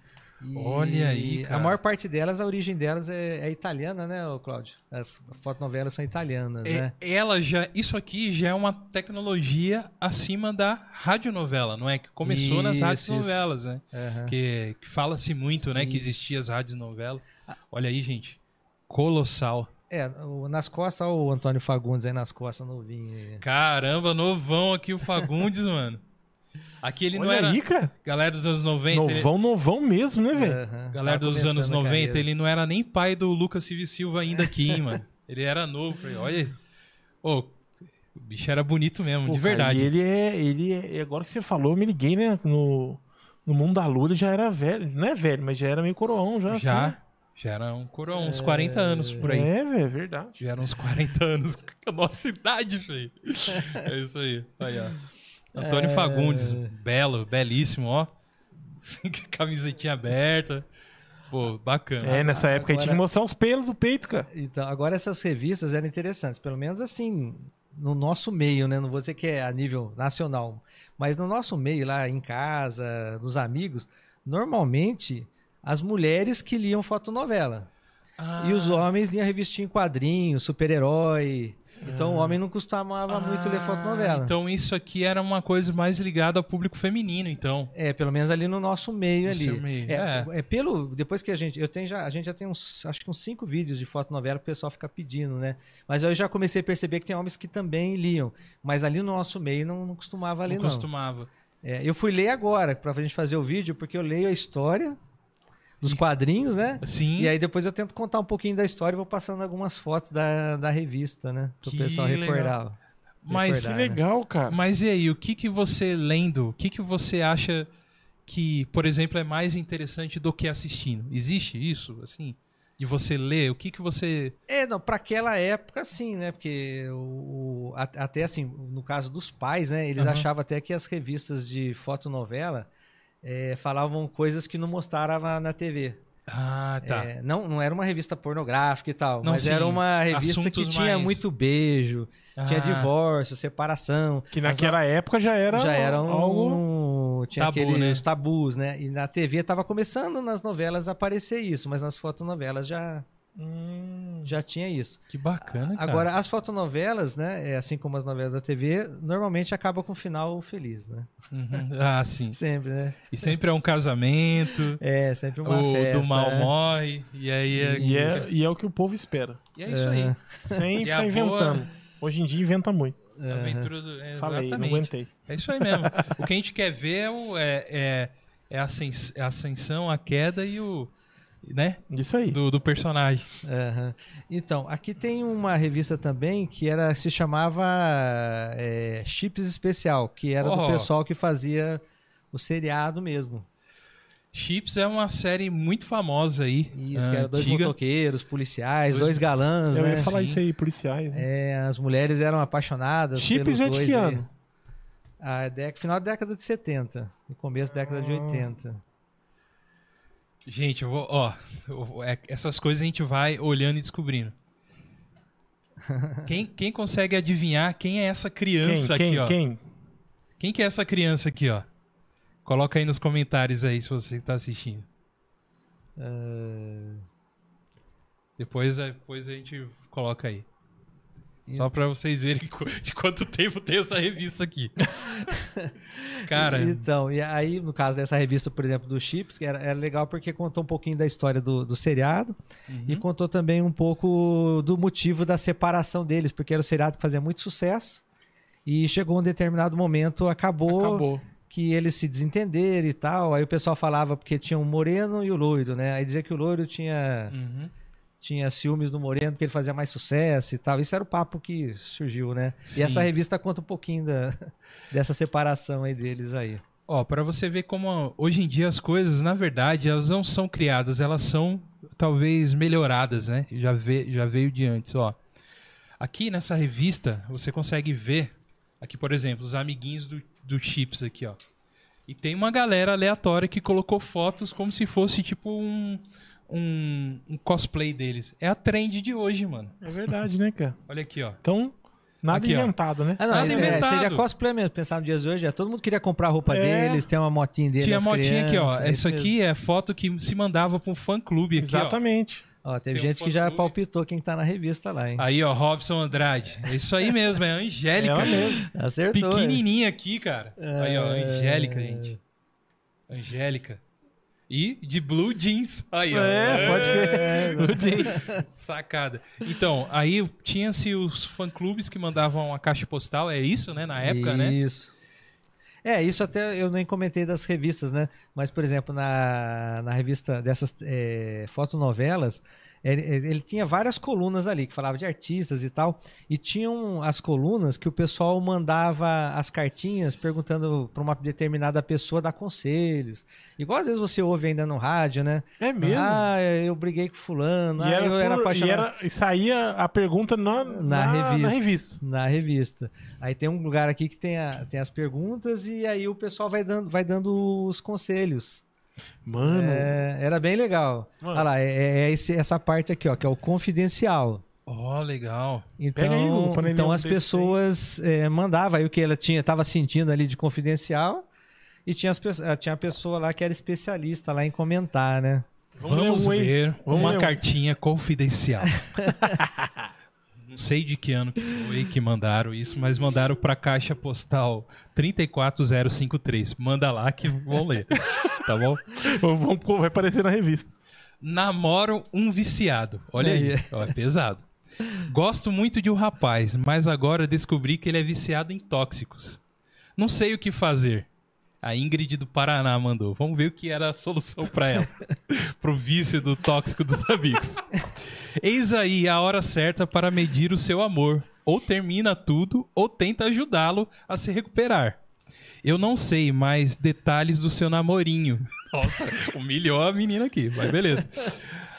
S3: E
S1: Olha aí, cara.
S3: A maior parte delas, a origem delas é, é italiana, né, ô Cláudio? As fotonovelas são italianas,
S1: É,
S3: né?
S1: Ela já. Isso aqui já é uma tecnologia acima da radionovela, não é? Que começou nas
S3: Isso,
S1: radionovelas, né?
S3: Aham.
S1: Que, que fala-se muito, né? Que
S3: Isso.
S1: existiam as radionovelas. Olha aí, gente. Colossal.
S3: É, o- nas costas, olha o Antônio Fagundes aí nas costas, novinho. aí.
S1: Caramba, novão aqui o Fagundes, mano. Aqui ele
S2: Olha
S1: não era.
S2: aí, cara.
S1: Galera dos anos 90. ele-
S2: Novão, novão mesmo, né,
S1: É,
S2: velho?
S3: Aham.
S1: Galera
S3: Tava
S1: dos anos
S3: começando a
S1: 90,
S3: carreira.
S1: ele não era nem pai do Lucas Silva e Silva ainda aqui, hein, mano. Ele era novo. falei, Olha. Ô, o bicho era bonito mesmo,
S2: Pô,
S1: de
S2: cara,
S1: verdade.
S2: e ele é, ele é- e Agora que você falou, eu me liguei, né? No, no mundo da lua ele já era velho. Não é velho, mas já era meio coroão, já.
S1: já,
S2: assim, É, né?
S1: já era um coroa, uns 40 anos por aí.
S2: É, velho, verdade.
S1: Já era uns 40 anos. A nossa idade, filho. É isso aí. Aí, ó. Antônio
S3: É.
S1: Fagundes, belo, belíssimo, ó. Camisetinha aberta. Pô, bacana.
S2: É, nessa época aí tinha que
S3: agora-
S2: mostrar os pelos do peito, cara.
S3: Então, agora essas revistas eram interessantes, pelo menos assim, no nosso meio, né? Não vou dizer que é a nível nacional, mas no nosso meio, lá em casa, dos amigos, normalmente as mulheres que liam fotonovela.
S1: Ah,
S3: E os homens liam revistinha em quadrinhos, super-herói. Então o homem não costumava muito ler
S1: ah,
S3: fotonovela.
S1: Então isso aqui era uma coisa mais ligada ao público feminino, então.
S3: É, pelo menos ali no nosso meio
S1: No
S3: ali.
S1: seu meio,
S3: É, é pelo depois que a gente, eu tenho já, a gente já tem uns, acho que uns cinco vídeos de fotonovela que o pessoal fica pedindo, né? Mas eu já comecei a perceber que tem homens que também liam, mas ali no nosso meio não, não costumava ler
S1: não
S3: não.
S1: costumava.
S3: É, eu fui ler agora pra gente fazer o vídeo porque eu leio a história dos quadrinhos, né?
S1: Sim.
S3: E aí depois eu tento contar um pouquinho da história e vou passando algumas fotos da, da revista, né? Pro
S1: Que
S3: o pessoal
S1: legal.
S3: recordar.
S1: mas,
S2: Que
S3: Verdade, né?
S2: legal, cara.
S1: mas e aí, o que, que você lendo, o que, que você acha que, por exemplo, é mais interessante do que assistindo? Existe isso, assim? De você ler, o que, que você
S3: É, não, para aquela época sim, né? Porque o, o- a- até assim, no caso dos pais, né? Eles
S1: Aham.
S3: achavam até que as revistas de fotonovela eh, falavam coisas que não mostraram na, na TV.
S1: Ah, tá.
S3: Eh, não, não era uma revista pornográfica e tal,
S1: Não,
S3: mas
S1: sim,
S3: era uma revista que
S1: assuntos
S3: tinha
S1: mais-
S3: muito beijo, É, tinha
S1: Ah,
S3: divórcio, separação.
S2: Que naquela época já era,
S3: já era um,
S2: algo.
S3: tinha
S1: Tabu,
S3: aqueles
S1: né?
S3: tabus, né? E na TV tava começando nas novelas a aparecer isso, mas nas fotonovelas já
S1: Hum.
S3: já tinha isso.
S1: Que bacana, cara.
S3: Agora, as fotonovelas, né, é, assim como as novelas da TV, normalmente acaba com um final feliz, né?
S1: Uhum. Ah, sim.
S3: Sempre, né?
S1: E sempre é um casamento,
S3: É, sempre uma
S1: o
S3: festa.
S1: do mal
S3: né?
S1: morre, e aí é...
S2: E é, e é o que o povo espera.
S1: E é isso aí.
S3: É.
S2: Sem
S1: E a
S2: ficar
S1: boa-
S2: inventando. Hoje em dia inventa muito.
S1: A aventura do... é,
S2: Falei, não
S1: exatamente.
S2: aguentei.
S1: É isso aí mesmo. o que a gente quer ver é, o, é, é, é a ascens- é a ascensão, a queda e o... Né?
S2: Isso aí.
S1: Do, do personagem.
S3: Aham. Então, aqui tem uma revista também que era se chamava é, Chips Especial, que era do
S1: Oh.
S3: pessoal que fazia o seriado mesmo.
S1: Chips é uma série muito famosa aí.
S3: Isso, que era dois
S1: antiga.
S3: motoqueiros, policiais,
S1: Dois-
S3: dois, galãs,
S2: Eu
S3: né?
S2: ia falar
S1: Sim.
S2: isso aí, policiais. né?
S3: É, as mulheres eram apaixonadas
S2: Chips
S3: pelos
S2: é de
S3: dois
S2: que
S3: aí.
S2: ano?
S3: A dec... Final da década de 70 e começo da década de 80.
S1: Gente, eu vou... Ó, eu vou- é- essas coisas a gente vai olhando e descobrindo. Quem, quem consegue adivinhar quem é essa
S2: Quem,
S1: criança aqui,
S2: quem,
S1: ó?
S2: quem?
S1: Quem que é essa criança aqui, ó? Coloca aí nos comentários aí se você tá assistindo.
S3: É.
S1: é, Depois, depois a gente coloca aí. Só pra vocês verem qu- de quanto tempo tem essa revista aqui. Cara,
S3: Então, e aí, no caso dessa revista, por exemplo, do Chips, que era, era legal porque contou um pouquinho da história do, do seriado
S1: uhum.
S3: e contou também um pouco do motivo da separação deles, porque era o seriado que fazia muito sucesso e chegou um determinado momento, acabou,
S2: Acabou.
S3: que eles se desentenderam e tal. Aí o pessoal falava porque tinha o moreno e o loiro, né? Aí dizia que o loiro tinha,
S1: uhum,
S3: tinha ciúmes do moreno porque ele fazia mais sucesso e tal. Isso era o papo que surgiu, né?
S1: Sim.
S3: E essa revista conta um pouquinho da- dessa separação aí deles aí.
S1: ó, pra você ver como hoje em dia as coisas, na verdade, elas não são criadas, elas são talvez melhoradas, né? Já, ve já veio de antes, ó. Aqui nessa revista, você consegue ver, aqui, por exemplo, os amiguinhos do, do Chips aqui, ó. E tem uma galera aleatória que colocou fotos como se fosse, tipo, um, um, um cosplay deles. É a trend de hoje, mano.
S2: É verdade, né, cara?
S1: Olha aqui, ó.
S2: Então, nada
S1: Aqui, ó.
S2: inventado, né?
S3: Ah, não,
S1: Nada
S3: é,
S1: inventado.
S3: É, seria cosplay mesmo, pensar no dias de hoje. É, todo mundo queria comprar a roupa
S2: É.
S3: deles, tem uma motinha deles.
S1: Tinha a
S3: as
S1: motinha aqui, ó.
S3: crianças, é
S1: Essa
S3: isso
S1: aqui é foto que se mandava pra um fã clube aqui, ó.
S2: Exatamente.
S3: Ó, teve
S1: Tem um
S3: gente que já
S1: fã-clube.
S3: palpitou quem tá na revista lá, hein?
S1: Aí, ó, Robson Andrade. É isso aí mesmo, é a
S2: É
S1: Angélica.
S2: ela mesmo.
S1: Ah,
S3: Acertou. hein?
S1: pequenininha aqui, cara. Aí,
S2: É.
S1: ó, Angélica, gente. Angélica. E de blue jeans. Aí, ó.
S2: É, pode crer.
S1: Sacada. Então, aí tinha-se os fã-clubes que mandavam a caixa postal, é isso, né? Na época, né?
S3: Isso. É, isso até eu nem comentei das revistas, né? Mas, por exemplo, na, na revista dessas é, fotonovelas, ele, ele tinha várias colunas ali, que falava de artistas e tal. E tinham as colunas que o pessoal mandava as cartinhas perguntando para uma determinada pessoa dar conselhos. Igual às vezes você ouve ainda no rádio, né?
S2: É mesmo.
S3: Ah, eu briguei com fulano, ah,
S2: e, era
S3: eu era
S2: por-
S3: apaixonado.
S2: e, era- e saía a pergunta na, na, na revista.
S3: revista. na revista. Aí tem um lugar aqui que tem, a- tem as perguntas e aí o pessoal vai dando, vai dando os conselhos.
S2: Mano,
S3: É, era bem legal.
S2: Mano.
S3: Olha lá, é, é esse- essa parte aqui, ó, que é o confidencial.
S1: Ó, legal.
S3: Então,
S2: Pega aí um panelinho
S3: então as
S2: desse
S3: pessoas eh, mandavam aí o que ela tinha, estava sentindo ali de confidencial. E tinha, as, pe- ah, tinha a pessoa lá que era especialista lá em comentar, né?
S1: Vamos,
S2: ler um, hein?
S1: ver
S2: Vamos
S1: uma
S2: ler um.
S1: cartinha confidencial. Não sei de que ano que foi que mandaram isso, mas mandaram para caixa postal 34053. Manda lá que vão ler. tá bom?
S2: Vamos- vai aparecer na revista.
S1: Namoro um viciado. Olha aí, ó, é pesado. Gosto muito de um rapaz, mas agora descobri que ele é viciado em tóxicos. Não sei o que fazer. A Ingrid do Paraná mandou. Vamos ver o que era a solução para ela. pro vício do tóxico dos amigos. Eis aí a hora certa para medir o seu amor. Ou termina tudo, ou tenta ajudá-lo a se recuperar. Eu não sei mais detalhes do seu namorinho. Nossa, humilhou a menina aqui, mas beleza.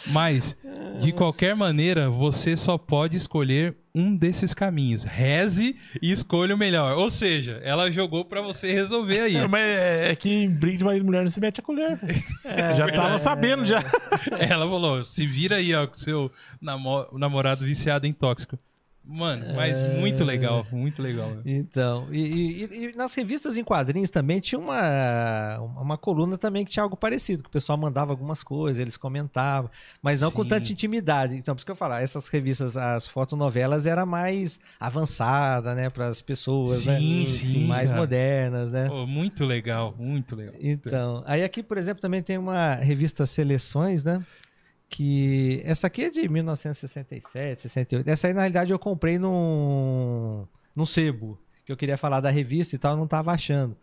S1: Mas, de qualquer maneira, você só pode escolher um desses caminhos. Reze e escolha o melhor. Ou seja, ela jogou pra você resolver aí.
S2: É, mas é, é que em briga de marido e mulher não se mete a colher. pô. já tava sabendo, já.
S1: Ela falou: se vira aí, ó, com seu namo- namorado viciado em tóxico. Mano, mas
S3: É.
S1: muito legal, muito legal. velho.
S3: Então, e, e- e- e nas revistas em quadrinhos também tinha uma, uma coluna também que tinha algo parecido, que o pessoal mandava algumas coisas, eles comentavam, mas não com
S1: Sim.
S3: tanta intimidade. Então, por isso que eu falar, essas revistas, as fotonovelas, era mais avançada, né, para as pessoas, né?
S1: Sim, sim,
S3: mais
S1: cara.
S3: modernas, né?
S1: Pô, muito legal, muito legal.
S3: Então, aí aqui, por exemplo, também tem uma revista Seleções, né? Que essa aqui é de 1967, 68. Essa aí, na realidade, eu comprei num, num sebo, que eu queria falar da revista e tal, eu não tava achando.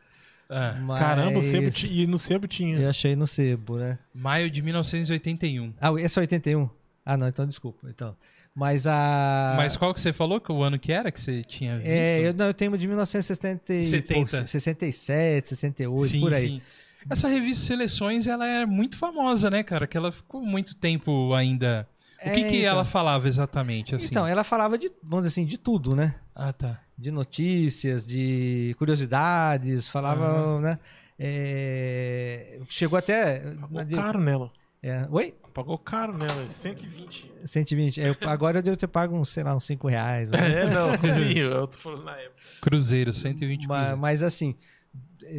S1: Ah,
S3: Mas
S2: Caramba, o sebo ti- e no sebo tinha.
S3: Eu achei no sebo, né?
S1: maio de 1981.
S3: Ah, essa é 81? Ah, não, então desculpa. Então. Mas a.
S1: Mas qual que você falou que o ano que era que você tinha visto?
S3: Ah. É, eu, não, eu tenho uma de 1970, e
S1: 70.
S3: pouco, 67, 68, por aí.
S1: Essa revista Seleções, ela é muito famosa, né, cara? Que ela ficou muito tempo ainda. O
S3: É,
S1: que que
S3: então.
S1: ela falava exatamente, assim?
S3: Então, ela falava de, vamos dizer assim, de tudo, né?
S1: Ah, tá.
S3: de notícias, de curiosidades, falava, né? É, chegou até.
S2: Pagou caro nela.
S3: é, oi?
S2: Pagou caro né, nela. 120.
S3: 120. É, eu- agora eu devo ter pago, uns, sei lá, uns 5 reais. né?
S2: É, não. Sim, eu tô falando na época.
S1: Cruzeiro, 120
S3: Ma- mas,
S1: cruzeiros.
S3: assim.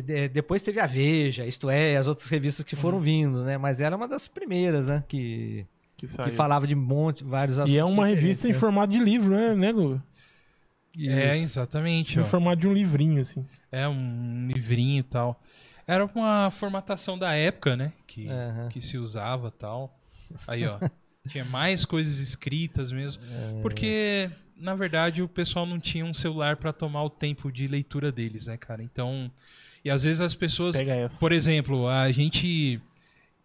S3: é, depois teve a Veja, isto é, as outras revistas que
S2: Uhum.
S3: foram vindo, né? Mas ela é uma das primeiras, né? Que,
S2: Que
S3: que
S2: saiu.
S3: falava de monte, vários assuntos.
S2: E é uma
S3: diferentes,
S2: revista em
S3: né?
S2: formato de livro, né, né Guga?
S1: É,
S3: Isso.
S1: exatamente.
S2: No
S1: ó.
S2: formato de um livrinho, assim.
S1: É um livrinho e tal. Era uma formatação da época, né? Que,
S3: Aham.
S1: que se usava e tal. Aí, ó. tinha mais coisas escritas mesmo. Porque, na verdade, o pessoal não tinha um celular pra tomar o tempo de leitura deles, né, cara? Então. E às vezes as pessoas.
S2: Pega essa.
S1: Por exemplo, a gente.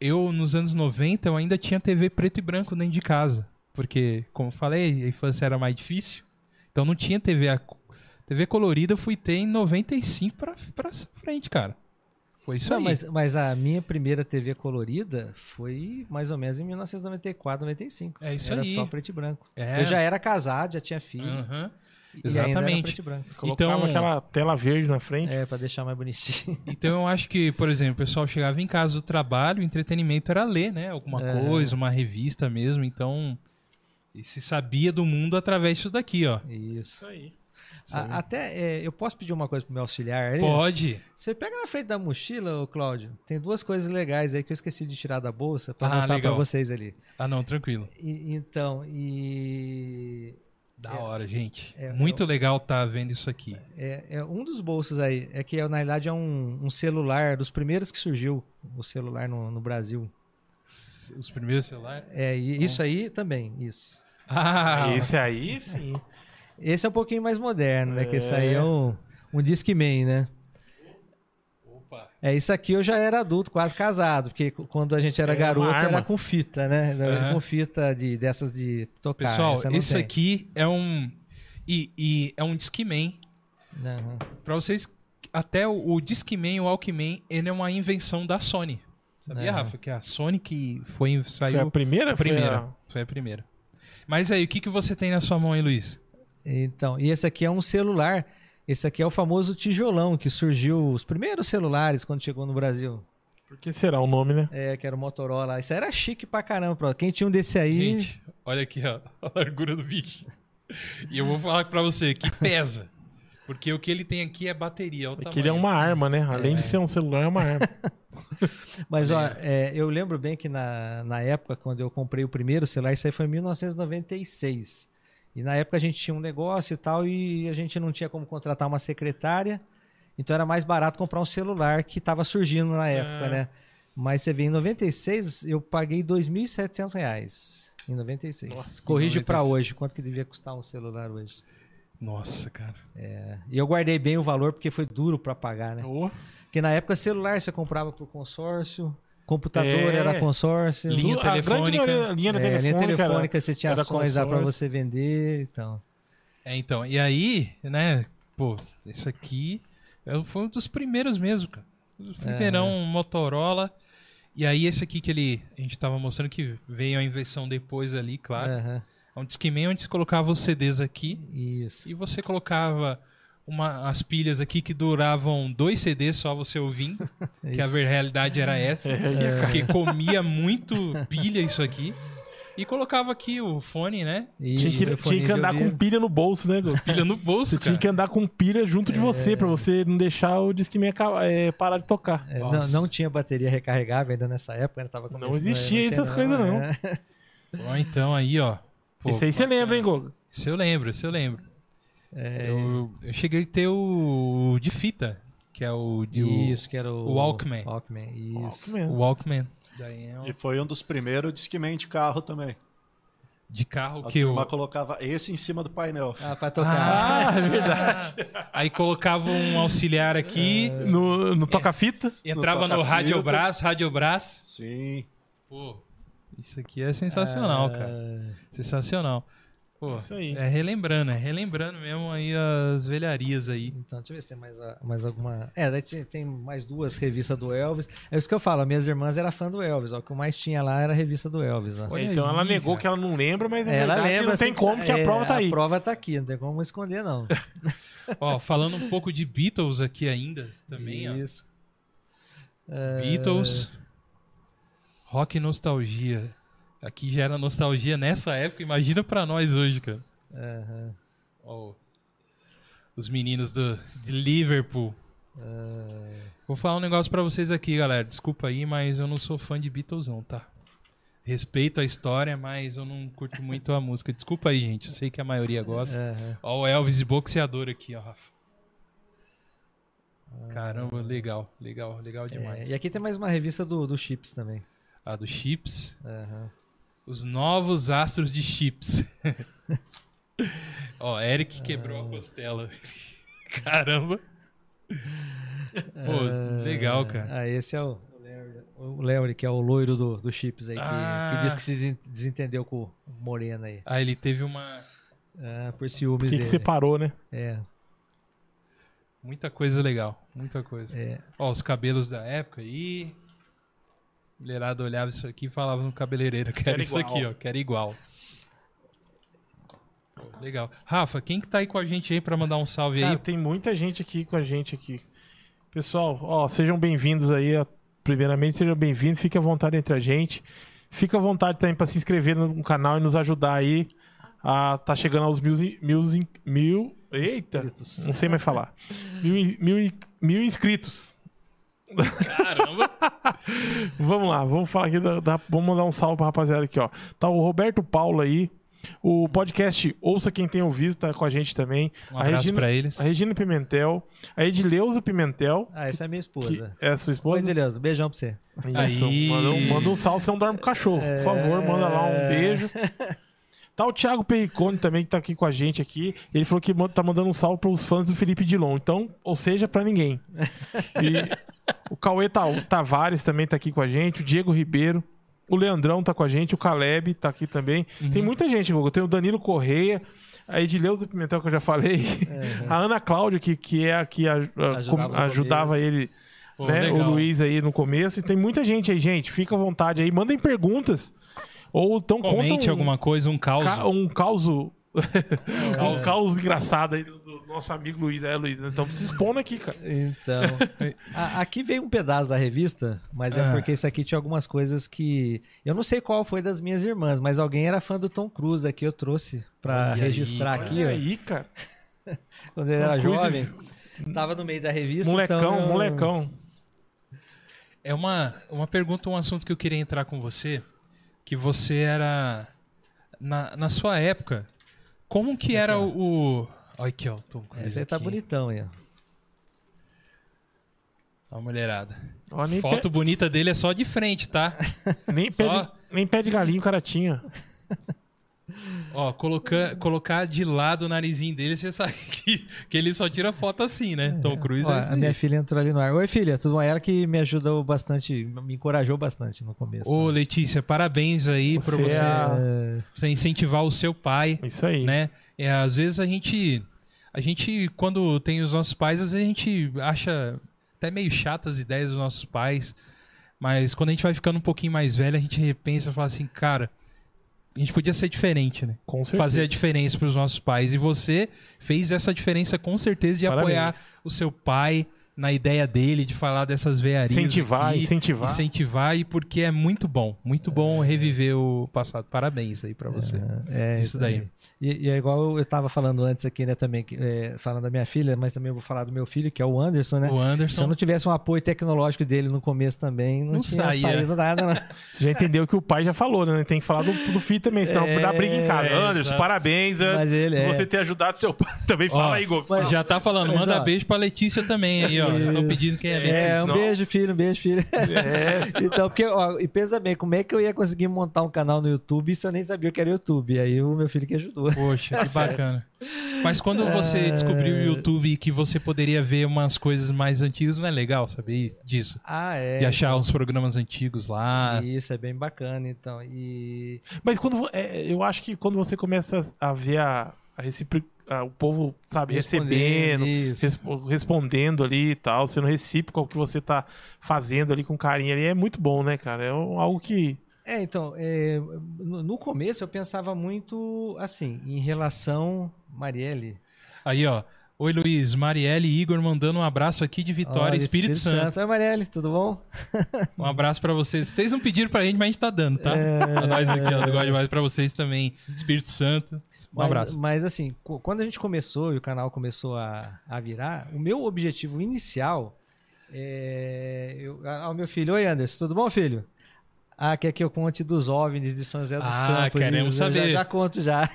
S1: Eu, nos anos 90, eu ainda tinha TV preto e branco dentro de casa. Porque, como eu falei, a infância era mais difícil. Então não tinha TV. A... TV colorida eu fui ter em 95 pra, pra frente, cara. Foi isso
S3: Não,
S1: aí.
S3: mas, mas a minha primeira TV colorida foi mais ou menos em 1994, 95.
S1: É isso
S3: era
S1: aí.
S3: só preto e branco.
S1: É.
S3: Eu já era casado, já tinha filho.
S1: Aham.
S3: E ainda era
S1: exatamente.
S3: preto e branco.
S2: Colocava
S1: Então-
S2: aquela tela verde na frente.
S3: É, pra deixar mais bonitinho.
S1: Então eu acho que, por exemplo, o pessoal chegava em casa do trabalho, o entretenimento era ler, né? Alguma
S3: É.
S1: coisa, uma revista mesmo. Então. E se sabia do mundo através disso daqui, ó.
S3: Isso.
S2: aí.
S3: A- até, é, eu posso pedir uma coisa pro meu auxiliar aí?
S1: Pode.
S3: Você pega na frente da mochila, ô Cláudio, tem duas coisas legais aí que eu esqueci de tirar da bolsa pra
S1: Ah,
S3: mostrar
S1: legal.
S3: pra vocês ali.
S1: Ah, não, tranquilo.
S3: E- então, e...
S1: Da hora, gente.
S3: é,
S1: Muito legal tá vendo isso aqui.
S3: É, é um dos bolsos aí. É que, na verdade, é um, um celular, dos primeiros que surgiu o celular no, no Brasil.
S1: S- Os primeiros celulares.
S3: É, e isso aí também, isso.
S1: Ah,
S2: É, Esse aí, sim.
S3: Esse é um pouquinho mais moderno, né? Que esse aí é um, um Discman, né?
S1: Opa.
S3: É, isso aqui eu já era adulto, quase casado, porque c- quando a gente era
S2: É uma
S3: garoto
S2: arma.
S3: era com fita, né? Era
S1: Aham.
S3: Com fita de, dessas de tocar.
S1: Pessoal,
S3: essa não
S1: esse
S3: tem.
S1: aqui é um. E, e é um Discman.
S3: Aham.
S1: Pra vocês. Até o, o Discman, o Walkman, ele é uma invenção da Sony. Sabia,
S3: Aham.
S1: Rafa? Que é a Sony que foi,
S2: Foi a
S1: saiu.
S2: primeira?
S1: a Tá primeira. Foi a primeira. Mas aí, o que, que você tem na sua mão aí, Luiz?
S3: Então, e esse aqui é um celular. Esse aqui é o famoso tijolão que surgiu os primeiros celulares quando chegou no Brasil.
S2: Porque será o nome, né?
S3: É, que era o Motorola. Isso era chique pra caramba, bro. Quem tinha um desse aí.
S1: Gente, olha aqui ó, a largura do bicho. E eu vou falar pra você que pesa. Porque o que ele tem aqui é bateria. Olha o
S2: É que ele é
S1: tamanho.
S2: uma arma, né? Além de ser um celular, é uma arma.
S3: mas, ó, é, eu lembro bem que na, na época, quando eu comprei o primeiro celular, isso aí foi em 1996. E na época a gente tinha um negócio e tal, e a gente não tinha como contratar uma secretária. Então era mais barato comprar um celular que tava surgindo na época, né? Mas você vê, em 96 eu paguei R$ 2.700 reais. Em 96.
S1: Nossa,
S3: Corrige pra
S1: 96.
S3: hoje. Quanto que devia custar um celular hoje?
S1: Nossa, cara.
S3: E eu guardei bem o valor porque foi duro pra pagar, né? Porque na época celular você comprava por consórcio, computador
S2: É.
S3: era consórcio,
S1: Linha
S2: a grande
S1: telefônica.
S2: maioria- linha
S3: é, linha
S2: telefônica. era-
S3: telefônica você tinha
S2: era
S3: ações lá pra
S2: consórcio.
S3: você vender, então.
S1: É, então, e aí, né, pô, isso aqui eu- foi um dos primeiros mesmo, cara. O Primeirão Motorola. E aí esse aqui que ele, a gente tava mostrando que veio a invenção depois ali, claro. É,
S3: Aham,
S1: um discman onde você colocava os CDs aqui
S3: Isso.
S1: e você colocava uma, as pilhas aqui que duravam dois CDs só você ouvindo, que a
S3: isso.
S1: ver- realidade era essa. Porque comia muito pilha isso aqui. E colocava aqui o fone, né?
S2: Tinha
S3: Isso,
S2: que,
S3: telefonia
S2: tinha que
S3: de
S2: andar
S3: ouvido.
S2: com pilha no bolso, né, Edu?
S1: Pilha no bolso,
S2: Você
S1: cara.
S2: tinha que andar com pilha junto de você, pra você não deixar o disque meio é, parar de tocar.
S3: É, não,
S1: Nossa.
S3: não tinha bateria recarregável ainda nessa época, né? Tava começando,
S2: existia
S3: tinha
S2: essas coisas, não.
S3: né?
S1: Ó, então aí, ó. Pô,
S2: Esse aí você lembra, hein, Gogo?
S1: Se eu lembro, se eu lembro. Eu, eu cheguei a ter o de fita, que é o de o-
S3: Isso, que era o
S1: o Walkman.
S3: Walkman, isso.
S2: Walkman.
S1: o Walkman. Daí é
S4: E
S1: um
S4: foi um dos primeiros disquemen de carro também.
S1: de carro
S4: A
S1: que eu.
S4: turma colocava esse em cima do painel.
S3: Ah, pra tocar.
S1: é verdade. Aí colocava um auxiliar aqui,
S2: No, no toca-fita.
S1: entrava
S4: No
S1: no
S4: toca-fita.
S1: Radiobras, Radiobras.
S4: Sim.
S1: Pô, isso aqui é sensacional,
S3: Ah,
S1: cara. Sensacional. Pô,
S2: Isso aí.
S1: é relembrando, é relembrando mesmo aí as velharias aí.
S3: Então, deixa eu ver se tem mais, a- mais alguma. É, daí tinha- tem mais duas revistas do Elvis. É isso que eu falo, minhas irmãs eram fã do Elvis. Ó, o que eu mais tinha lá era a revista do Elvis. Ó.
S1: Olha
S2: então
S1: aí,
S2: ela negou
S1: cara.
S2: que ela não lembra, mas na
S3: Ela
S2: É verdade
S3: lembra.
S2: não tem
S3: assim,
S2: como que
S3: é,
S2: a prova tá aí.
S3: A prova tá aqui, não tem como esconder, não.
S1: Ó, falando um pouco de Beatles aqui ainda também, ó.
S3: Isso.
S1: Beatles. Rock e nostalgia. Aqui já era nostalgia nessa época, imagina pra nós hoje, cara. Ó, os meninos do, de Liverpool. Vou falar um negócio pra vocês aqui, galera. Desculpa aí, mas eu não sou fã de Beatles, não, tá? Respeito a história, mas eu não curto muito a música. Desculpa aí, gente. Eu sei que a maioria gosta. Ó, o Elvis de boxeador aqui, ó, Rafa. Caramba, legal, legal, legal demais.
S3: É, e aqui tem mais uma revista do, do Chips também.
S1: A do Chips.
S3: Aham.
S1: Os novos astros de chips. Ó, Eric quebrou a costela. Caramba. Pô,
S2: É.
S1: legal, cara.
S3: Ah, esse é o o Léo, que é o loiro do, do Chips aí, que,
S1: Ah.
S3: que diz que se desen- desentendeu com o Morena aí.
S1: Ah, ele teve uma.
S3: Ah, por ciúmes
S2: O que, que
S3: dele.
S2: separou, né?
S3: É,
S1: Muita coisa legal. Muita coisa.
S3: é.
S1: Ó, os cabelos da época aí. Mulherada olhava isso aqui e falava no cabeleireiro: quero,
S2: Quero
S1: isso
S2: igual."
S1: aqui, ó, quero igual. Pô, legal. Rafa, quem que tá aí com a gente aí pra mandar um salve
S2: Cara,
S1: aí?
S2: tem muita gente aqui com a gente aqui. Pessoal, ó, sejam bem-vindos aí. ó. Primeiramente, sejam bem-vindos. Fique à vontade entre a gente. Fique à vontade também para se inscrever no canal e nos ajudar aí a tá chegando aos mil, mil, mil eita,
S3: Espírito Santo.
S2: não sei mais falar. Mil, e- mil, e- mil inscritos.
S1: Caramba!
S2: Vamos lá, vamos falar aqui, da, da- vamos mandar um salve pra rapaziada aqui, ó. Tá o Roberto Paulo aí, o podcast Ouça Quem Tem Ouvido tá com a gente também.
S1: Um
S2: A
S1: abraço
S2: Regina-
S1: pra eles.
S2: A Regina Pimentel, a Edileuza Pimentel,
S3: Ah, essa é minha
S2: que
S3: esposa.
S2: é sua
S3: Oi,
S2: esposa.
S3: Deleuze, beijão pra você.
S2: Isso,
S1: Aí.
S2: manda, um, manda um salve, você não dorme com cachorro. Por favor, manda lá
S3: É.
S2: um beijo. Tá o Thiago Pericone também, que tá aqui com a gente aqui. Ele falou que man- tá mandando um salve pros fãs do Felipe Dilon. Então, ou seja, pra ninguém. E o Cauê Ta- Tavares também tá aqui com a gente. O Diego Ribeiro. O Leandrão tá com a gente. O Caleb tá aqui também.
S3: Uhum.
S2: Tem muita gente, Google. Tem o Danilo Correia. A Edileuza Pimentel, que eu já falei. A Ana Cláudia, que, que é a que a- a-
S3: Uhum. Ajudava no
S2: ajudava
S3: começo.
S2: ele
S1: Pô,
S2: né,
S1: legal.
S2: O Luiz aí no começo. E tem muita gente aí, gente. Fica à vontade aí. Mandem perguntas. Ou então
S1: Comente
S2: conta um,
S1: alguma coisa, um caos.
S2: ca- um caos. um caos engraçado aí do, do nosso amigo Luiz. É, Luiz. né? Então se expondo aqui, cara.
S3: Então. a- aqui veio um pedaço da revista, mas é
S1: Ah.
S3: porque isso aqui tinha algumas coisas que. Eu não sei qual foi das minhas irmãs, mas alguém era fã do Tom Cruise aqui, eu trouxe pra
S1: Olha aí,
S3: registrar
S1: cara.
S3: aqui,
S2: Olha
S3: ó.
S2: aí, cara.
S3: Quando ele era
S2: Tom Cruise
S3: jovem. Tava no meio da revista.
S2: molecão,
S3: então eu-
S2: molecão.
S1: É uma, uma pergunta, um assunto que eu queria entrar com você, que você era na, na sua época, como que era o, o- olha aqui ó, o Tom Cruise
S3: Esse aí tá
S1: aqui,
S3: bonitão aí, ó.
S1: a mulherada.
S2: Ó, nem,
S1: Foto bonita dele é só de frente, tá?
S2: pé, nem, pé
S1: só-
S2: de, nem pé de galinho o cara tinha.
S1: Ó, colocar, colocar de lado o narizinho dele, você sabe que, que ele só tira foto assim, né? Tom Cruise
S3: Ó,
S1: é isso
S3: a
S1: aí.
S3: minha filha entrou ali no ar. Oi, filha, tudo bom? Ela que me ajudou bastante, me encorajou bastante no começo.
S1: Ô,
S3: né?
S1: Letícia, parabéns aí
S2: Você
S1: pra você,
S2: é a-
S1: você incentivar o seu pai
S2: Isso aí.
S1: né? É, às vezes a gente, a gente quando tem os nossos pais, às vezes a gente acha até meio chatas as ideias dos nossos pais, mas quando a gente vai ficando um pouquinho mais velho, a gente repensa e fala assim, cara, a gente podia ser diferente, né?
S2: Com certeza.
S1: Fazer a diferença para os nossos pais. E você fez essa diferença com certeza de
S2: Parabéns.
S1: apoiar o seu pai na ideia dele de falar dessas vearias.
S2: Incentivar,
S1: aqui,
S2: incentivar.
S1: Incentivar, e porque é muito bom, muito bom reviver o passado. Parabéns aí para você.
S3: É,
S1: Isso daí.
S3: E, e é igual eu estava falando antes aqui, né, também, que, é, falando da minha filha, mas também eu vou falar do meu filho, que é o Anderson, né?
S1: O
S3: Se eu
S1: Anderson
S3: não tivesse um apoio tecnológico dele no começo também, não,
S1: Não
S3: tinha
S1: saía.
S3: saído nada, não.
S2: Já entendeu que o pai já falou, né? Tem que falar do, do Fih também, senão
S3: É,
S2: dá briga em casa.
S1: é,
S2: Anderson,
S1: exato.
S2: parabéns,
S3: Mas
S2: Anderson.
S3: ele
S2: por
S3: é.
S2: Você ter ajudado seu pai. Também
S1: Ó,
S2: fala aí, Gol.
S3: mas-
S1: Já tá falando,
S3: Mas,
S1: manda
S3: ó.
S1: beijo pra Letícia também aí, ó. Já tô pedindo quem é Letícia.
S3: É, um
S2: não.
S3: beijo, filho, um beijo, filho. então, porque, ó, e pensa bem, como é que eu ia conseguir montar um canal no YouTube se eu nem sabia o que era YouTube? Aí o meu filho que ajudou.
S1: Poxa, que bacana. Mas quando
S3: É.
S1: você descobriu o YouTube que você poderia ver umas coisas mais antigas, não é legal saber isso- disso?
S3: Ah, é.
S1: De achar uns programas antigos lá.
S3: Isso, é bem bacana, então. E.
S2: Mas quando vo- é, eu acho que quando você começa a ver a, a recipro- a- o povo, sabe, recebendo,
S3: Isso.
S2: respo- respondendo ali e tal, sendo recíproco ao que você tá fazendo ali com carinho ali, é muito bom, né, cara? É um- algo que.
S3: É, então, é, no no começo eu pensava muito assim, em relação. Marielle.
S1: Aí, ó. Oi, Luiz, Marielle e Igor mandando um abraço aqui de Vitória,
S3: Olha,
S1: Espírito, Santo.
S3: Oi, Marielle, tudo bom?
S1: Um abraço pra vocês. Vocês não pediram pra gente, mas a gente tá dando, tá?
S3: É.
S1: Pra nós aqui, ó, do God Mais pra vocês também. Espírito Santo. Um
S3: Mas-
S1: abraço.
S3: Mas assim, co- quando a gente começou e o canal começou a, a virar, o meu objetivo inicial é. Eu, ah, o meu filho, oi Anderson, tudo bom, filho? Ah, quer que eu conte dos OVNIs de São José dos
S1: Ah,
S3: Campos?
S1: queremos
S3: Isa? Eu
S1: saber.
S3: Já, já conto já.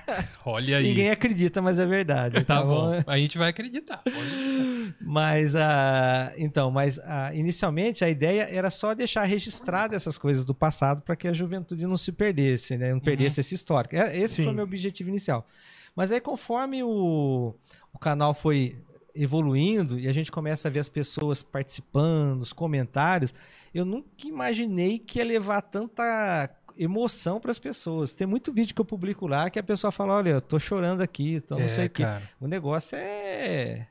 S1: Olha aí.
S3: Ninguém né? acredita, mas é verdade.
S1: Tá bom.
S3: bom?
S1: A gente vai acreditar. Olha.
S3: Mas a então, mas ah, inicialmente a ideia era só deixar registrado essas coisas do passado para que a juventude não se perdesse, né? Não perdesse esse histórico. É- Esse
S2: Sim.
S3: foi o meu objetivo inicial. Mas aí conforme o, o canal foi evoluindo e a gente começa a ver as pessoas participando, os comentários, eu nunca imaginei que ia levar tanta emoção para as pessoas. Tem muito vídeo que eu publico lá que a pessoa fala, olha, eu tô chorando aqui, tô Então, não
S1: É,
S3: sei o quê.
S1: cara.
S3: O negócio é.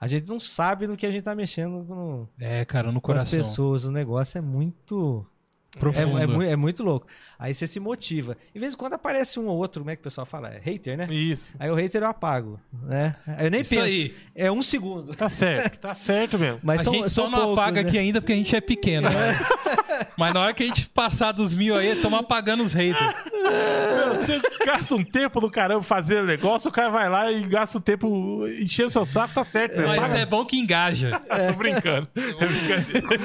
S3: A gente não sabe no que a gente tá mexendo no,
S1: É, cara, no
S3: com as
S1: coração.
S3: pessoas. O negócio é muito. É,
S1: Profundo.
S3: é mu- é muito louco. Aí você se motiva. Em vez em quando aparece um ou outro, como é que o pessoal fala? É hater, né?
S2: Isso.
S3: Aí o hater eu apago, né? Aí Eu nem
S1: Isso
S3: penso.
S1: aí.
S3: É um segundo.
S2: Tá certo, tá certo mesmo.
S3: Mas
S1: a
S3: são,
S1: gente só
S3: são
S1: não
S3: poucos,
S1: apaga
S3: né? É.
S1: aqui ainda porque a gente é pequeno. né? Mas na hora que a gente passar dos mil aí, estamos apagando os haters.
S2: Meu, você gasta um tempo do caramba fazendo negócio, o cara vai lá e gasta o tempo enchendo seu saco, tá certo mesmo.
S1: Mas
S2: Paga.
S1: é bom que engaja.
S2: Tô brincando. É brincadeira.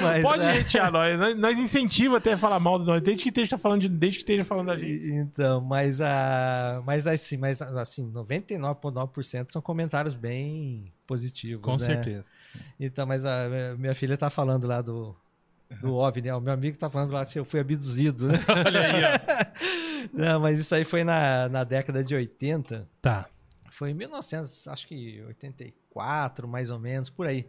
S3: Mas,
S2: Pode
S3: é.
S2: hatear nós. nós. Nós incentiva até a falar mal de nós, desde que esteja falando, de, desde que esteja falando da gente.
S3: E- Então, mas a, mas assim, mas assim, 99,9% são comentários bem positivos.
S1: Com
S3: né?
S1: certeza.
S3: Então, mas a minha- minha filha tá falando lá do, do OVNI, né? O meu amigo tá falando lá se eu fui abduzido, né?
S1: Olha aí, ó.
S3: Não, mas isso aí foi na, na década de 80.
S1: Tá.
S3: Foi em 1900, acho que 84, mais ou menos, por aí.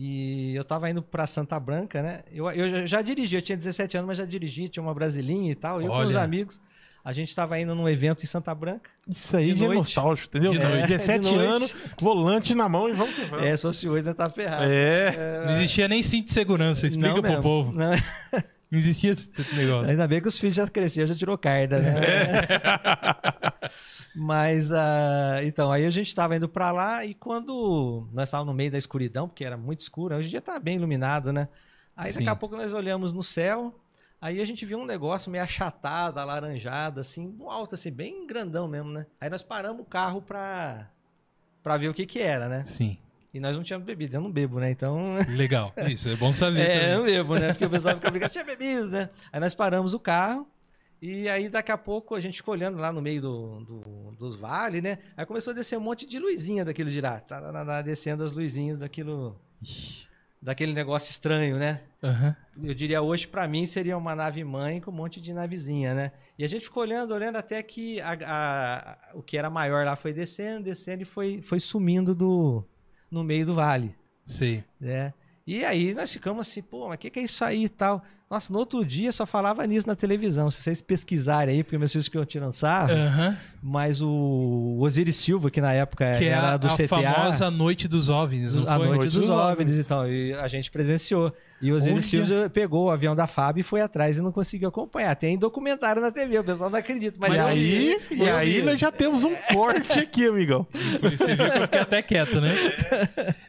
S3: E eu tava indo pra Santa Branca, né? Eu, eu já, já dirigi, eu tinha 17 anos, mas já dirigi, tinha uma brasilinha e tal. Eu com os
S1: Olha.
S3: amigos, a gente tava indo num evento em Santa Branca.
S2: Isso aí
S3: De
S2: já é
S3: noite.
S2: nostálgico, entendeu?
S1: De
S2: É,
S1: noite.
S2: 17
S3: De noite.
S2: anos, volante na mão e vamos que vamos.
S3: É, se fosse hoje, né, tá ferrado.
S2: É.
S1: Não existia nem cinto de segurança. Explica
S3: É, Não
S1: pro
S3: mesmo,
S1: povo.
S3: não-
S1: Não existia esse tipo negócio.
S3: Ainda bem que os filhos já cresceram, já tirou carta, né? Mas, ah, então, aí a gente tava indo pra lá e quando nós estávamos no meio da escuridão, porque era muito escuro, hoje em dia tá bem iluminado, né? Aí daqui
S1: Sim.
S3: a pouco nós olhamos no céu, aí a gente viu um negócio meio achatado, alaranjado, assim, no alto, assim, bem grandão mesmo, né? Aí nós paramos o carro pra, pra ver o que que era, né?
S1: Sim.
S3: E nós não tínhamos bebido, eu não bebo, né? Então...
S1: Legal. Isso, é bom saber.
S3: É,
S1: também.
S3: eu mesmo, né? Porque o pessoal fica brincando, você é bebido, né? Aí nós paramos o carro e aí daqui a pouco a gente ficou olhando lá no meio do, do- dos vales, né? Aí começou a descer um monte de luzinha daquilo de lá. tararara, descendo as luzinhas daquilo,
S1: Ixi.
S3: daquele negócio estranho, né?
S1: Aham.
S3: Eu diria hoje, pra mim, seria uma nave mãe com um monte de navezinha, né? E a gente ficou olhando, olhando até que a- a- a- o que era maior lá foi descendo, descendo e foi, foi sumindo do, no meio do vale
S1: Sei.
S3: né? E aí nós ficamos assim, pô, mas o que, que é isso aí e tal? Nossa, no outro dia só falava nisso na televisão. Se vocês pesquisarem aí, porque meus filhos ficam tirando sarro,
S1: Aham.
S3: mas o Osiris Silva, que na época
S1: Que é
S3: era
S1: a,
S3: do
S1: a
S3: CTA,
S1: famosa Noite dos OVNIs, não
S3: a
S1: foi?
S3: noite dos OVNIs e tal, e a gente presenciou. E o Osiris
S1: Olha.
S3: Silva pegou o avião da FAB e foi atrás e não conseguiu acompanhar. Tem documentário na TV, o pessoal não acredita. Mas,
S2: E
S1: Mas
S3: aí,
S2: aí, e aí nós já temos um corte aqui, amigão.
S1: Por isso você viu que eu fiquei até quieto, né?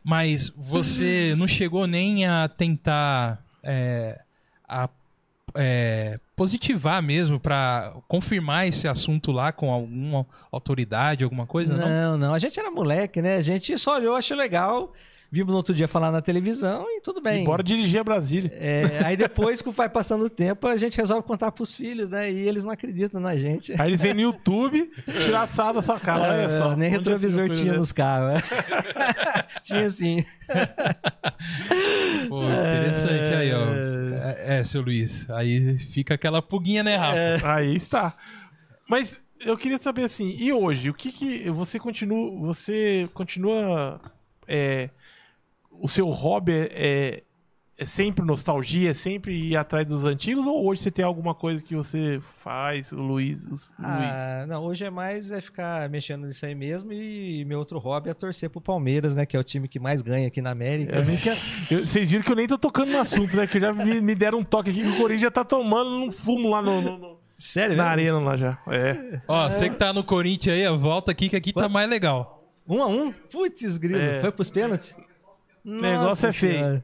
S1: Mas você não chegou nem a tentar é, a, é, positivar mesmo pra confirmar esse assunto lá com alguma autoridade, alguma coisa, não?
S3: não, não, a gente era moleque, né? A gente só olhou, achou legal, vimos no outro dia falar na televisão e tudo bem.
S2: E bora dirigir a Brasília.
S3: É, aí depois, que vai passando o tempo, a gente resolve contar pros filhos, né? E eles não acreditam na gente.
S2: Aí eles vêm no YouTube tirar sarro da sua cara. Olha
S3: Ah,
S2: só.
S3: nem
S2: Onde é?
S3: retrovisor
S2: essa
S3: tinha
S2: coisa-
S3: nos carros. né? tinha sim.
S1: Pô, interessante aí, ó. É, é, seu Luiz. Aí fica aquela puguinha, né, Rafa?
S3: É.
S2: Aí está. Mas eu queria saber assim, e hoje, o que que você continua, você continua é, o seu hobby é, é sempre nostalgia, é sempre ir atrás dos antigos ou hoje você tem alguma coisa que você faz, o Luiz, os- Luiz?
S3: Ah, não, hoje é mais é ficar mexendo nisso aí mesmo. E meu outro hobby é torcer pro Palmeiras, né? Que é o time que mais ganha aqui na América.
S2: Eu nem quero- eu- vocês viram que eu nem tô tocando no assunto, né? Que já me, me deram um toque aqui que o Corinthians já tá tomando um fumo lá no- no- no-
S3: Sério,
S2: na
S3: mesmo?
S2: arena lá já. É.
S1: Ó, você que tá no Corinthians aí, ó, volta aqui que aqui tá mais legal.
S3: Um a um? Putz, grilo.
S2: É.
S3: Foi pros pênaltis? O
S2: Negócio é feio.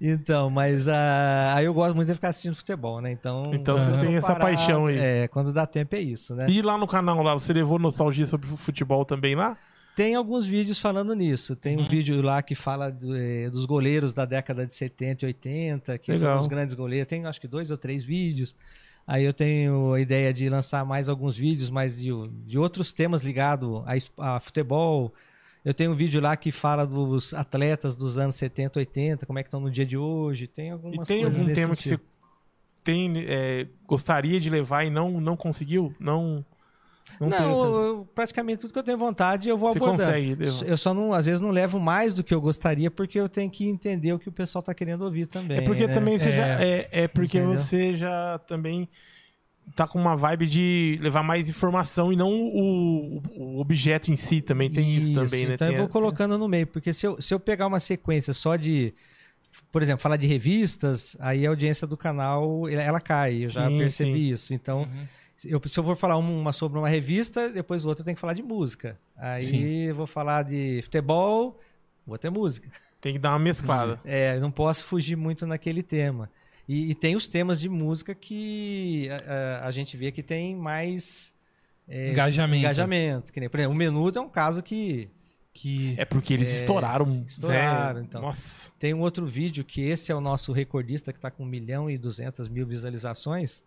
S3: Então, mas ah, aí eu gosto muito de ficar assistindo futebol, né? Então,
S2: Então você
S3: eu
S2: tem
S3: tô
S2: essa paixão aí.
S3: É, quando dá tempo é isso, né?
S2: E lá no canal lá, você levou nostalgia sobre fu- futebol também lá?
S3: Tem alguns vídeos falando nisso. Tem
S2: Uhum.
S3: um vídeo lá que fala do, eh, dos goleiros da década de 70 e 80, que
S2: Legal.
S3: foram os grandes goleiros. Tem acho que dois ou três vídeos. Aí eu tenho a ideia de lançar mais alguns vídeos, mas de, de outros temas ligados a, es- a futebol. Eu tenho um vídeo lá que fala dos atletas dos anos 70, 80, como é que estão no dia de hoje. Tem
S2: E
S3: algumas
S2: tem
S3: coisas tipo.
S2: algum
S3: nesse
S2: tema que
S3: sentido.
S2: você tem, é, gostaria de levar e não, não conseguiu? Não,
S3: Não,
S2: não, tem essas...
S3: eu- praticamente tudo que eu tenho vontade eu vou
S2: Você
S3: abordando.
S2: consegue levar.
S3: Eu só não, às vezes não levo mais do que eu gostaria porque eu tenho que entender o que o pessoal tá querendo ouvir também.
S2: É porque
S3: né?
S2: também você
S1: É.
S2: já. É, é porque
S3: Entendeu?
S2: você já também tá com uma vibe de levar mais informação e não o, o- o objeto em si também. Tem isso, também, né?
S3: Então
S2: Tem
S3: eu
S2: a-
S3: vou colocando no meio, porque se eu, se eu pegar uma sequência só de, por exemplo, falar de revistas, aí a audiência do canal ela- ela cai. Eu já
S2: Sim,
S3: percebi
S2: sim.
S3: isso. Então,
S5: Uhum.
S3: eu- se eu for falar uma sobre uma revista, depois o outro tem que falar de música. Aí
S1: Sim.
S3: eu vou falar de futebol, vou ter música.
S2: Tem que dar uma mesclada.
S3: É, não posso fugir muito naquele tema. E, e tem os temas de música que a, a- a gente vê que tem mais é,
S1: Engajamento.
S3: engajamento. Que nem, por exemplo, o Menudo é um caso que
S1: Que...
S2: É porque eles estouraram.
S3: estouraram,
S2: né?
S3: então.
S2: Nossa.
S3: Tem um outro vídeo que esse é o nosso recordista que está com 1 milhão e 200 mil visualizações,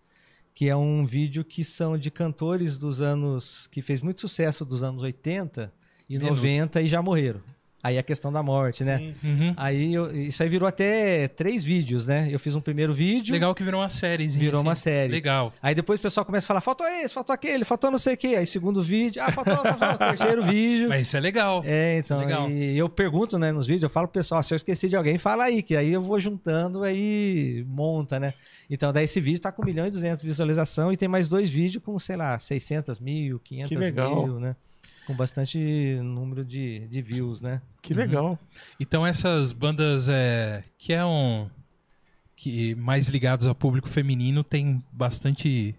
S3: que é um vídeo que são de cantores dos anos que fez muito sucesso dos anos 80 e
S1: Menudo.
S3: 90 e já morreram. Aí a questão da morte, né?
S2: Sim, sim.
S1: Uhum.
S3: Aí eu- isso aí virou até três vídeos, né? Eu fiz um primeiro vídeo,
S1: Legal que virou uma série.
S3: virou uma série.
S1: Legal.
S3: Aí depois o pessoal começa a falar, faltou esse, faltou aquele, faltou não sei o quê. Aí segundo vídeo, ah, faltou, tá, faltou, terceiro vídeo.
S1: Mas isso é legal.
S3: É,
S1: Isso é
S3: então,
S1: legal.
S3: e eu pergunto, né, nos vídeos, eu falo pro pessoal, se eu esqueci de alguém, fala aí, que aí eu vou juntando, aí monta, né? Então, daí esse vídeo tá com 1 milhão e 200 visualização e tem mais dois vídeos com, sei lá, 600 mil, 500
S2: Que legal.
S3: mil, né? Com bastante número de, de views, né?
S2: Que legal.
S1: Então essas bandas é, que é um que mais ligados ao público feminino tem bastante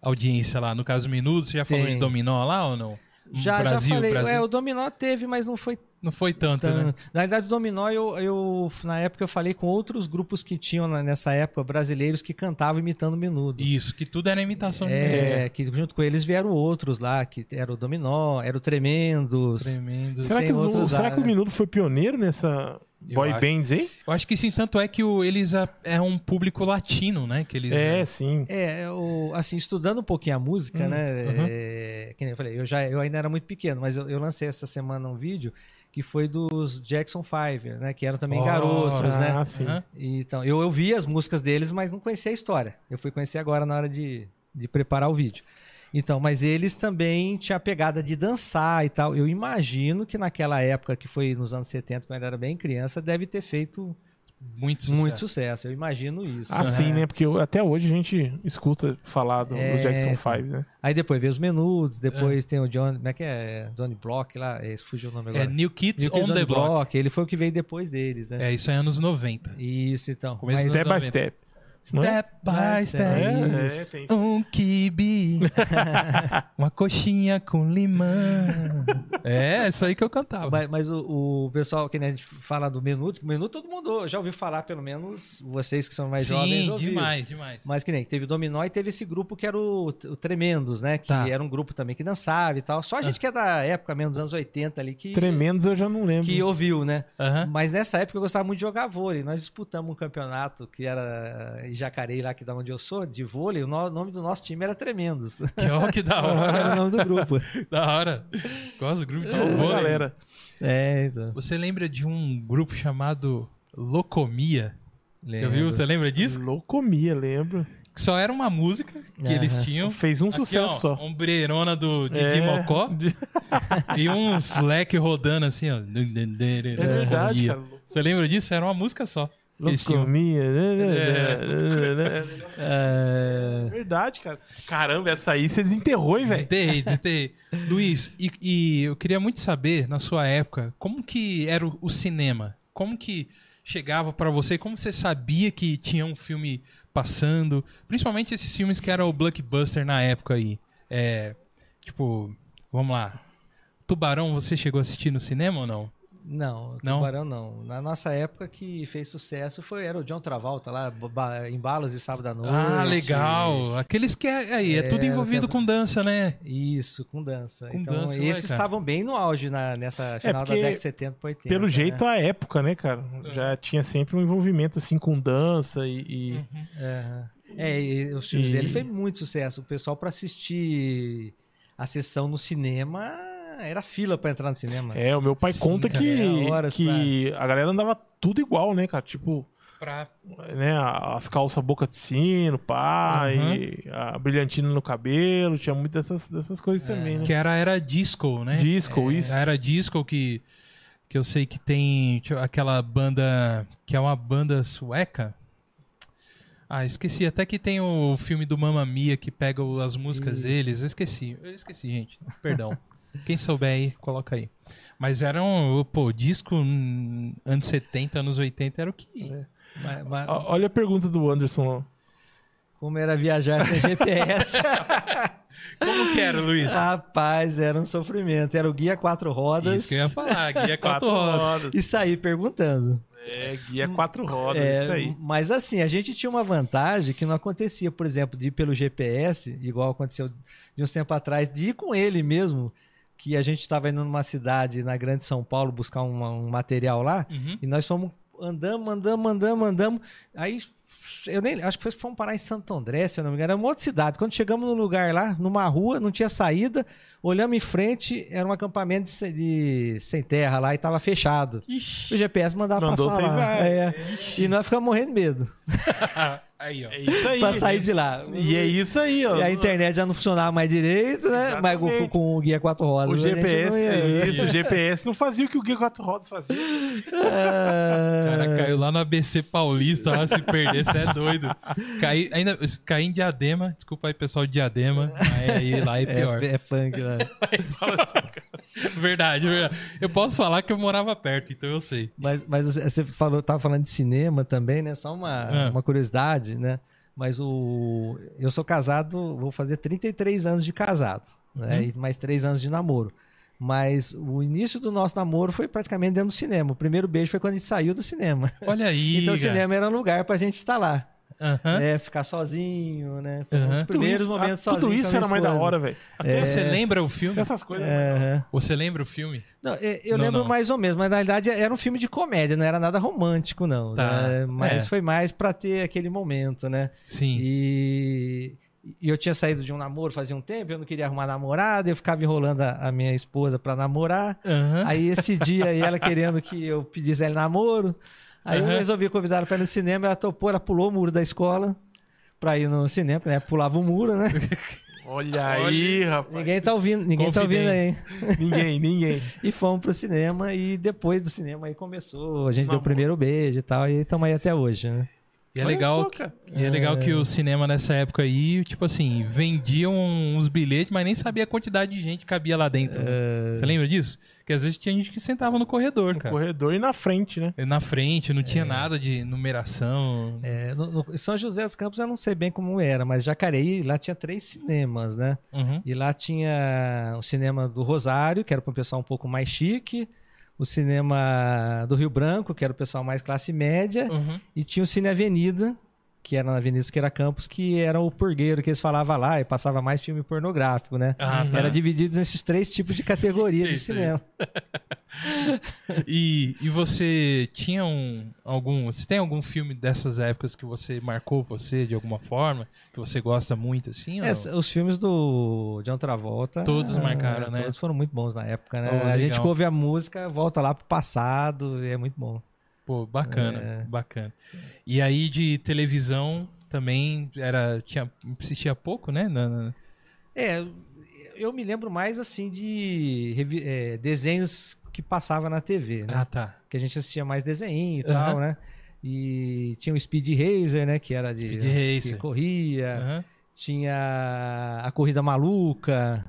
S1: audiência lá. No caso Menudo, você já falou
S3: Tem.
S1: de Dominó lá ou não?
S3: Já,
S1: Brasil,
S3: já falei,
S1: Brasil.
S3: é, o Dominó teve, mas não foi
S1: Não foi tanto,
S3: Tan-
S1: né?
S3: Então, Na verdade, o Dominó, eu, eu- na época, eu falei com outros grupos que tinham na- nessa época, brasileiros, que cantavam imitando Menudo.
S1: Isso, que tudo era imitação de Menudo.
S3: É, que junto com eles vieram outros lá, que era o Dominó, era o Tremendos.
S1: Tremendo.
S2: Será,
S3: Uhum. tem
S2: que, o,
S3: outros lá,
S2: será que o
S3: né?
S2: Minuto foi pioneiro nessa
S1: Eu
S2: é um boy
S1: acho.
S2: bands, hein?
S1: Eu acho que sim, tanto é que o- eles é, é um público latino, né? Que eles,
S2: É, sim.
S3: É, o, assim, estudando um pouquinho a música,
S1: Hum,
S3: né?
S1: uhum.
S3: é, que nem eu falei, eu, já, eu ainda era muito pequeno, mas eu, eu lancei essa semana um vídeo que foi dos Jackson Five, né? Que eram também
S1: Oh,
S3: garotos, né?
S2: Ah, sim.
S1: Aham.
S3: Então, eu ouvi as músicas deles, mas não conhecia a história. Eu fui conhecer agora na hora de, de preparar o vídeo. Então, mas eles também tinham a pegada de dançar e tal. Eu imagino que naquela época, que foi nos anos 70, quando eu ainda era bem criança, deve ter feito
S1: Muito sucesso.
S3: muito sucesso. Eu imagino isso.
S2: Ah, sim, né? Porque eu- até hoje a gente escuta falar do-
S3: É,
S2: dos Jackson Fives, né?
S3: Aí depois veio os menudos, depois tem o John, como é que é? Donny Block lá, esse fugiu o nome agora.
S1: É New Kids
S3: New Kids
S1: on the Block.
S3: ele foi o que veio depois deles, né?
S1: É, isso é anos 90.
S3: Isso, então.
S1: Começo
S3: Mas-
S1: dos
S2: Step by
S1: anos 90.
S2: step. Não é?
S1: Step by step.
S2: É, é, tem isso.
S1: Um kibe. Uma coxinha com limão. É, isso aí que eu cantava.
S3: Mas, mas o, o pessoal, que nem a gente fala do Menudo, Menudo todo mundo já ouviu falar, pelo menos vocês que são mais jovens
S1: Sim,
S3: ouviram.
S1: demais, demais.
S3: Mas que nem, teve o Dominó e teve esse grupo que era o, o Tremendos, né? Que
S1: Tá.
S3: era um grupo também que dançava e tal. Só a gente que é da época mesmo, dos anos 80 ali, que,
S2: Tremendos eu já não lembro.
S3: que ouviu, né?
S1: Aham.
S3: Mas nessa época eu gostava muito de jogar vôlei. Nós disputamos um campeonato que era em Jacareí, lá que da onde eu sou, de vôlei. O no- nome do nosso time era Tremendos.
S1: Que, ó, que da
S3: era o
S1: hora.
S3: nome do grupo.
S1: da hora. Gosto do grupo de
S2: Ô,
S1: vôlei.
S2: galera.
S3: É, então.
S1: Você lembra de um grupo chamado Locomia? Já viu?
S3: lembro.
S1: Você lembra disso?
S2: Loucomia, lembro.
S1: Só era uma música que
S3: Aham.
S1: eles tinham.
S2: Fez um
S1: Aqui,
S2: sucesso
S1: ó,
S2: só.
S1: Ombreirona do Didi
S2: É.
S1: Mocó e uns leque rodando assim, ó.
S2: É verdade, cara.
S1: Você lembra disso? Era uma música só. que eles tinham.
S2: Loucomia. É
S3: É,
S2: verdade, cara. Caramba, essa aí você desenterrou, hein, velho?
S1: Tentei, tentei. Luiz, e, e eu queria muito saber, na sua época, como que era o, o cinema? Como que chegava pra você? Como você sabia que tinha um filme passando? Principalmente esses filmes que eram o blockbuster na época aí. É, tipo, vamos lá. Tubarão, você chegou a assistir no cinema ou não?
S3: Não,
S1: Não?
S3: Tubarão não. Na nossa época que fez sucesso foi era o John Travolta lá, ba- Embalos de Sábado à Noite.
S1: ah, legal. Aqueles que é, aí, é tudo
S3: É,
S1: envolvido
S3: tem-
S1: com dança, né?
S3: Isso, com dança.
S1: Com
S3: então,
S1: dança, ué,
S3: esses
S1: cara. É,
S3: estavam bem no auge na, nessa final da
S2: porque,
S3: década de 70 pra 80.
S2: Pelo
S3: né?
S2: jeito, a época, né, cara? Já tinha sempre um envolvimento, assim, com dança e... e-
S3: É. É, e os filmes
S2: E-
S3: dele fez muito sucesso. O pessoal pra assistir a sessão no cinema era fila pra entrar no cinema.
S2: É, o meu pai
S3: né? Sim,
S2: conta
S3: cara,
S2: que,
S3: era horas
S2: que a galera andava tudo igual, né, cara? Tipo,
S5: Pra
S2: né, as calças boca de sino, pá,
S1: Uhum.
S2: e a brilhantina no cabelo, tinha muito dessas, dessas
S3: É,
S2: coisas também, né?
S1: Que era a era disco, né?
S2: Disco, isso.
S1: A era disco que, que eu sei que tem tipo, aquela banda que é uma banda sueca. Ah, esqueci. Até que tem o filme do Mamma Mia que pega o- as músicas deles. Eu esqueci. Eu esqueci, gente. Perdão. Quem souber aí, coloca aí. Mas era um, pô, disco hum, anos 70, anos 80 era o que.
S3: Mas- mas
S2: O- Olha a pergunta do Anderson lá.
S3: como era viajar sem GPS?
S1: Como que era, Luiz?
S3: Rapaz, era um sofrimento. Era o guia quatro rodas
S1: Isso que eu ia falar, guia quatro
S2: Quatro
S1: rodas.
S2: rodas.
S3: e sair perguntando.
S2: É, guia quatro rodas,
S3: É,
S2: isso aí.
S3: Mas assim, a gente tinha uma vantagem que não acontecia, por exemplo, de ir pelo GPS, igual aconteceu de uns tempos atrás, de ir com ele mesmo, que a gente estava indo numa cidade na Grande São Paulo buscar um, um material lá,
S1: Uhum.
S3: e nós fomos andamos, andamos, andamos, andamos. Aí eu nem acho que foi, fomos parar em Santo André, se eu não me engano, era uma outra cidade. Quando chegamos num lugar lá, numa rua, não tinha saída, olhamos em frente, era um acampamento de, sem- de- sem terra lá e estava fechado. O GPS mandava
S2: Mandou
S3: passar
S2: vocês
S3: lá.
S2: lá.
S3: É. E nós ficamos morrendo de medo
S1: Aí, ó.
S2: É isso aí.
S3: pra sair de lá.
S2: E é isso aí, ó.
S3: E a internet já não funcionava mais direito, né?
S2: Exatamente.
S3: Mas com, com o guia quatro rodas.
S2: O
S3: a gente
S2: GPS,
S3: não ia-
S2: é isso, o GPS não fazia o que o guia quatro rodas fazia.
S3: Ah,
S1: O
S3: É.
S1: cara caiu lá no ABC Paulista, lá se perder, você é doido. Caí, ainda, caí em Diadema, desculpa aí pessoal de Diadema, mas aí lá é pior.
S3: É, é punk, né?
S1: Verdade, verdade. Eu posso falar que eu morava perto, então eu sei.
S3: Mas, mas você falou, tava falando de cinema também, né? Só uma,
S1: É.
S3: uma curiosidade, né? Mas o. Eu sou casado, vou fazer 33 anos de casado, né?
S1: Uhum.
S3: E mais 3 anos de namoro. Mas o início do nosso namoro foi praticamente dentro do cinema. O primeiro beijo foi quando a gente saiu do cinema.
S1: Olha aí.
S3: então o
S1: cara.
S3: cinema era um lugar pra gente estar lá.
S1: Aham.
S3: né? Ficar sozinho, né? Foi
S1: Aham.
S3: Os primeiros
S2: Tudo isso-
S3: momentos
S2: ah,
S3: sozinho. É.
S2: Tudo
S3: com a
S2: isso
S3: minha
S2: era mais da
S3: esposa.
S2: hora, velho. Até
S1: Então Você lembra o filme?
S2: essas coisas.
S3: Aham.
S1: Você lembra o filme?
S3: Não, é, eu
S1: Não,
S3: lembro
S1: não.
S3: mais ou menos, mas na realidade era um filme de comédia, não era nada romântico, não.
S1: Tá,
S3: né? Mas
S1: é.
S3: foi mais pra ter aquele momento, né?
S1: Sim.
S3: E, e eu tinha saído de um namoro fazia um tempo, eu não queria arrumar namorada, eu ficava enrolando a, a minha esposa pra namorar.
S1: Aham.
S3: Aí esse dia aí ela querendo que eu pedisse ela em namoro. Aí
S1: Aham.
S3: eu resolvi convidar ela pra ir no cinema, ela topou, ela pulou o muro da escola pra ir no cinema, né? Pulava o muro, né?
S2: Olha aí, rapaz.
S3: Ninguém tá ouvindo, ninguém tá ouvindo aí.
S2: Ninguém, ninguém.
S3: E fomos pro cinema e depois do cinema aí começou, a gente deu
S2: Namoro.
S3: o primeiro beijo e tal, e estamos aí até hoje, né?
S1: E é,
S2: Olha
S1: legal
S2: só,
S1: que,
S2: cara.
S1: e é legal que o cinema nessa época aí, tipo assim, vendiam uns bilhetes, mas nem sabia a quantidade de gente que cabia lá dentro. né? Você lembra disso? Que às vezes tinha gente que sentava no corredor,
S2: No
S1: cara.
S2: corredor e na frente, né?
S1: É, Na frente, não tinha nada de numeração.
S3: É, no- no- em São José dos Campos eu não sei bem como era, mas Jacareí lá tinha três cinemas, né?
S1: Uhum.
S3: E lá tinha o cinema do Rosário, que era para o pessoal um pouco mais chique, o cinema do Rio Branco, que era o pessoal mais classe média,
S1: Uhum.
S3: e tinha o Cine Avenida, que era na Avenida Esqueira Campos, que era o purgueiro que eles falavam lá e passava mais filme pornográfico, né?
S1: Ah, tá.
S3: Era dividido nesses três tipos de categoria
S1: Sim,
S3: de
S1: sim.
S3: cinema.
S1: E, e você tinha um algum. Você tem algum filme dessas épocas que você marcou você de alguma forma? Que você gosta muito, assim? ou não?
S3: É, os filmes do John Travolta.
S1: Todos
S3: ah,
S1: marcaram, né?
S3: Todos foram muito bons na época, né?
S1: Oh,
S3: a
S1: legal.
S3: gente ouve a música, volta lá pro passado, e é muito bom.
S1: Pô, bacana,
S3: É.
S1: bacana. E aí de televisão também era. Tinha, assistia pouco, né? Na- na-
S3: É, eu me lembro mais assim de revi- é, desenhos que passava na TV, né?
S1: Ah, tá.
S3: Que a gente assistia mais desenho e
S1: Aham.
S3: tal, né? E tinha o Speed Racer, né? é. Que era de
S1: Speed
S3: que
S1: Racer.
S3: corria.
S1: Aham.
S3: Tinha a Corrida Maluca.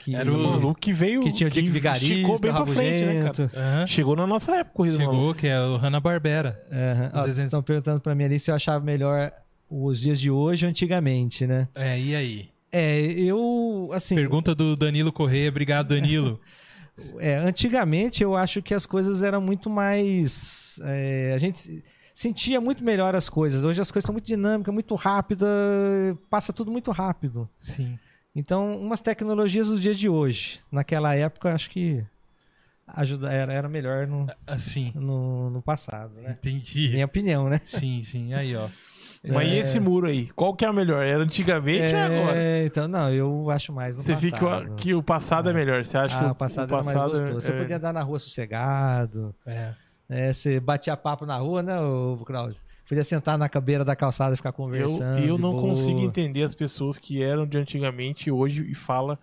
S3: Que,
S1: Era
S2: O maluco que veio.
S3: que tinha o Dick Vigarista,
S2: Chegou bem pra frente, né, cara?
S3: Rabugento.
S1: Aham.
S2: Chegou na nossa época, corrida maluca.
S1: Chegou, que é o Hanna-Barbera.
S3: Aham.
S1: Os
S3: Ó,
S1: desenhos.
S3: Estão perguntando pra mim ali se eu achava melhor os dias de hoje ou antigamente, né?
S1: É, e aí?
S3: É, eu, assim,
S1: Pergunta do Danilo Correia. Obrigado, Danilo.
S3: é, antigamente eu acho que as coisas eram muito mais. é, a gente se- sentia muito melhor as coisas. Hoje as coisas são muito dinâmicas, muito rápidas, passa tudo muito rápido.
S1: Sim.
S3: Então, umas tecnologias do dia de hoje. Naquela época, acho que ajuda, era, era melhor no,
S1: Assim.
S3: no, no passado, né?
S1: Entendi.
S3: Minha opinião, né?
S1: Sim, sim. Aí, ó.
S2: Mas e esse muro aí? Qual que é o melhor? Era antigamente ou é agora?
S3: É, então, não, eu acho mais no
S2: Você
S3: passado.
S2: fica que o passado é, melhor. Você acha que
S3: ah, o passado, era mais gostoso. Você
S2: é-
S3: podia andar na rua sossegado,
S1: É.
S3: né? você batia papo na rua, né, ô, Claudio? Podia sentar na cabeira da calçada e ficar conversando.
S2: Eu, eu
S3: de
S2: não
S3: boa.
S2: consigo entender as pessoas que eram de antigamente e hoje e fala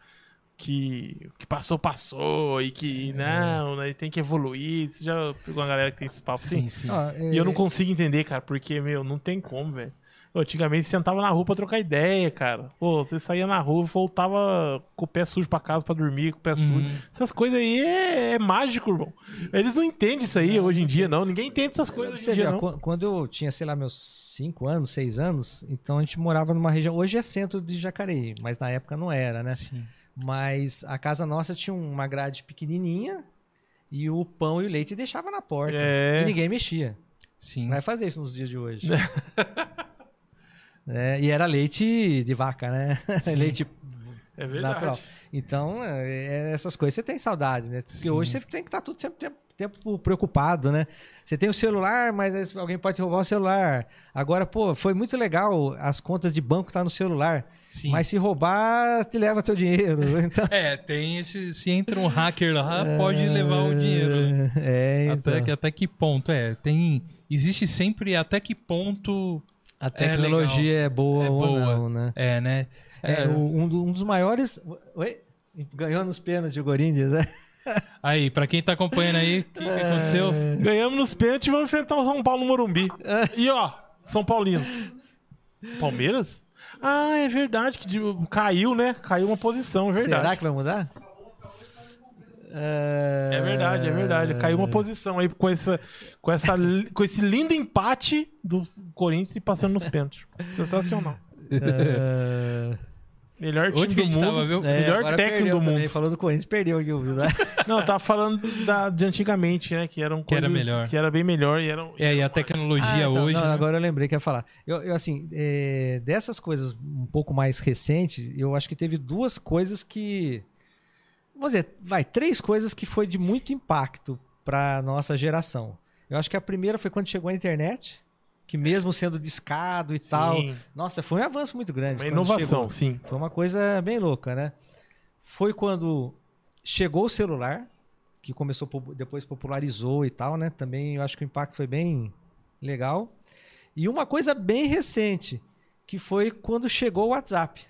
S2: que o que passou, passou e
S3: É.
S2: que não, né, tem que evoluir. Você já pegou uma galera que tem esse papo assim?
S1: sim.
S3: Ah,
S2: E eu não consigo entender, cara, porque, meu, não tem como, velho. Pô, Antigamente você sentava na rua pra trocar ideia, cara. Pô, você saía na rua, voltava com o pé sujo pra casa pra dormir, com
S3: tá
S1: Hum,
S2: o pé
S1: né?
S2: sujo. Essas coisas aí é, é mágico, irmão. Eles não entendem isso aí hoje em dia, não. Ninguém entende essas coisas hoje
S3: Você
S2: em
S3: vê,
S2: dia,
S3: ó,
S2: não.
S3: quan- quando eu tinha, sei lá, meus 5 anos, 6 anos, então a gente morava numa região. Hoje é centro de Jacareí, mas na época não era, né?
S1: Sim.
S3: Mas a casa nossa tinha uma grade pequenininha e o pão e o leite deixava na porta.
S2: É.
S3: E ninguém mexia.
S6: Sim.
S3: Vai fazer isso nos dias de hoje. É, e era leite de vaca, né? leite
S2: É verdade.
S3: natural. Então, é, é, essas coisas você tem saudade, né? Porque
S6: Sim.
S3: hoje você tem que estar tudo sempre tempo, tempo preocupado, né? Você tem o celular, mas aí alguém pode roubar o celular. Agora, pô, foi muito legal as contas de banco tá no celular,
S1: Sim.
S3: mas se roubar, te leva teu dinheiro. Então,
S1: É, tem esse. Se entra um hacker lá, pode levar o dinheiro. né?
S3: É, então.
S1: Até, que, até que ponto? É, tem. Existe sempre até que ponto
S3: A
S1: legal.
S3: tecnologia é, boa
S1: É
S3: ou
S1: boa.
S3: não, né?
S1: é, né?
S3: É, o- um, do- um dos maiores. Oi? Ganhou nos pênaltis o Corinthians, né?
S1: Aí, pra quem tá acompanhando aí, o que, que aconteceu?
S3: É.
S2: Ganhamos nos pênaltis e vamos enfrentar o São Paulo no Morumbi. E ó, São Paulino. Palmeiras? Ah, é verdade que de- caiu, né? Caiu uma posição, é verdade.
S3: Será que vai mudar?
S2: É verdade, é verdade. Caiu uma posição aí com, essa, com, essa, li- com esse lindo empate do Corinthians e passando nos pênaltis. Sensacional. Melhor time
S1: Onde que a
S2: do
S1: gente
S2: mundo.
S1: tava, viu?
S2: É, Melhor técnico
S3: perdeu
S2: do
S3: também,
S2: mundo. É
S3: Falou do Corinthians, perdeu aqui, viu? né?
S2: Não, tava falando da- de antigamente, né? Que eram
S1: Que era
S2: coisas
S1: melhor.
S2: que era um bem melhor e eram.
S1: É, e a tecnologia
S3: então,
S1: hoje.
S3: não,
S1: né?
S3: Agora eu lembrei que ia falar. Eu, eu, assim, é, dessas coisas um pouco mais recentes, eu acho que teve duas coisas que. Vamos dizer, vai, três coisas que foi de muito impacto para nossa geração. Eu acho que a primeira foi quando chegou a internet, que mesmo sendo discado e tal.
S2: Sim,
S3: Nossa, foi um avanço muito grande.
S2: uma
S3: quando
S2: inovação,
S3: chegou.
S2: sim.
S3: Foi uma coisa bem louca, né? Foi quando chegou o celular, que começou, po- depois popularizou e tal, né? Também eu acho que o impacto foi bem legal. E uma coisa bem recente, que foi quando chegou o WhatsApp.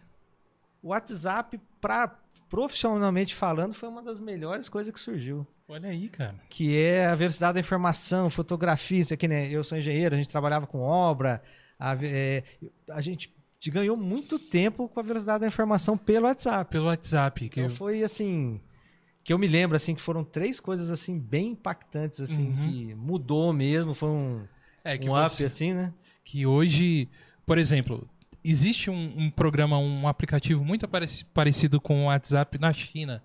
S3: O WhatsApp, pra, profissionalmente falando, foi uma das melhores coisas que surgiu.
S1: Olha aí, cara.
S3: Que é a velocidade da informação, fotografia, isso aqui, né? Eu sou engenheiro, a gente trabalhava com obra, a, ve- é, a gente ganhou muito tempo com a velocidade da informação pelo WhatsApp.
S1: Pelo WhatsApp. Que
S3: Então foi assim, que eu me lembro assim que foram três coisas assim bem impactantes assim
S1: Uhum.
S3: que mudou mesmo, foi um,
S1: é, que
S3: um up
S1: você-
S3: assim, né?
S1: que hoje, por exemplo, existe um, um programa, um aplicativo muito parec- parecido com o WhatsApp na China,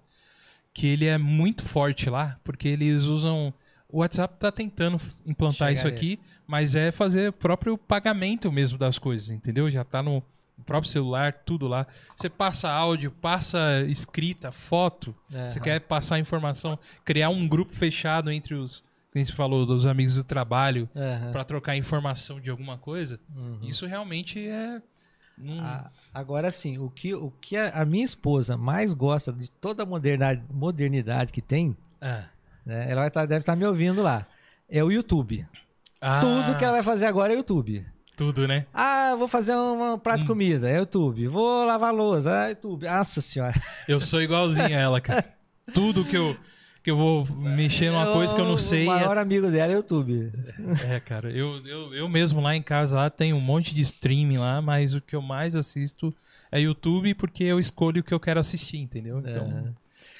S1: que ele é muito forte lá, porque eles usam. O WhatsApp está tentando f- implantar
S3: Chegar
S1: isso
S3: aí.
S1: aqui, mas é fazer o próprio pagamento mesmo das coisas, entendeu? Já tá no próprio celular, tudo lá. Você passa áudio, passa escrita, foto.
S3: É.
S1: Você quer passar informação, criar um grupo fechado entre os, quem você falou, dos amigos do trabalho,
S3: Aham.
S1: para trocar informação de alguma coisa.
S3: Uhum. Ah.
S1: Isso realmente é. um-
S3: A- agora sim, o que, o que a, a minha esposa mais gosta de toda a modernidade, modernidade que tem,
S1: Ah.
S3: né, ela vai tá- deve estar me ouvindo lá, é o YouTube.
S1: Ah,
S3: Tudo que ela vai fazer agora é YouTube.
S1: Tudo, né?
S3: Ah, vou fazer um, um
S1: Hum.
S3: prato de comida, é YouTube. Vou lavar louça, é YouTube. Nossa senhora.
S1: Eu sou igualzinho a ela, cara. Tudo que eu, que eu vou mexer numa coisa que eu não sei.
S3: O maior amigo dela é o YouTube.
S1: É, é, cara. Eu, eu, eu mesmo lá em casa lá tem um monte de streaming lá, mas o que eu mais assisto é YouTube porque eu escolho o que eu quero assistir, entendeu? Então.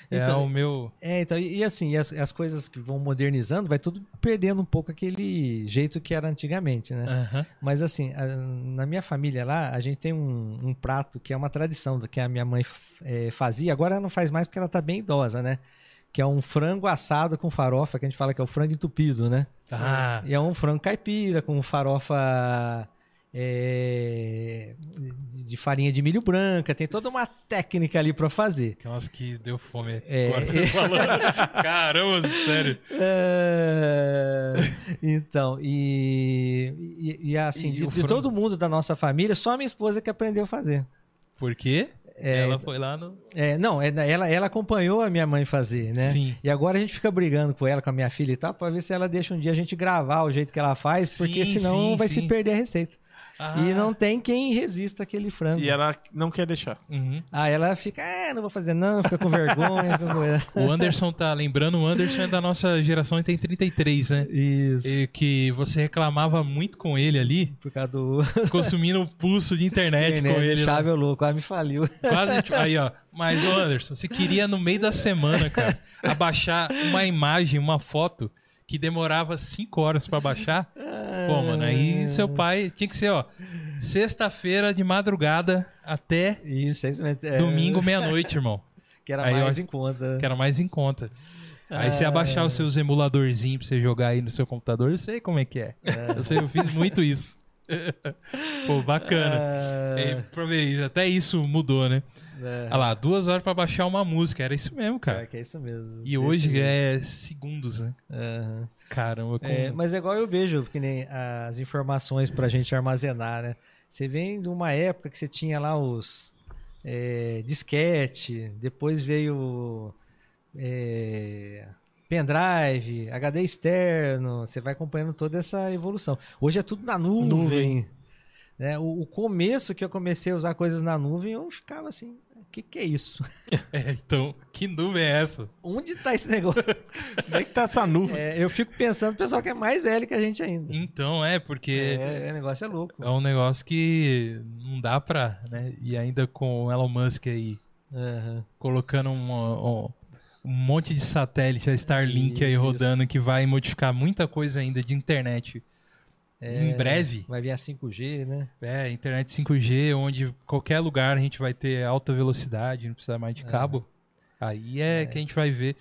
S1: É,
S3: Então,
S1: o meu.
S3: É, então, e, e assim, e as, as coisas que vão modernizando, vai tudo perdendo um pouco aquele jeito que era antigamente, né?
S1: Aham.
S3: Mas assim, a- na minha família lá, a gente tem um, um prato que é uma tradição, do que a minha mãe eh, fazia, agora ela não faz mais porque ela tá bem idosa, né? Que é um frango assado com farofa, que a gente fala que é o frango entupido, né?
S1: Ah,
S3: E é um frango caipira com farofa eh, de de farinha de milho branca, tem toda uma técnica ali para fazer.
S1: Nossa, que deu fome
S3: É.
S1: agora você falando. Caramba, sério.
S3: É, Então, e, e, e, assim,
S1: E
S3: de,
S1: o
S3: de
S1: frango?
S3: todo mundo da nossa família, só a minha esposa que aprendeu a fazer.
S1: Por quê? Ela foi lá no.
S3: É, não, é- ela, ela acompanhou a minha mãe fazer, né?
S1: Sim.
S3: E agora a gente fica brigando com ela, com a minha filha e tal, pra ver se ela deixa um dia a gente gravar o jeito que ela faz, porque
S1: Sim,
S3: senão
S1: sim,
S3: vai
S1: sim.
S3: se perder a receita.
S1: Ah,
S3: E não tem quem resista aquele frango.
S2: E ela não quer deixar.
S1: uhum.
S3: Aí ela fica, é, não vou fazer não, fica com vergonha. fica com vergonha.
S1: O Anderson tá lembrando, o Anderson é da nossa geração e tem 33, né?
S3: Isso.
S1: E que você reclamava muito com ele ali,
S3: Por causa do
S1: consumindo o pulso de internet com ele. lá.
S3: Chave, eu louco, aí me faliu.
S1: Quase. tipo, Aí, ó. Mas, ô Anderson, você queria no meio da semana, cara, abaixar uma imagem, uma foto que demorava cinco horas pra baixar. Pô, mano, aí
S3: Ah,
S1: seu pai tinha que ser, ó, sexta-feira de madrugada até
S3: Isso, é isso mesmo. É,
S1: domingo meia-noite, irmão.
S3: Que era
S1: Aí eu
S3: mais
S1: acho
S3: em conta.
S1: Que era mais em conta. Aí
S3: Ah.
S1: você abaixar os seus emuladorzinhos pra você jogar aí no seu computador, eu sei como é que é. Eu sei, eu fiz muito isso. Pô, bacana.
S3: Ah,
S1: É, pra ver isso, até isso mudou, né?
S3: É,
S1: Ah lá, duas horas pra baixar uma música. Era isso mesmo,
S3: é,
S1: cara.
S3: que é isso mesmo.
S1: E hoje
S3: Esse-
S1: é segundos, né?
S3: Aham.
S1: Caramba, como...
S3: É, mas é igual eu vejo, que nem as informações pra gente armazenar, né? Você vem de uma época que você tinha lá os é, disquete, depois veio é, pendrive, HD externo, você vai acompanhando toda essa evolução. Hoje é tudo na nuvem. né? O, o começo que eu comecei a usar coisas na nuvem, eu ficava assim, o que, que é isso?
S1: É, então, que nuvem é essa?
S3: Onde tá esse negócio?
S2: Onde é que tá essa nuvem?
S3: É, eu fico pensando, o pessoal que é mais velho que a gente ainda.
S1: Então, é, porque
S3: É, o negócio é louco.
S1: é, um negócio que não dá pra, né? E ainda com o Elon Musk aí,
S3: Aham.
S1: colocando uma- um, um monte de satélite, a Starlink aí
S3: Isso.
S1: rodando, que vai modificar muita coisa ainda de internet. em breve,
S3: Vai vir a 5G, né?
S1: É, internet 5G, onde qualquer lugar a gente vai ter alta velocidade, não precisa mais de cabo. Aí é, que a gente vai ver.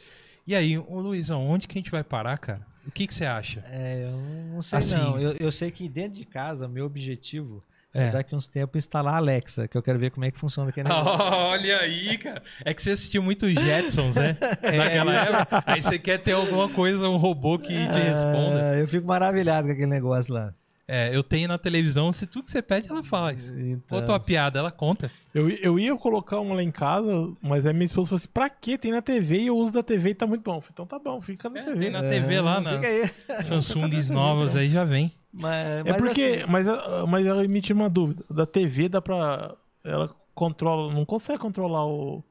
S1: E aí, ô Luizão, onde que a gente vai parar, cara? O que que você acha?
S3: É, eu não sei
S1: Assim.
S3: não. Eu, eu sei que dentro de casa, meu objetivo é,
S1: É. Ah,
S3: daqui uns tempos instalar a Alexa, que eu quero ver como é que funciona aquele negócio.
S1: Olha aí, cara. É que você assistiu muito Jetsons, né?
S3: É,
S1: Naquela época. Aí você quer ter alguma coisa, um robô que te responda.
S3: Ah, eu fico maravilhado com aquele negócio lá.
S1: É, eu tenho na televisão, se tudo que você pede, ela faz.
S3: Então,
S1: Conta uma piada, ela conta.
S2: Eu, eu ia colocar uma lá em casa, mas aí minha esposa falou assim: pra quê? Tem na TV e eu uso da TV e tá muito bom. Eu falei, então tá bom, fica na
S1: É,
S2: TV.
S1: tem na TV lá, nas
S3: hum, Fica aí.
S1: Samsungs novas, aí já vem.
S3: Mas,
S2: É
S3: mas
S2: porque.
S3: assim,
S2: Mas, a- mas ela me tinha uma dúvida. Da TV dá pra. Ela controla. Não consegue controlar o,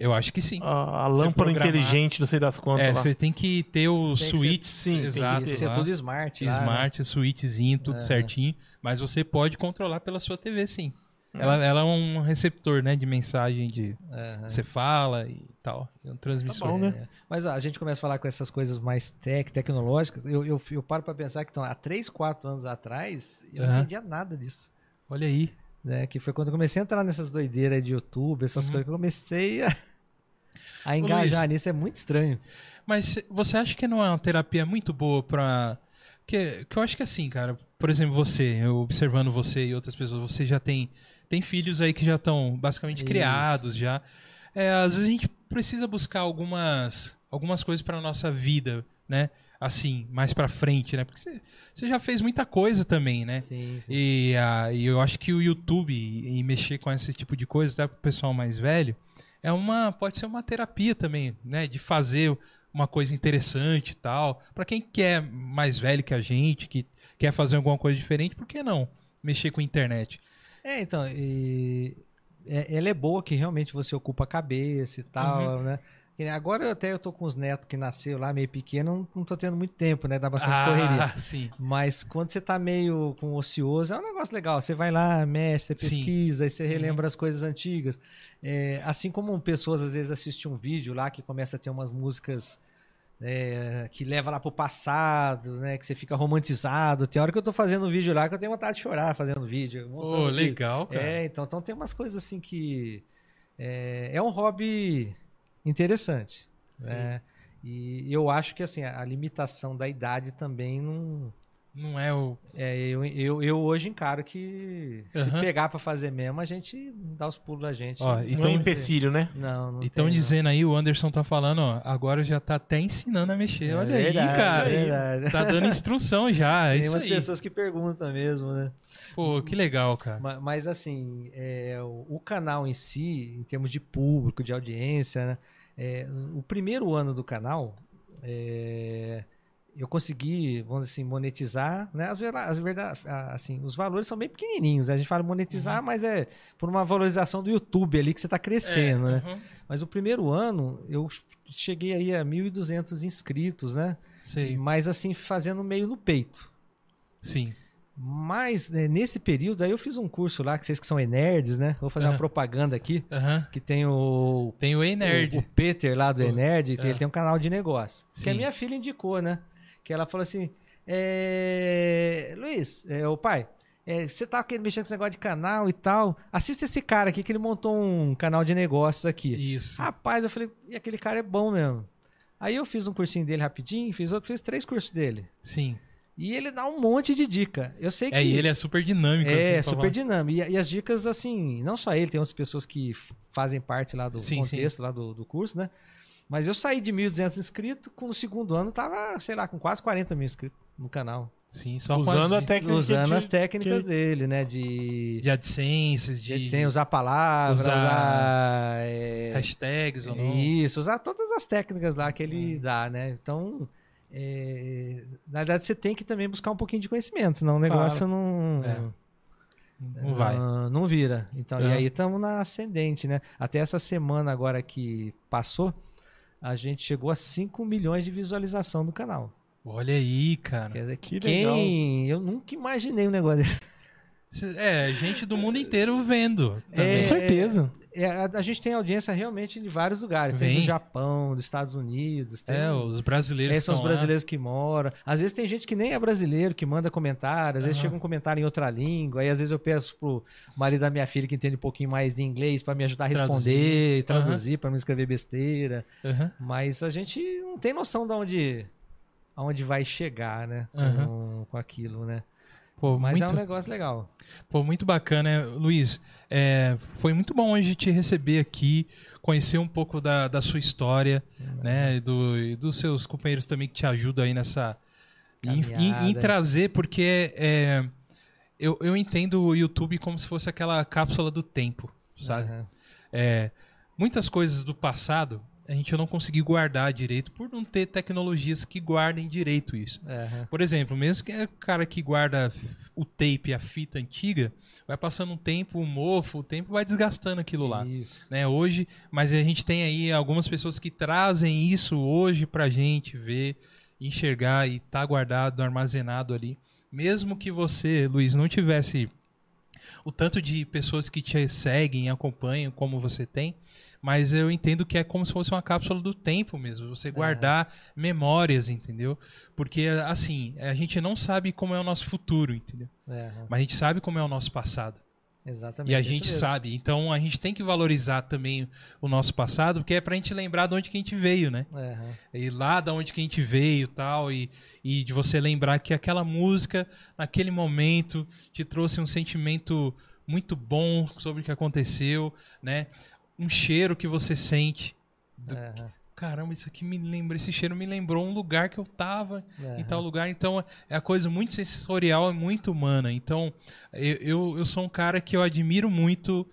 S1: Eu acho que
S3: Ah,
S1: sim.
S2: a, a
S1: Você
S2: lâmpada
S1: programar.
S2: inteligente, não sei das quantas
S1: É,
S2: lá.
S1: você tem que ter os
S3: Tem que ser-
S1: switches,
S2: sim, tem que
S1: exato.
S3: tem que ser
S1: Ah, lá.
S3: tudo smart. lá, né?
S1: smart, switchzinho, tudo certinho. Mas você pode controlar pela sua TV, sim. Ela, ela é um receptor, né, de mensagem de
S3: Aham.
S1: você fala e tal, é um
S2: Tá
S1: transmissor.
S2: bom, né?
S3: Mas ó, a gente começa a falar com essas coisas mais tec, tecnológicas. Eu, eu, eu paro pra pensar que então, há 3, 4 anos atrás, eu não
S1: Aham.
S3: entendia nada disso.
S1: Olha aí.
S3: né, Que foi quando eu comecei a entrar nessas doideiras aí de YouTube, essas
S1: Uhum.
S3: coisas que eu comecei a, a
S1: Ô,
S3: engajar
S1: Luiz.
S3: nisso. É muito estranho.
S1: Mas cê- você acha que não é uma terapia muito boa pra. Que, que eu acho que assim, cara, por exemplo, você, eu observando você e outras pessoas, você já tem. Tem filhos aí que já estão basicamente
S3: Isso.
S1: criados já. É, às vezes a gente precisa buscar algumas, algumas coisas pra nossa vida, né? Assim, mais pra frente, né? Porque você- você já fez muita coisa também, né?
S3: Sim, sim.
S1: E, ah, e eu acho que o YouTube e mexer com esse tipo de coisa, até pro pessoal mais velho, é uma pode ser uma terapia também, né? De fazer uma coisa interessante e tal. Pra quem quer mais velho que a gente, que quer fazer alguma coisa diferente, por que não mexer com a internet?
S3: É, então, e- é- ela é boa que realmente você ocupa a cabeça e
S1: Uhum.
S3: tal, né? E Agora eu até eu tô com os netos que nasceu lá, meio pequeno, não, não tô tendo muito tempo, né? Dá bastante
S1: Ah.
S3: correria.
S1: sim.
S3: Mas quando você tá meio com ocioso, é um negócio legal. Você vai lá, mexe, você
S1: Sim. Uhum.
S3: pesquisa, aí você relembra as coisas antigas. É, assim como pessoas às vezes assistem um vídeo lá que começa a ter umas músicas é, que leva lá pro passado, né? Que você fica romantizado. Tem hora que eu tô fazendo um vídeo lá que eu tenho vontade de chorar fazendo vídeo.
S1: Pô,
S3: montando vídeo.
S1: legal, cara.
S3: É, então, então tem umas coisas assim que. É, é um hobby interessante. Né? E eu acho que assim, a a limitação da idade também não,
S1: Não é o.
S3: É, eu, eu, eu hoje encaro que se
S1: Aham.
S3: pegar pra fazer mesmo, a gente dá os pulos da gente.
S1: Ó,
S2: Não
S1: então-
S2: é empecilho, né?
S3: Não, não
S1: Então
S3: tem,
S1: dizendo aí, o Anderson tá falando, ó, agora já tá até ensinando a mexer.
S3: não.
S1: Olha
S3: É verdade,
S1: aí, cara.
S3: é verdade.
S1: Tá dando instrução já. É
S3: Tem
S1: isso
S3: umas
S1: aí.
S3: pessoas que perguntam mesmo, né?
S1: Pô, que legal, cara.
S3: Ma- Mas, assim, é, o, o canal em si, em termos de público, de audiência, né, é, o primeiro ano do canal, é, eu consegui, vamos dizer assim, monetizar, né? As, verda- as verda- a- assim, os valores são bem pequenininhos. né? A gente fala monetizar, mas é por uma valorização do YouTube ali que você está crescendo, né?
S1: Uhum.
S3: Mas o primeiro ano eu cheguei aí a 1.200 inscritos, né?
S1: Sei.
S3: Mas assim, fazendo meio no peito.
S1: Sim.
S3: Mas né, nesse período aí eu fiz um curso lá, que vocês que são nerds, né? Vou fazer uma
S1: Aham.
S3: propaganda aqui,
S1: Aham.
S3: que tem o,
S1: Tem o
S3: o-
S1: E-Nerd.
S3: o Peter lá do
S1: O-
S3: Enerd,
S1: é.
S3: ele tem um canal de negócio. Que a
S1: Sim.
S3: minha filha indicou, né? Que ela falou assim: é, Luiz, é, o pai, é, você tá querendo mexer com esse negócio de canal e tal? Assista esse cara aqui que ele montou um canal de negócios aqui.
S1: Isso.
S3: Rapaz, eu falei, e aquele cara é bom mesmo. Aí eu fiz um cursinho dele rapidinho, fiz outro, fiz três cursos dele.
S1: Sim.
S3: E ele dá um monte de dica. Eu sei que.
S1: É, e ele é super dinâmico. assim,
S3: É,
S1: pra
S3: super
S1: falar.
S3: dinâmico. E, e as dicas, assim, não só ele, tem outras pessoas que f- fazem parte lá do
S1: Sim,
S3: contexto, lá do, do curso, né? Mas eu saí de 1.200 inscritos, com o segundo ano tava, sei lá, com quase 40 mil inscritos no canal.
S1: Sim, só
S2: Usando a
S1: até
S2: técnica.
S3: usando
S2: de-
S3: as técnicas
S2: que-
S3: dele, né? De,
S1: de AdSense, de,
S3: de, sem usar palavras,
S1: usar-
S3: usar... é,
S1: hashtags ou não. É.
S3: isso, usar todas as técnicas lá que ele dá, né? Então, é, na verdade, você tem que também buscar um pouquinho de conhecimento, senão o negócio não...
S1: É. Não vai. É.
S3: Ah, não vira. Então, e
S1: Aham.
S3: aí estamos na ascendente, né? Até essa semana agora que passou, a gente chegou a 5 milhões de visualização do canal.
S1: Olha aí, cara.
S3: Quer dizer,
S2: Que
S3: quem... Eu nunca imaginei um negócio desse.
S1: Cê- É, gente do mundo inteiro vendo.
S2: Com
S1: Também.
S3: É,
S2: certeza.
S3: É, a, a gente tem audiência realmente de vários lugares. Tem
S1: Vem.
S3: do Japão, dos Estados Unidos. Tem...
S1: É, os brasileiros.
S3: É, são os
S1: tão lá.
S3: brasileiros que moram. Às vezes tem gente que nem é brasileiro, que manda comentário. Às vezes
S1: Aham.
S3: chega um comentário em outra língua. Aí às vezes eu peço pro marido da minha filha, que entende um pouquinho mais de inglês, pra me ajudar a responder, traduzir,
S1: Aham.
S3: pra não escrever besteira.
S1: Aham.
S3: Mas a gente não tem noção de onde, aonde vai chegar, né? Com, com aquilo, né?
S1: Pô,
S3: Mas
S1: muito,
S3: é um negócio legal.
S1: pô, muito bacana, né? Luiz. é, foi muito bom hoje te receber aqui, conhecer um pouco da, da sua história, né? E, do, e dos seus companheiros também que te ajudam aí nessa. e Em,
S3: Caminhada,
S1: em- em
S3: né?
S1: trazer, porque é, eu, eu entendo o YouTube como se fosse aquela cápsula do tempo, sabe?
S3: Aham.
S1: É, muitas coisas do passado a gente não conseguiu guardar direito por não ter tecnologias que guardem direito isso.
S3: Aham.
S1: Por exemplo, mesmo que é o cara que guarda f- o tape, a fita antiga, vai passando um tempo, um mofo, o tempo vai desgastando aquilo lá
S3: Isso.
S1: né, hoje, mas a gente tem aí algumas pessoas que trazem isso hoje pra gente ver, enxergar e tá guardado, armazenado ali. Mesmo que você, Luiz, não tivesse o tanto de pessoas que te seguem, acompanham como você tem, mas eu entendo que é como se fosse uma cápsula do tempo mesmo, você guardar memórias, entendeu? Porque assim, a gente não sabe como é o nosso futuro, entendeu?
S3: Aham.
S1: Mas a gente sabe como é o nosso passado.
S3: Exatamente.
S1: E a
S3: isso
S1: gente
S3: mesmo.
S1: sabe, então a gente tem que valorizar também o nosso passado, porque é pra gente lembrar de onde que a gente veio, né?
S3: Aham.
S1: E lá da onde que a gente veio tal, e, e de você lembrar que aquela música, naquele momento, te trouxe um sentimento muito bom sobre o que aconteceu, né? Um cheiro que você sente. Do-
S3: Aham.
S1: Caramba, isso aqui me lembra, esse cheiro me lembrou um lugar que eu tava em
S3: Aham.
S1: tal lugar. Então é a coisa muito sensorial e muito humana. Então eu, eu, eu sou um cara que eu admiro muito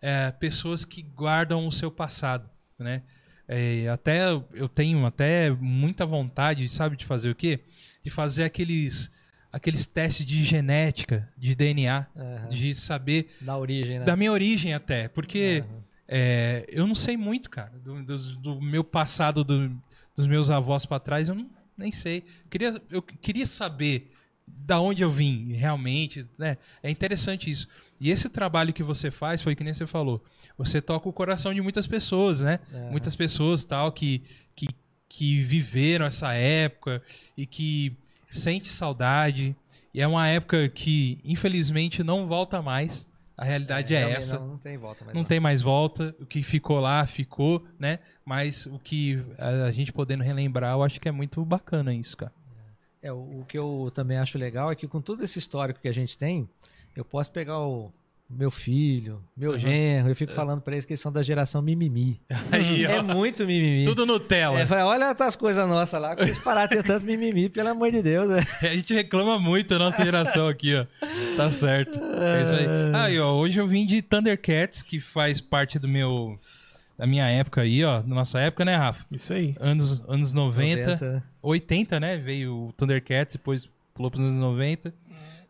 S1: é, pessoas que guardam o seu passado, né? É, até eu tenho até muita vontade, sabe, de fazer o quê? De fazer aqueles aqueles testes de genética, de DNA,
S3: Aham.
S1: de saber
S3: Da origem, né?
S1: da minha origem até, porque
S3: Aham.
S1: é, eu não sei muito, cara, do, dos- do meu passado, do- dos meus avós pra trás, eu não, nem sei. Queria, eu queria saber da onde eu vim, realmente, né? É interessante isso. E esse trabalho que você faz, foi que nem você falou, você toca o coração de muitas pessoas, né?
S3: Aham.
S1: Muitas pessoas tal que, que, que viveram essa época e que sente saudade. E é uma época que, infelizmente, não volta mais. A realidade é
S3: Realmente
S1: essa.
S3: Não, não tem volta mais
S1: Não
S3: não.
S1: tem mais volta. O que ficou lá, ficou, né? Mas o que a a gente podendo relembrar, eu acho que é muito bacana isso, cara.
S3: É, o, o que eu também acho legal é que com todo esse histórico que a gente tem, eu posso pegar o meu filho, meu
S1: Aham.
S3: genro, eu fico falando pra eles que eles são da geração mimimi.
S1: Aí,
S3: é
S1: ó.
S3: muito mimimi.
S1: Tudo Nutella.
S3: É, falei, olha as coisas nossas lá, que vocês pararam de ter tanto mimimi, pelo amor de Deus. né?
S1: A gente reclama muito a nossa geração aqui, ó. Tá certo. É isso aí. Aí, ó, hoje eu vim de Thundercats, que faz parte do meu. da minha época aí, ó. Da nossa época, né, Rafa?
S2: Isso aí.
S1: Anos, anos 90,
S3: 90.
S1: 80, né? Veio o Thundercats, depois pulou pros anos 90.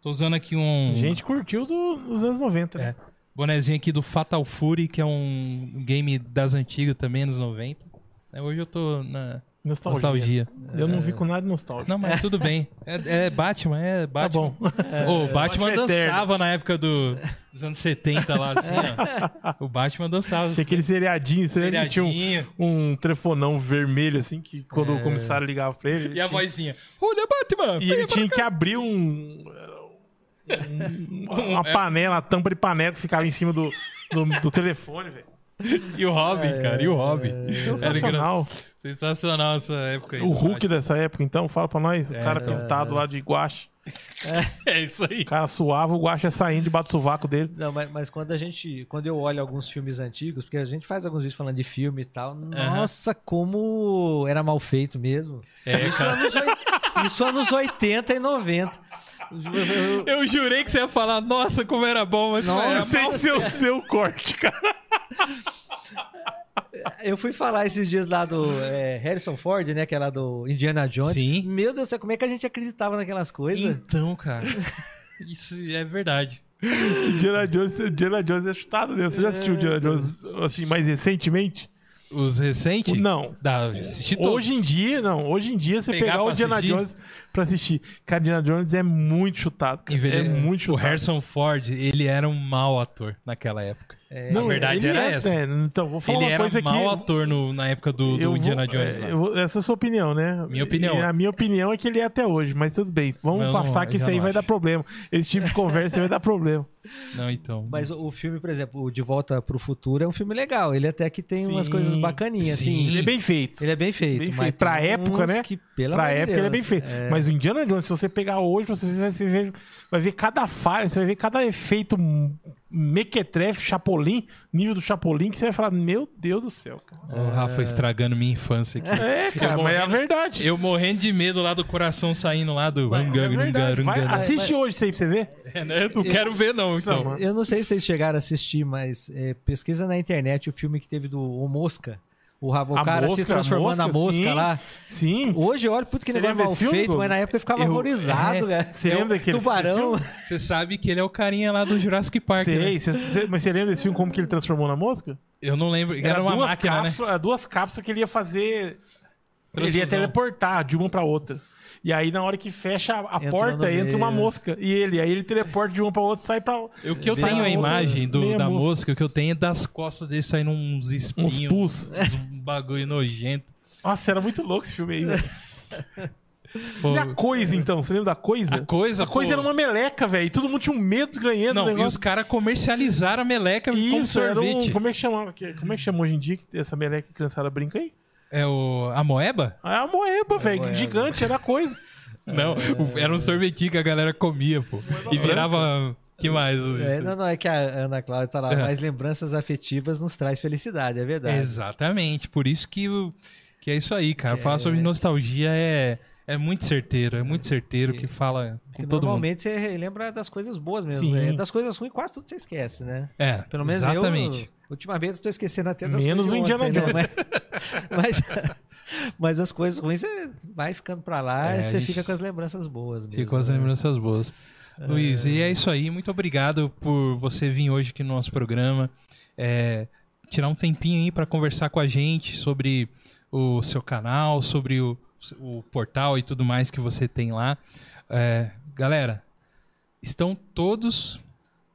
S1: Tô usando aqui um
S2: A gente curtiu do- dos anos 90,
S1: É.
S2: né?
S1: bonezinho aqui do Fatal Fury, que é um game das antigas também, anos 90. É, Hoje eu tô na
S2: Nostalgia.
S1: nostalgia. É.
S2: Eu não vi com nada de nostálgico.
S1: Não, mas tudo bem. É, é Batman, é
S2: Tá
S1: Batman.
S2: bom.
S1: Ô, o Batman,
S2: Batman é
S1: dançava na época do- dos anos 70 lá, assim, ó. O Batman dançava. assim,
S2: Tinha aquele seriadinho, seriadinho. Tinha um,
S1: seriadinho. É.
S2: um telefonão vermelho, assim, que quando o comissário ligava pra ele. ele
S1: E a
S2: tinha- um
S1: vozinha, olha Batman!
S2: E ele tinha que abrir um. um- uma panela, uma tampa de panela que ficava em cima do, do, do telefone, velho.
S1: E o Robin, cara, e o Robin. Era engra-
S2: É, Sensacional.
S1: sensacional essa época aí.
S2: O
S1: do
S2: Hulk dessa época, então, fala pra nós. O
S1: É,
S2: cara
S1: então.
S2: pintado lá de guache.
S1: Batman. É isso aí.
S2: O cara suava, o guache ia saindo debaixo do sovaco dele.
S3: Não, mas, mas quando a gente. Quando eu olho alguns filmes antigos, porque a gente faz alguns vídeos falando de filme e tal, nossa, como era mal feito mesmo.
S1: É,
S3: isso,
S2: um
S1: cara.
S3: anos, oi- isso anos 80 e 90. Eu- eu-
S1: Eu jurei que você ia falar, nossa, como era bom, mas
S3: Nossa.
S1: era
S2: Sem
S1: mal.
S2: ser o seu corte, cara.
S3: Eu fui falar esses dias lá do é, Harrison Ford, né? Que é lá do Indiana Jones.
S1: Sim.
S3: Meu Deus do céu, como é que a gente acreditava naquelas coisas?
S1: Então, cara, isso é verdade.
S2: Indiana Jones, Indiana Jones é chutado mesmo. Você já assistiu o
S1: É,
S2: Indiana Jones assim, mais recentemente?
S1: Os recentes?
S2: Não.
S1: Dá, assisti todos.
S2: Hoje em dia, não. Hoje em dia, você
S1: Pegar
S2: pegar, o
S1: pra
S2: Indiana
S1: assistir?
S2: Jones pra assistir. Cara, Indiana Jones é muito chutado. Cara.
S1: Envelhe-
S2: É muito
S1: o
S2: chutado.
S1: Harrison Ford, ele era um mau ator naquela época.
S2: Não,
S1: Na verdade
S2: ele
S1: era
S2: é,
S1: essa.
S2: é, então, vou falar
S1: Ele
S2: uma
S1: era um
S2: coisa aqui.
S1: mau ator no- na época do, do
S2: Eu vou-
S1: Indiana Jones.
S2: é,
S1: lá.
S2: eu vou- essa é a sua opinião, né?
S1: Minha opinião.
S2: E a minha opinião é que ele é até hoje, mas tudo bem. Vamos
S1: Mas eu não-
S2: passar que
S1: eu já
S2: isso aí
S1: não
S2: vai
S1: acho.
S2: dar problema. Esse tipo de conversa vai dar problema.
S1: Não, então.
S3: Mas o o filme, por exemplo, o De Volta pro Futuro é um filme legal. Ele até que tem umas
S2: Sim,
S3: coisas bacaninhas,
S1: sim.
S3: assim.
S2: Ele é bem feito.
S3: Ele é bem feito.
S2: Bem
S3: mas
S2: feito. Pra
S3: tem
S2: época,
S3: uns
S2: né?
S3: Que, pelo
S2: pra
S3: amor de
S2: época ele é bem
S3: Deus,
S2: feito. Mas o Indiana Jones, se você pegar hoje, você vai, você vai- vai ver cada falha, você vai ver cada efeito m- mequetrefe, chapolim, nível do chapolim, que você vai falar, meu Deus do céu, cara.
S1: O Rafa estragando minha infância aqui.
S2: É, cara, mas é a verdade.
S1: Eu morrendo de medo lá do coração saindo lá do.
S2: É
S1: Rungang,
S2: verdade.
S1: rungang,
S2: Vai, assim-
S1: rungang.
S2: assiste hoje isso aí pra você ver.
S1: É, né? Eu não quero ver, não, então.
S2: mano.
S3: Eu não sei se vocês chegaram a assistir, mas é, pesquisa na internet o filme que teve do O Mosca. O, rabo, o
S2: A
S3: cara se
S2: mosca, a
S3: transformando na
S2: mosca,
S3: mosca
S2: sim.
S3: lá.
S2: Sim.
S3: Hoje eu olho, puto, que
S2: Você
S3: negócio
S2: lembra
S3: mal
S2: desse filme,
S3: feito,
S2: Douglas?
S3: mas na época eu ficava
S1: Eu-
S3: horrorizado,
S1: é,
S3: cara.
S2: Você lembra daquele
S3: Tubarão.
S1: Você sabe que ele é o carinha lá do Jurassic Park.
S2: Sei,
S1: né?
S2: cê- cê- mas você lembra desse filme como que ele transformou na mosca?
S1: Eu não lembro. Era, uma
S2: duas
S1: máquina, né?
S2: cápsulas, era duas cápsulas que ele ia fazer. Ele ia
S1: Transfusão.
S2: teleportar de uma pra outra. E aí, na hora que fecha a, a
S3: Entrou no
S2: porta, entra
S3: meio.
S2: uma mosca. E ele, aí ele teleporta de uma pra outra, sai pra.
S1: O que eu
S2: Vira
S1: tenho a
S2: outra,
S1: imagem do-
S2: meia
S1: da
S2: mosca.
S1: mosca, o que eu tenho é das costas dele saindo uns
S2: Uns
S1: espinhos.
S2: pus.
S1: Um bagulho nojento.
S2: Nossa, era muito louco esse filme aí. velho.
S1: Pô,
S2: E a coisa, então? Você lembra da coisa?
S1: A Coisa,
S2: A coisa
S1: pô.
S2: era uma meleca, velho. E todo mundo tinha um medo ganhando
S1: Não,
S2: o
S1: e os
S2: negócio.
S1: caras comercializaram a meleca com
S2: Isso, era um.
S1: sorvete.
S2: Como é que chamava? que- Como é que chama hoje em dia que essa meleca que criançada brinca aí?
S1: É o... A moeba?
S2: É a moeba, velho.
S3: moeba.
S2: Gigante, era a coisa.
S1: Não, o- era um sorvetinho que a galera comia, pô. E virava... Que mais? Luiz?
S3: É, não, não, é que a Ana Cláudia tá
S1: É.
S3: lá, mas lembranças afetivas nos traz felicidade, é verdade.
S1: Exatamente. Por isso que, o- que é isso aí, cara. Falar sobre nostalgia é... É muito certeiro, é muito certeiro que fala com
S3: Porque
S1: todo mundo.
S3: normalmente você lembra das coisas boas mesmo,
S2: Sim.
S3: né? Das coisas ruins, quase tudo você esquece, né?
S1: É,
S3: Pelo menos
S1: exatamente.
S3: eu, ultimamente, eu tô esquecendo até das
S2: Menos
S3: coisas
S2: o
S3: de
S2: Indiana
S3: ontem, né? Mas, mas, mas as coisas ruins, você vai ficando pra lá
S1: É,
S3: e
S1: a
S3: você
S1: gente
S3: fica com as lembranças boas mesmo.
S1: Fico com as
S3: né?
S1: lembranças boas. Luiz, e é isso aí. Muito obrigado por você vir hoje aqui no nosso programa. É, tirar um tempinho aí para conversar com a gente sobre o seu canal, sobre o, o portal e tudo mais que você tem lá. É, galera, estão todos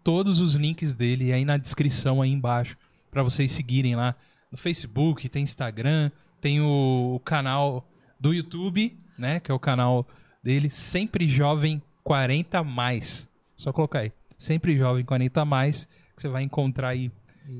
S1: todos os links dele aí na descrição aí embaixo para vocês seguirem lá no Facebook, tem Instagram, tem o, o canal do YouTube, né, que é o canal dele Sempre Jovem 40 mais. Só colocar aí. Sempre Jovem 40 mais que você vai encontrar aí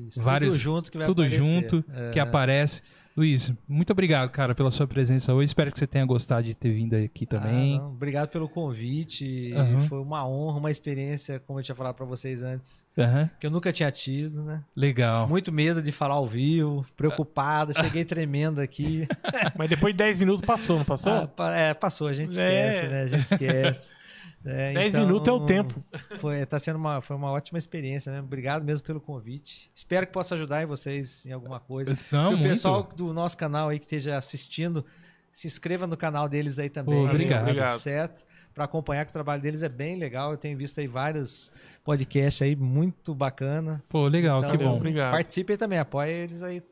S3: Isso,
S1: Vários-
S3: tudo junto que vai
S1: tudo
S3: aparecer. é.
S1: junto que aparece Luiz, muito obrigado, cara, pela sua presença hoje. Espero que você tenha gostado de ter vindo aqui também.
S3: Ah, não, obrigado pelo convite.
S1: Aham.
S3: Foi uma honra, uma experiência, como eu tinha falado pra vocês antes,
S1: Aham.
S3: que eu nunca tinha tido, né?
S1: Legal.
S3: Muito medo de falar ao vivo, preocupado,
S2: É.
S3: cheguei tremendo aqui.
S2: Mas depois de 10 minutos passou, não passou?
S1: tá.
S3: Ah, pa- é, passou, a gente esquece,
S2: É.
S3: né? A gente esquece. É,
S2: 10
S3: então,
S2: minutos é o tempo.
S3: Foi, tá sendo uma, foi uma ótima experiência, né? Obrigado mesmo pelo convite. Espero que possa ajudar em vocês em alguma coisa.
S1: Não,
S3: e o
S1: muito.
S3: pessoal do nosso canal aí que esteja assistindo, se inscreva no canal deles aí também. tá
S1: Pô, obrigado.
S2: Obrigado.
S3: Certo? Para acompanhar que o trabalho deles é bem legal. Eu tenho visto aí vários podcasts aí muito bacana.
S1: Pô, legal,
S3: Então,
S1: que bom.
S2: Obrigado.
S3: Participem também, apoiem eles aí.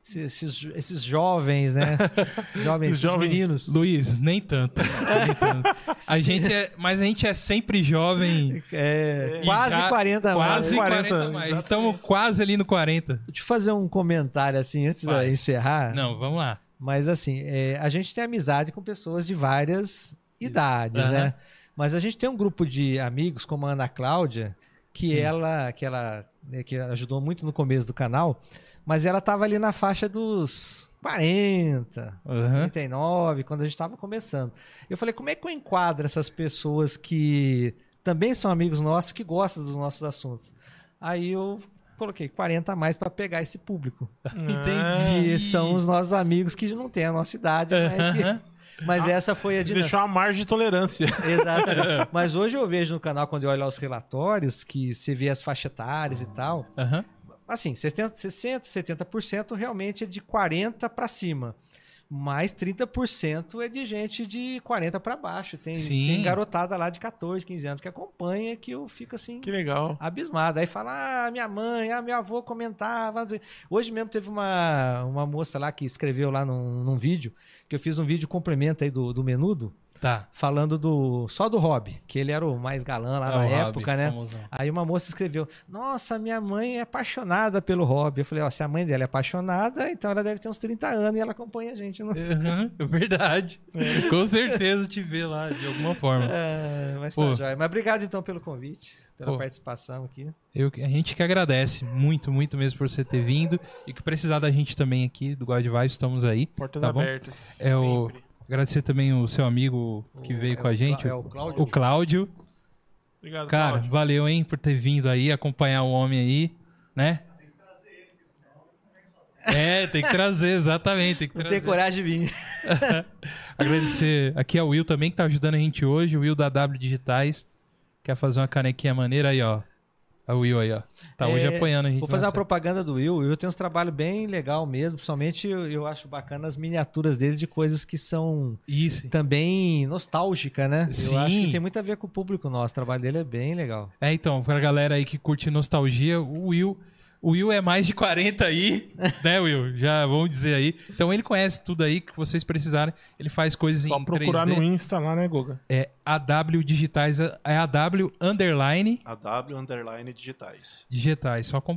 S3: Esses, esses jo- esses jovens, né? jovens,
S2: Os
S3: esses
S2: jovens.
S3: meninos.
S1: Luiz, nem tanto. nem tanto. A gente é, mas a gente é sempre jovem,
S3: É,
S2: É.
S3: quase
S1: Já-
S3: 40 mais.
S1: quase 40,
S2: 40,
S1: mais.
S2: exatamente.
S1: Estamos quase ali no 40.
S3: Deixa eu fazer um comentário assim antes de
S1: Faz.
S3: eu encerrar.
S1: Não, vamos lá.
S3: Mas assim, é, a gente tem amizade com pessoas de várias idades,
S1: Uhum. Aham.
S3: né? Mas a gente tem um grupo de amigos, como a Ana Cláudia, que
S1: Sim.
S3: ela que ela né, que ajudou muito no começo do canal, mas ela tava ali na faixa dos 40,
S1: Aham.
S3: 39, quando a gente estava começando. Eu falei, como é que eu enquadro essas pessoas que também são amigos nossos, que gostam dos nossos assuntos? Aí eu coloquei 40 a mais para pegar esse público.
S2: Ah,
S1: Entendi.
S3: Que são os nossos amigos que não têm a nossa idade, mas, que-
S1: Aham. Ah,
S3: mas essa foi a
S1: né?
S2: Você
S3: dinâmica.
S2: deixou uma margem de tolerância.
S3: Exatamente. Mas hoje eu vejo no canal, quando eu olho lá os relatórios, que você vê as faixa etárias e tal,
S1: Aham.
S3: assim, 60, 60 70% realmente é de 40 para cima. Mas 30% é de gente de 40 para baixo. Tem,
S1: Sim.
S3: tem garotada lá de 14, 15 anos que acompanha que eu fico assim
S2: Que legal.
S3: abismado. Aí fala, ah, minha mãe, ah, meu avô comentava. não sei. Hoje mesmo teve uma, uma moça lá que escreveu lá num, num vídeo, que eu fiz um vídeo complemento aí do, do Menudo,
S1: Tá.
S3: falando do só do Rob, que ele era o mais galã
S1: É
S3: lá na
S1: o Rob,
S3: época, né?
S1: famosão.
S3: Aí uma moça escreveu: Nossa, minha mãe é apaixonada pelo hobby. Eu falei: Ó, se a mãe dela é apaixonada, então ela deve ter uns 30 anos e ela acompanha a gente. Não...
S1: Aham, Verdade. Com certeza te vê lá de alguma forma.
S3: É, mas
S1: Pô.
S3: tá joia. Mas obrigado então pelo convite, pela
S1: Pô.
S3: participação aqui.
S1: Eu- a gente que agradece muito, muito mesmo por você ter vindo e que precisar da gente também aqui do God Vibes, estamos aí.
S2: Portas
S1: Tá bom.
S2: abertas.
S1: É o-
S2: sempre.
S1: Agradecer também o seu amigo que
S3: O-
S1: veio
S3: é
S1: com
S3: o
S1: a
S3: Clá-
S1: gente,
S3: é o Cláudio?
S1: o Cláudio.
S2: Obrigado,
S1: Cara,
S2: Cláudio.
S1: valeu, hein, por ter vindo aí, acompanhar o homem aí, né? É, tem que trazer, exatamente. Tem que
S3: Não
S1: trazer.
S3: tem coragem de vir.
S1: Agradecer aqui ao Will também, que tá ajudando a gente hoje, o Will da W Digitais. Quer fazer uma canequinha maneira aí, ó. A Will aí, ó. Tá hoje
S3: É,
S1: apoiando a gente.
S3: Vou fazer
S1: nessa.
S3: uma propaganda do Will. O Will tem uns trabalhos bem legal mesmo. Principalmente eu, eu acho bacana as miniaturas dele de coisas que são
S1: Isso.
S3: também nostálgicas, né?
S1: Sim.
S3: Eu acho que tem muito a ver com o público nosso. O trabalho dele é bem legal.
S1: É, então, pra galera aí que curte nostalgia, o Will. O Will é mais de 40 aí, né, Will? Já vamos dizer aí. Então ele conhece tudo aí que vocês precisarem. Ele faz coisas
S2: Só
S1: em
S2: procurar
S1: 3D.
S2: no Insta lá, né, Goga?
S1: É AW Digitais, é AW Underline
S4: A W underline digitais.
S1: Digitais. Só com-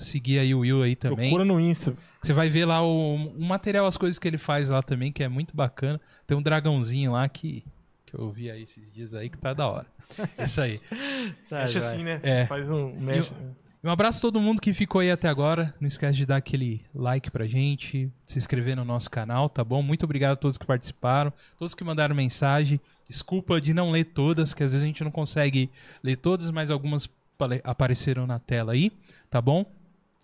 S1: seguir aí o Will aí também.
S2: Procura no Insta.
S1: Você vai ver lá o, o material, as coisas que ele faz lá também, que é muito bacana. Tem um dragãozinho lá que, que eu vi aí esses dias aí, que tá da hora. É Isso aí.
S3: Tá,
S2: mexe
S3: joia.
S2: assim, né?
S1: É.
S2: Faz um mexe.
S1: Um abraço a todo mundo que ficou aí até agora. Não esquece de dar aquele like pra gente, se inscrever no nosso canal, tá bom? Muito obrigado a todos que participaram, todos que mandaram mensagem. Desculpa de não ler todas, que às vezes a gente não consegue ler todas, mas algumas pale- apareceram na tela aí, tá bom?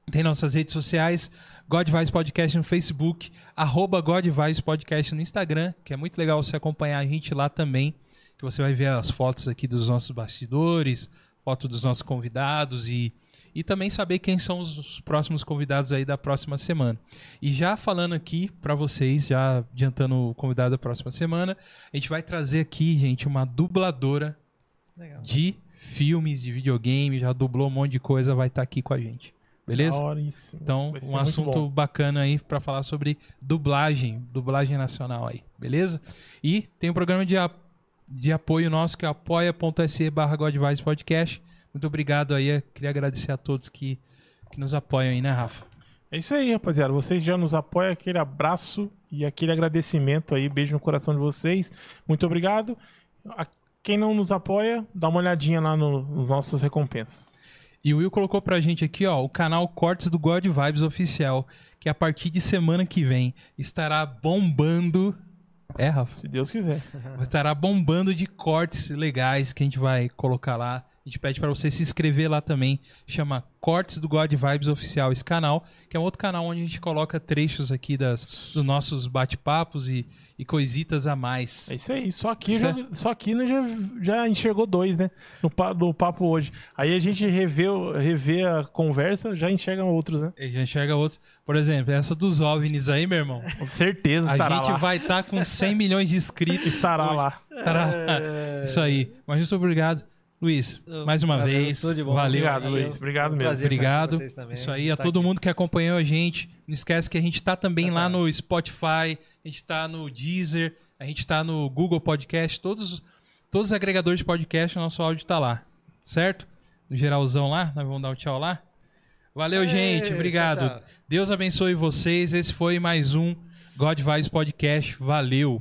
S1: Tem nossas redes sociais, God Vibes Podcast no Facebook, arroba God Vibes Podcast no Instagram, que é muito legal você acompanhar a gente lá também, que você vai ver as fotos aqui dos nossos bastidores, foto dos nossos convidados e, e também saber quem são os, os próximos convidados aí da próxima semana. E já falando aqui pra vocês, já adiantando o convidado da próxima semana, a gente vai trazer aqui, gente, uma dubladora
S3: Legal.
S1: de filmes, de videogame, já dublou um monte de coisa, vai estar aqui com a gente. Beleza?
S2: Daoríssimo.
S1: Então,
S2: Vai ser
S1: um
S2: muito
S1: assunto
S2: bom.
S1: bacana aí pra falar sobre dublagem, dublagem nacional aí, beleza? E tem um programa de, a- de apoio nosso que é apoia.se barra Godvice Podcast. Muito obrigado aí, eu queria agradecer a todos que, que nos apoiam aí, né, Rafa?
S2: É isso aí, rapaziada. Vocês já nos apoiam. Aquele abraço e aquele agradecimento aí. Beijo no coração de vocês. Muito obrigado. A- Quem não nos apoia, dá uma olhadinha lá no- nos nossos recompensas.
S1: E o Will colocou pra gente aqui, ó, o canal Cortes do God Vibes oficial, que a partir de semana que vem estará bombando. É, Rafa?
S2: Se Deus quiser.
S1: Estará bombando de cortes legais que a gente vai colocar lá. A gente pede pra você se inscrever lá também. Chama Cortes do God Vibes Oficial esse canal, que é um outro canal onde a gente coloca trechos aqui das, dos nossos bate-papos e, e coisitas a mais.
S2: É isso aí. Só aqui, já, só aqui né, já, já enxergou dois, né? No, pa- no papo hoje. Aí a gente revê, o- revê a conversa, já enxerga outros, né?
S1: A gente enxerga outros. Por exemplo, essa dos OVNIs aí, meu irmão.
S2: Com certeza
S1: A
S2: estará
S1: gente
S2: lá.
S1: vai estar com 100 milhões de inscritos.
S2: Estará
S1: hoje.
S2: lá.
S1: Estará
S3: é,
S1: Isso aí. Mas muito obrigado, Luiz. Mais uma
S3: Valeu,
S1: vez.
S3: tudo de bom.
S1: Valeu.
S2: Obrigado, Luiz. Obrigado mesmo.
S3: prazer conversar com
S1: Obrigado.
S3: vocês também,
S1: Isso aí, a
S3: tá
S1: todo
S3: aqui.
S1: mundo que acompanhou a gente. Não esquece que a gente está também
S3: Tá,
S1: lá
S3: tá.
S1: no Spotify, a gente está no Deezer, a gente está no Google Podcast, todos, todos os agregadores de podcast, o nosso áudio está lá. Certo? No geralzão lá, nós vamos dar o tchau lá. Valeu,
S3: Ei,
S1: gente.
S3: tchau,
S1: Obrigado.
S3: tchau.
S1: Deus abençoe vocês. Esse foi mais um God Vibes Podcast. Valeu.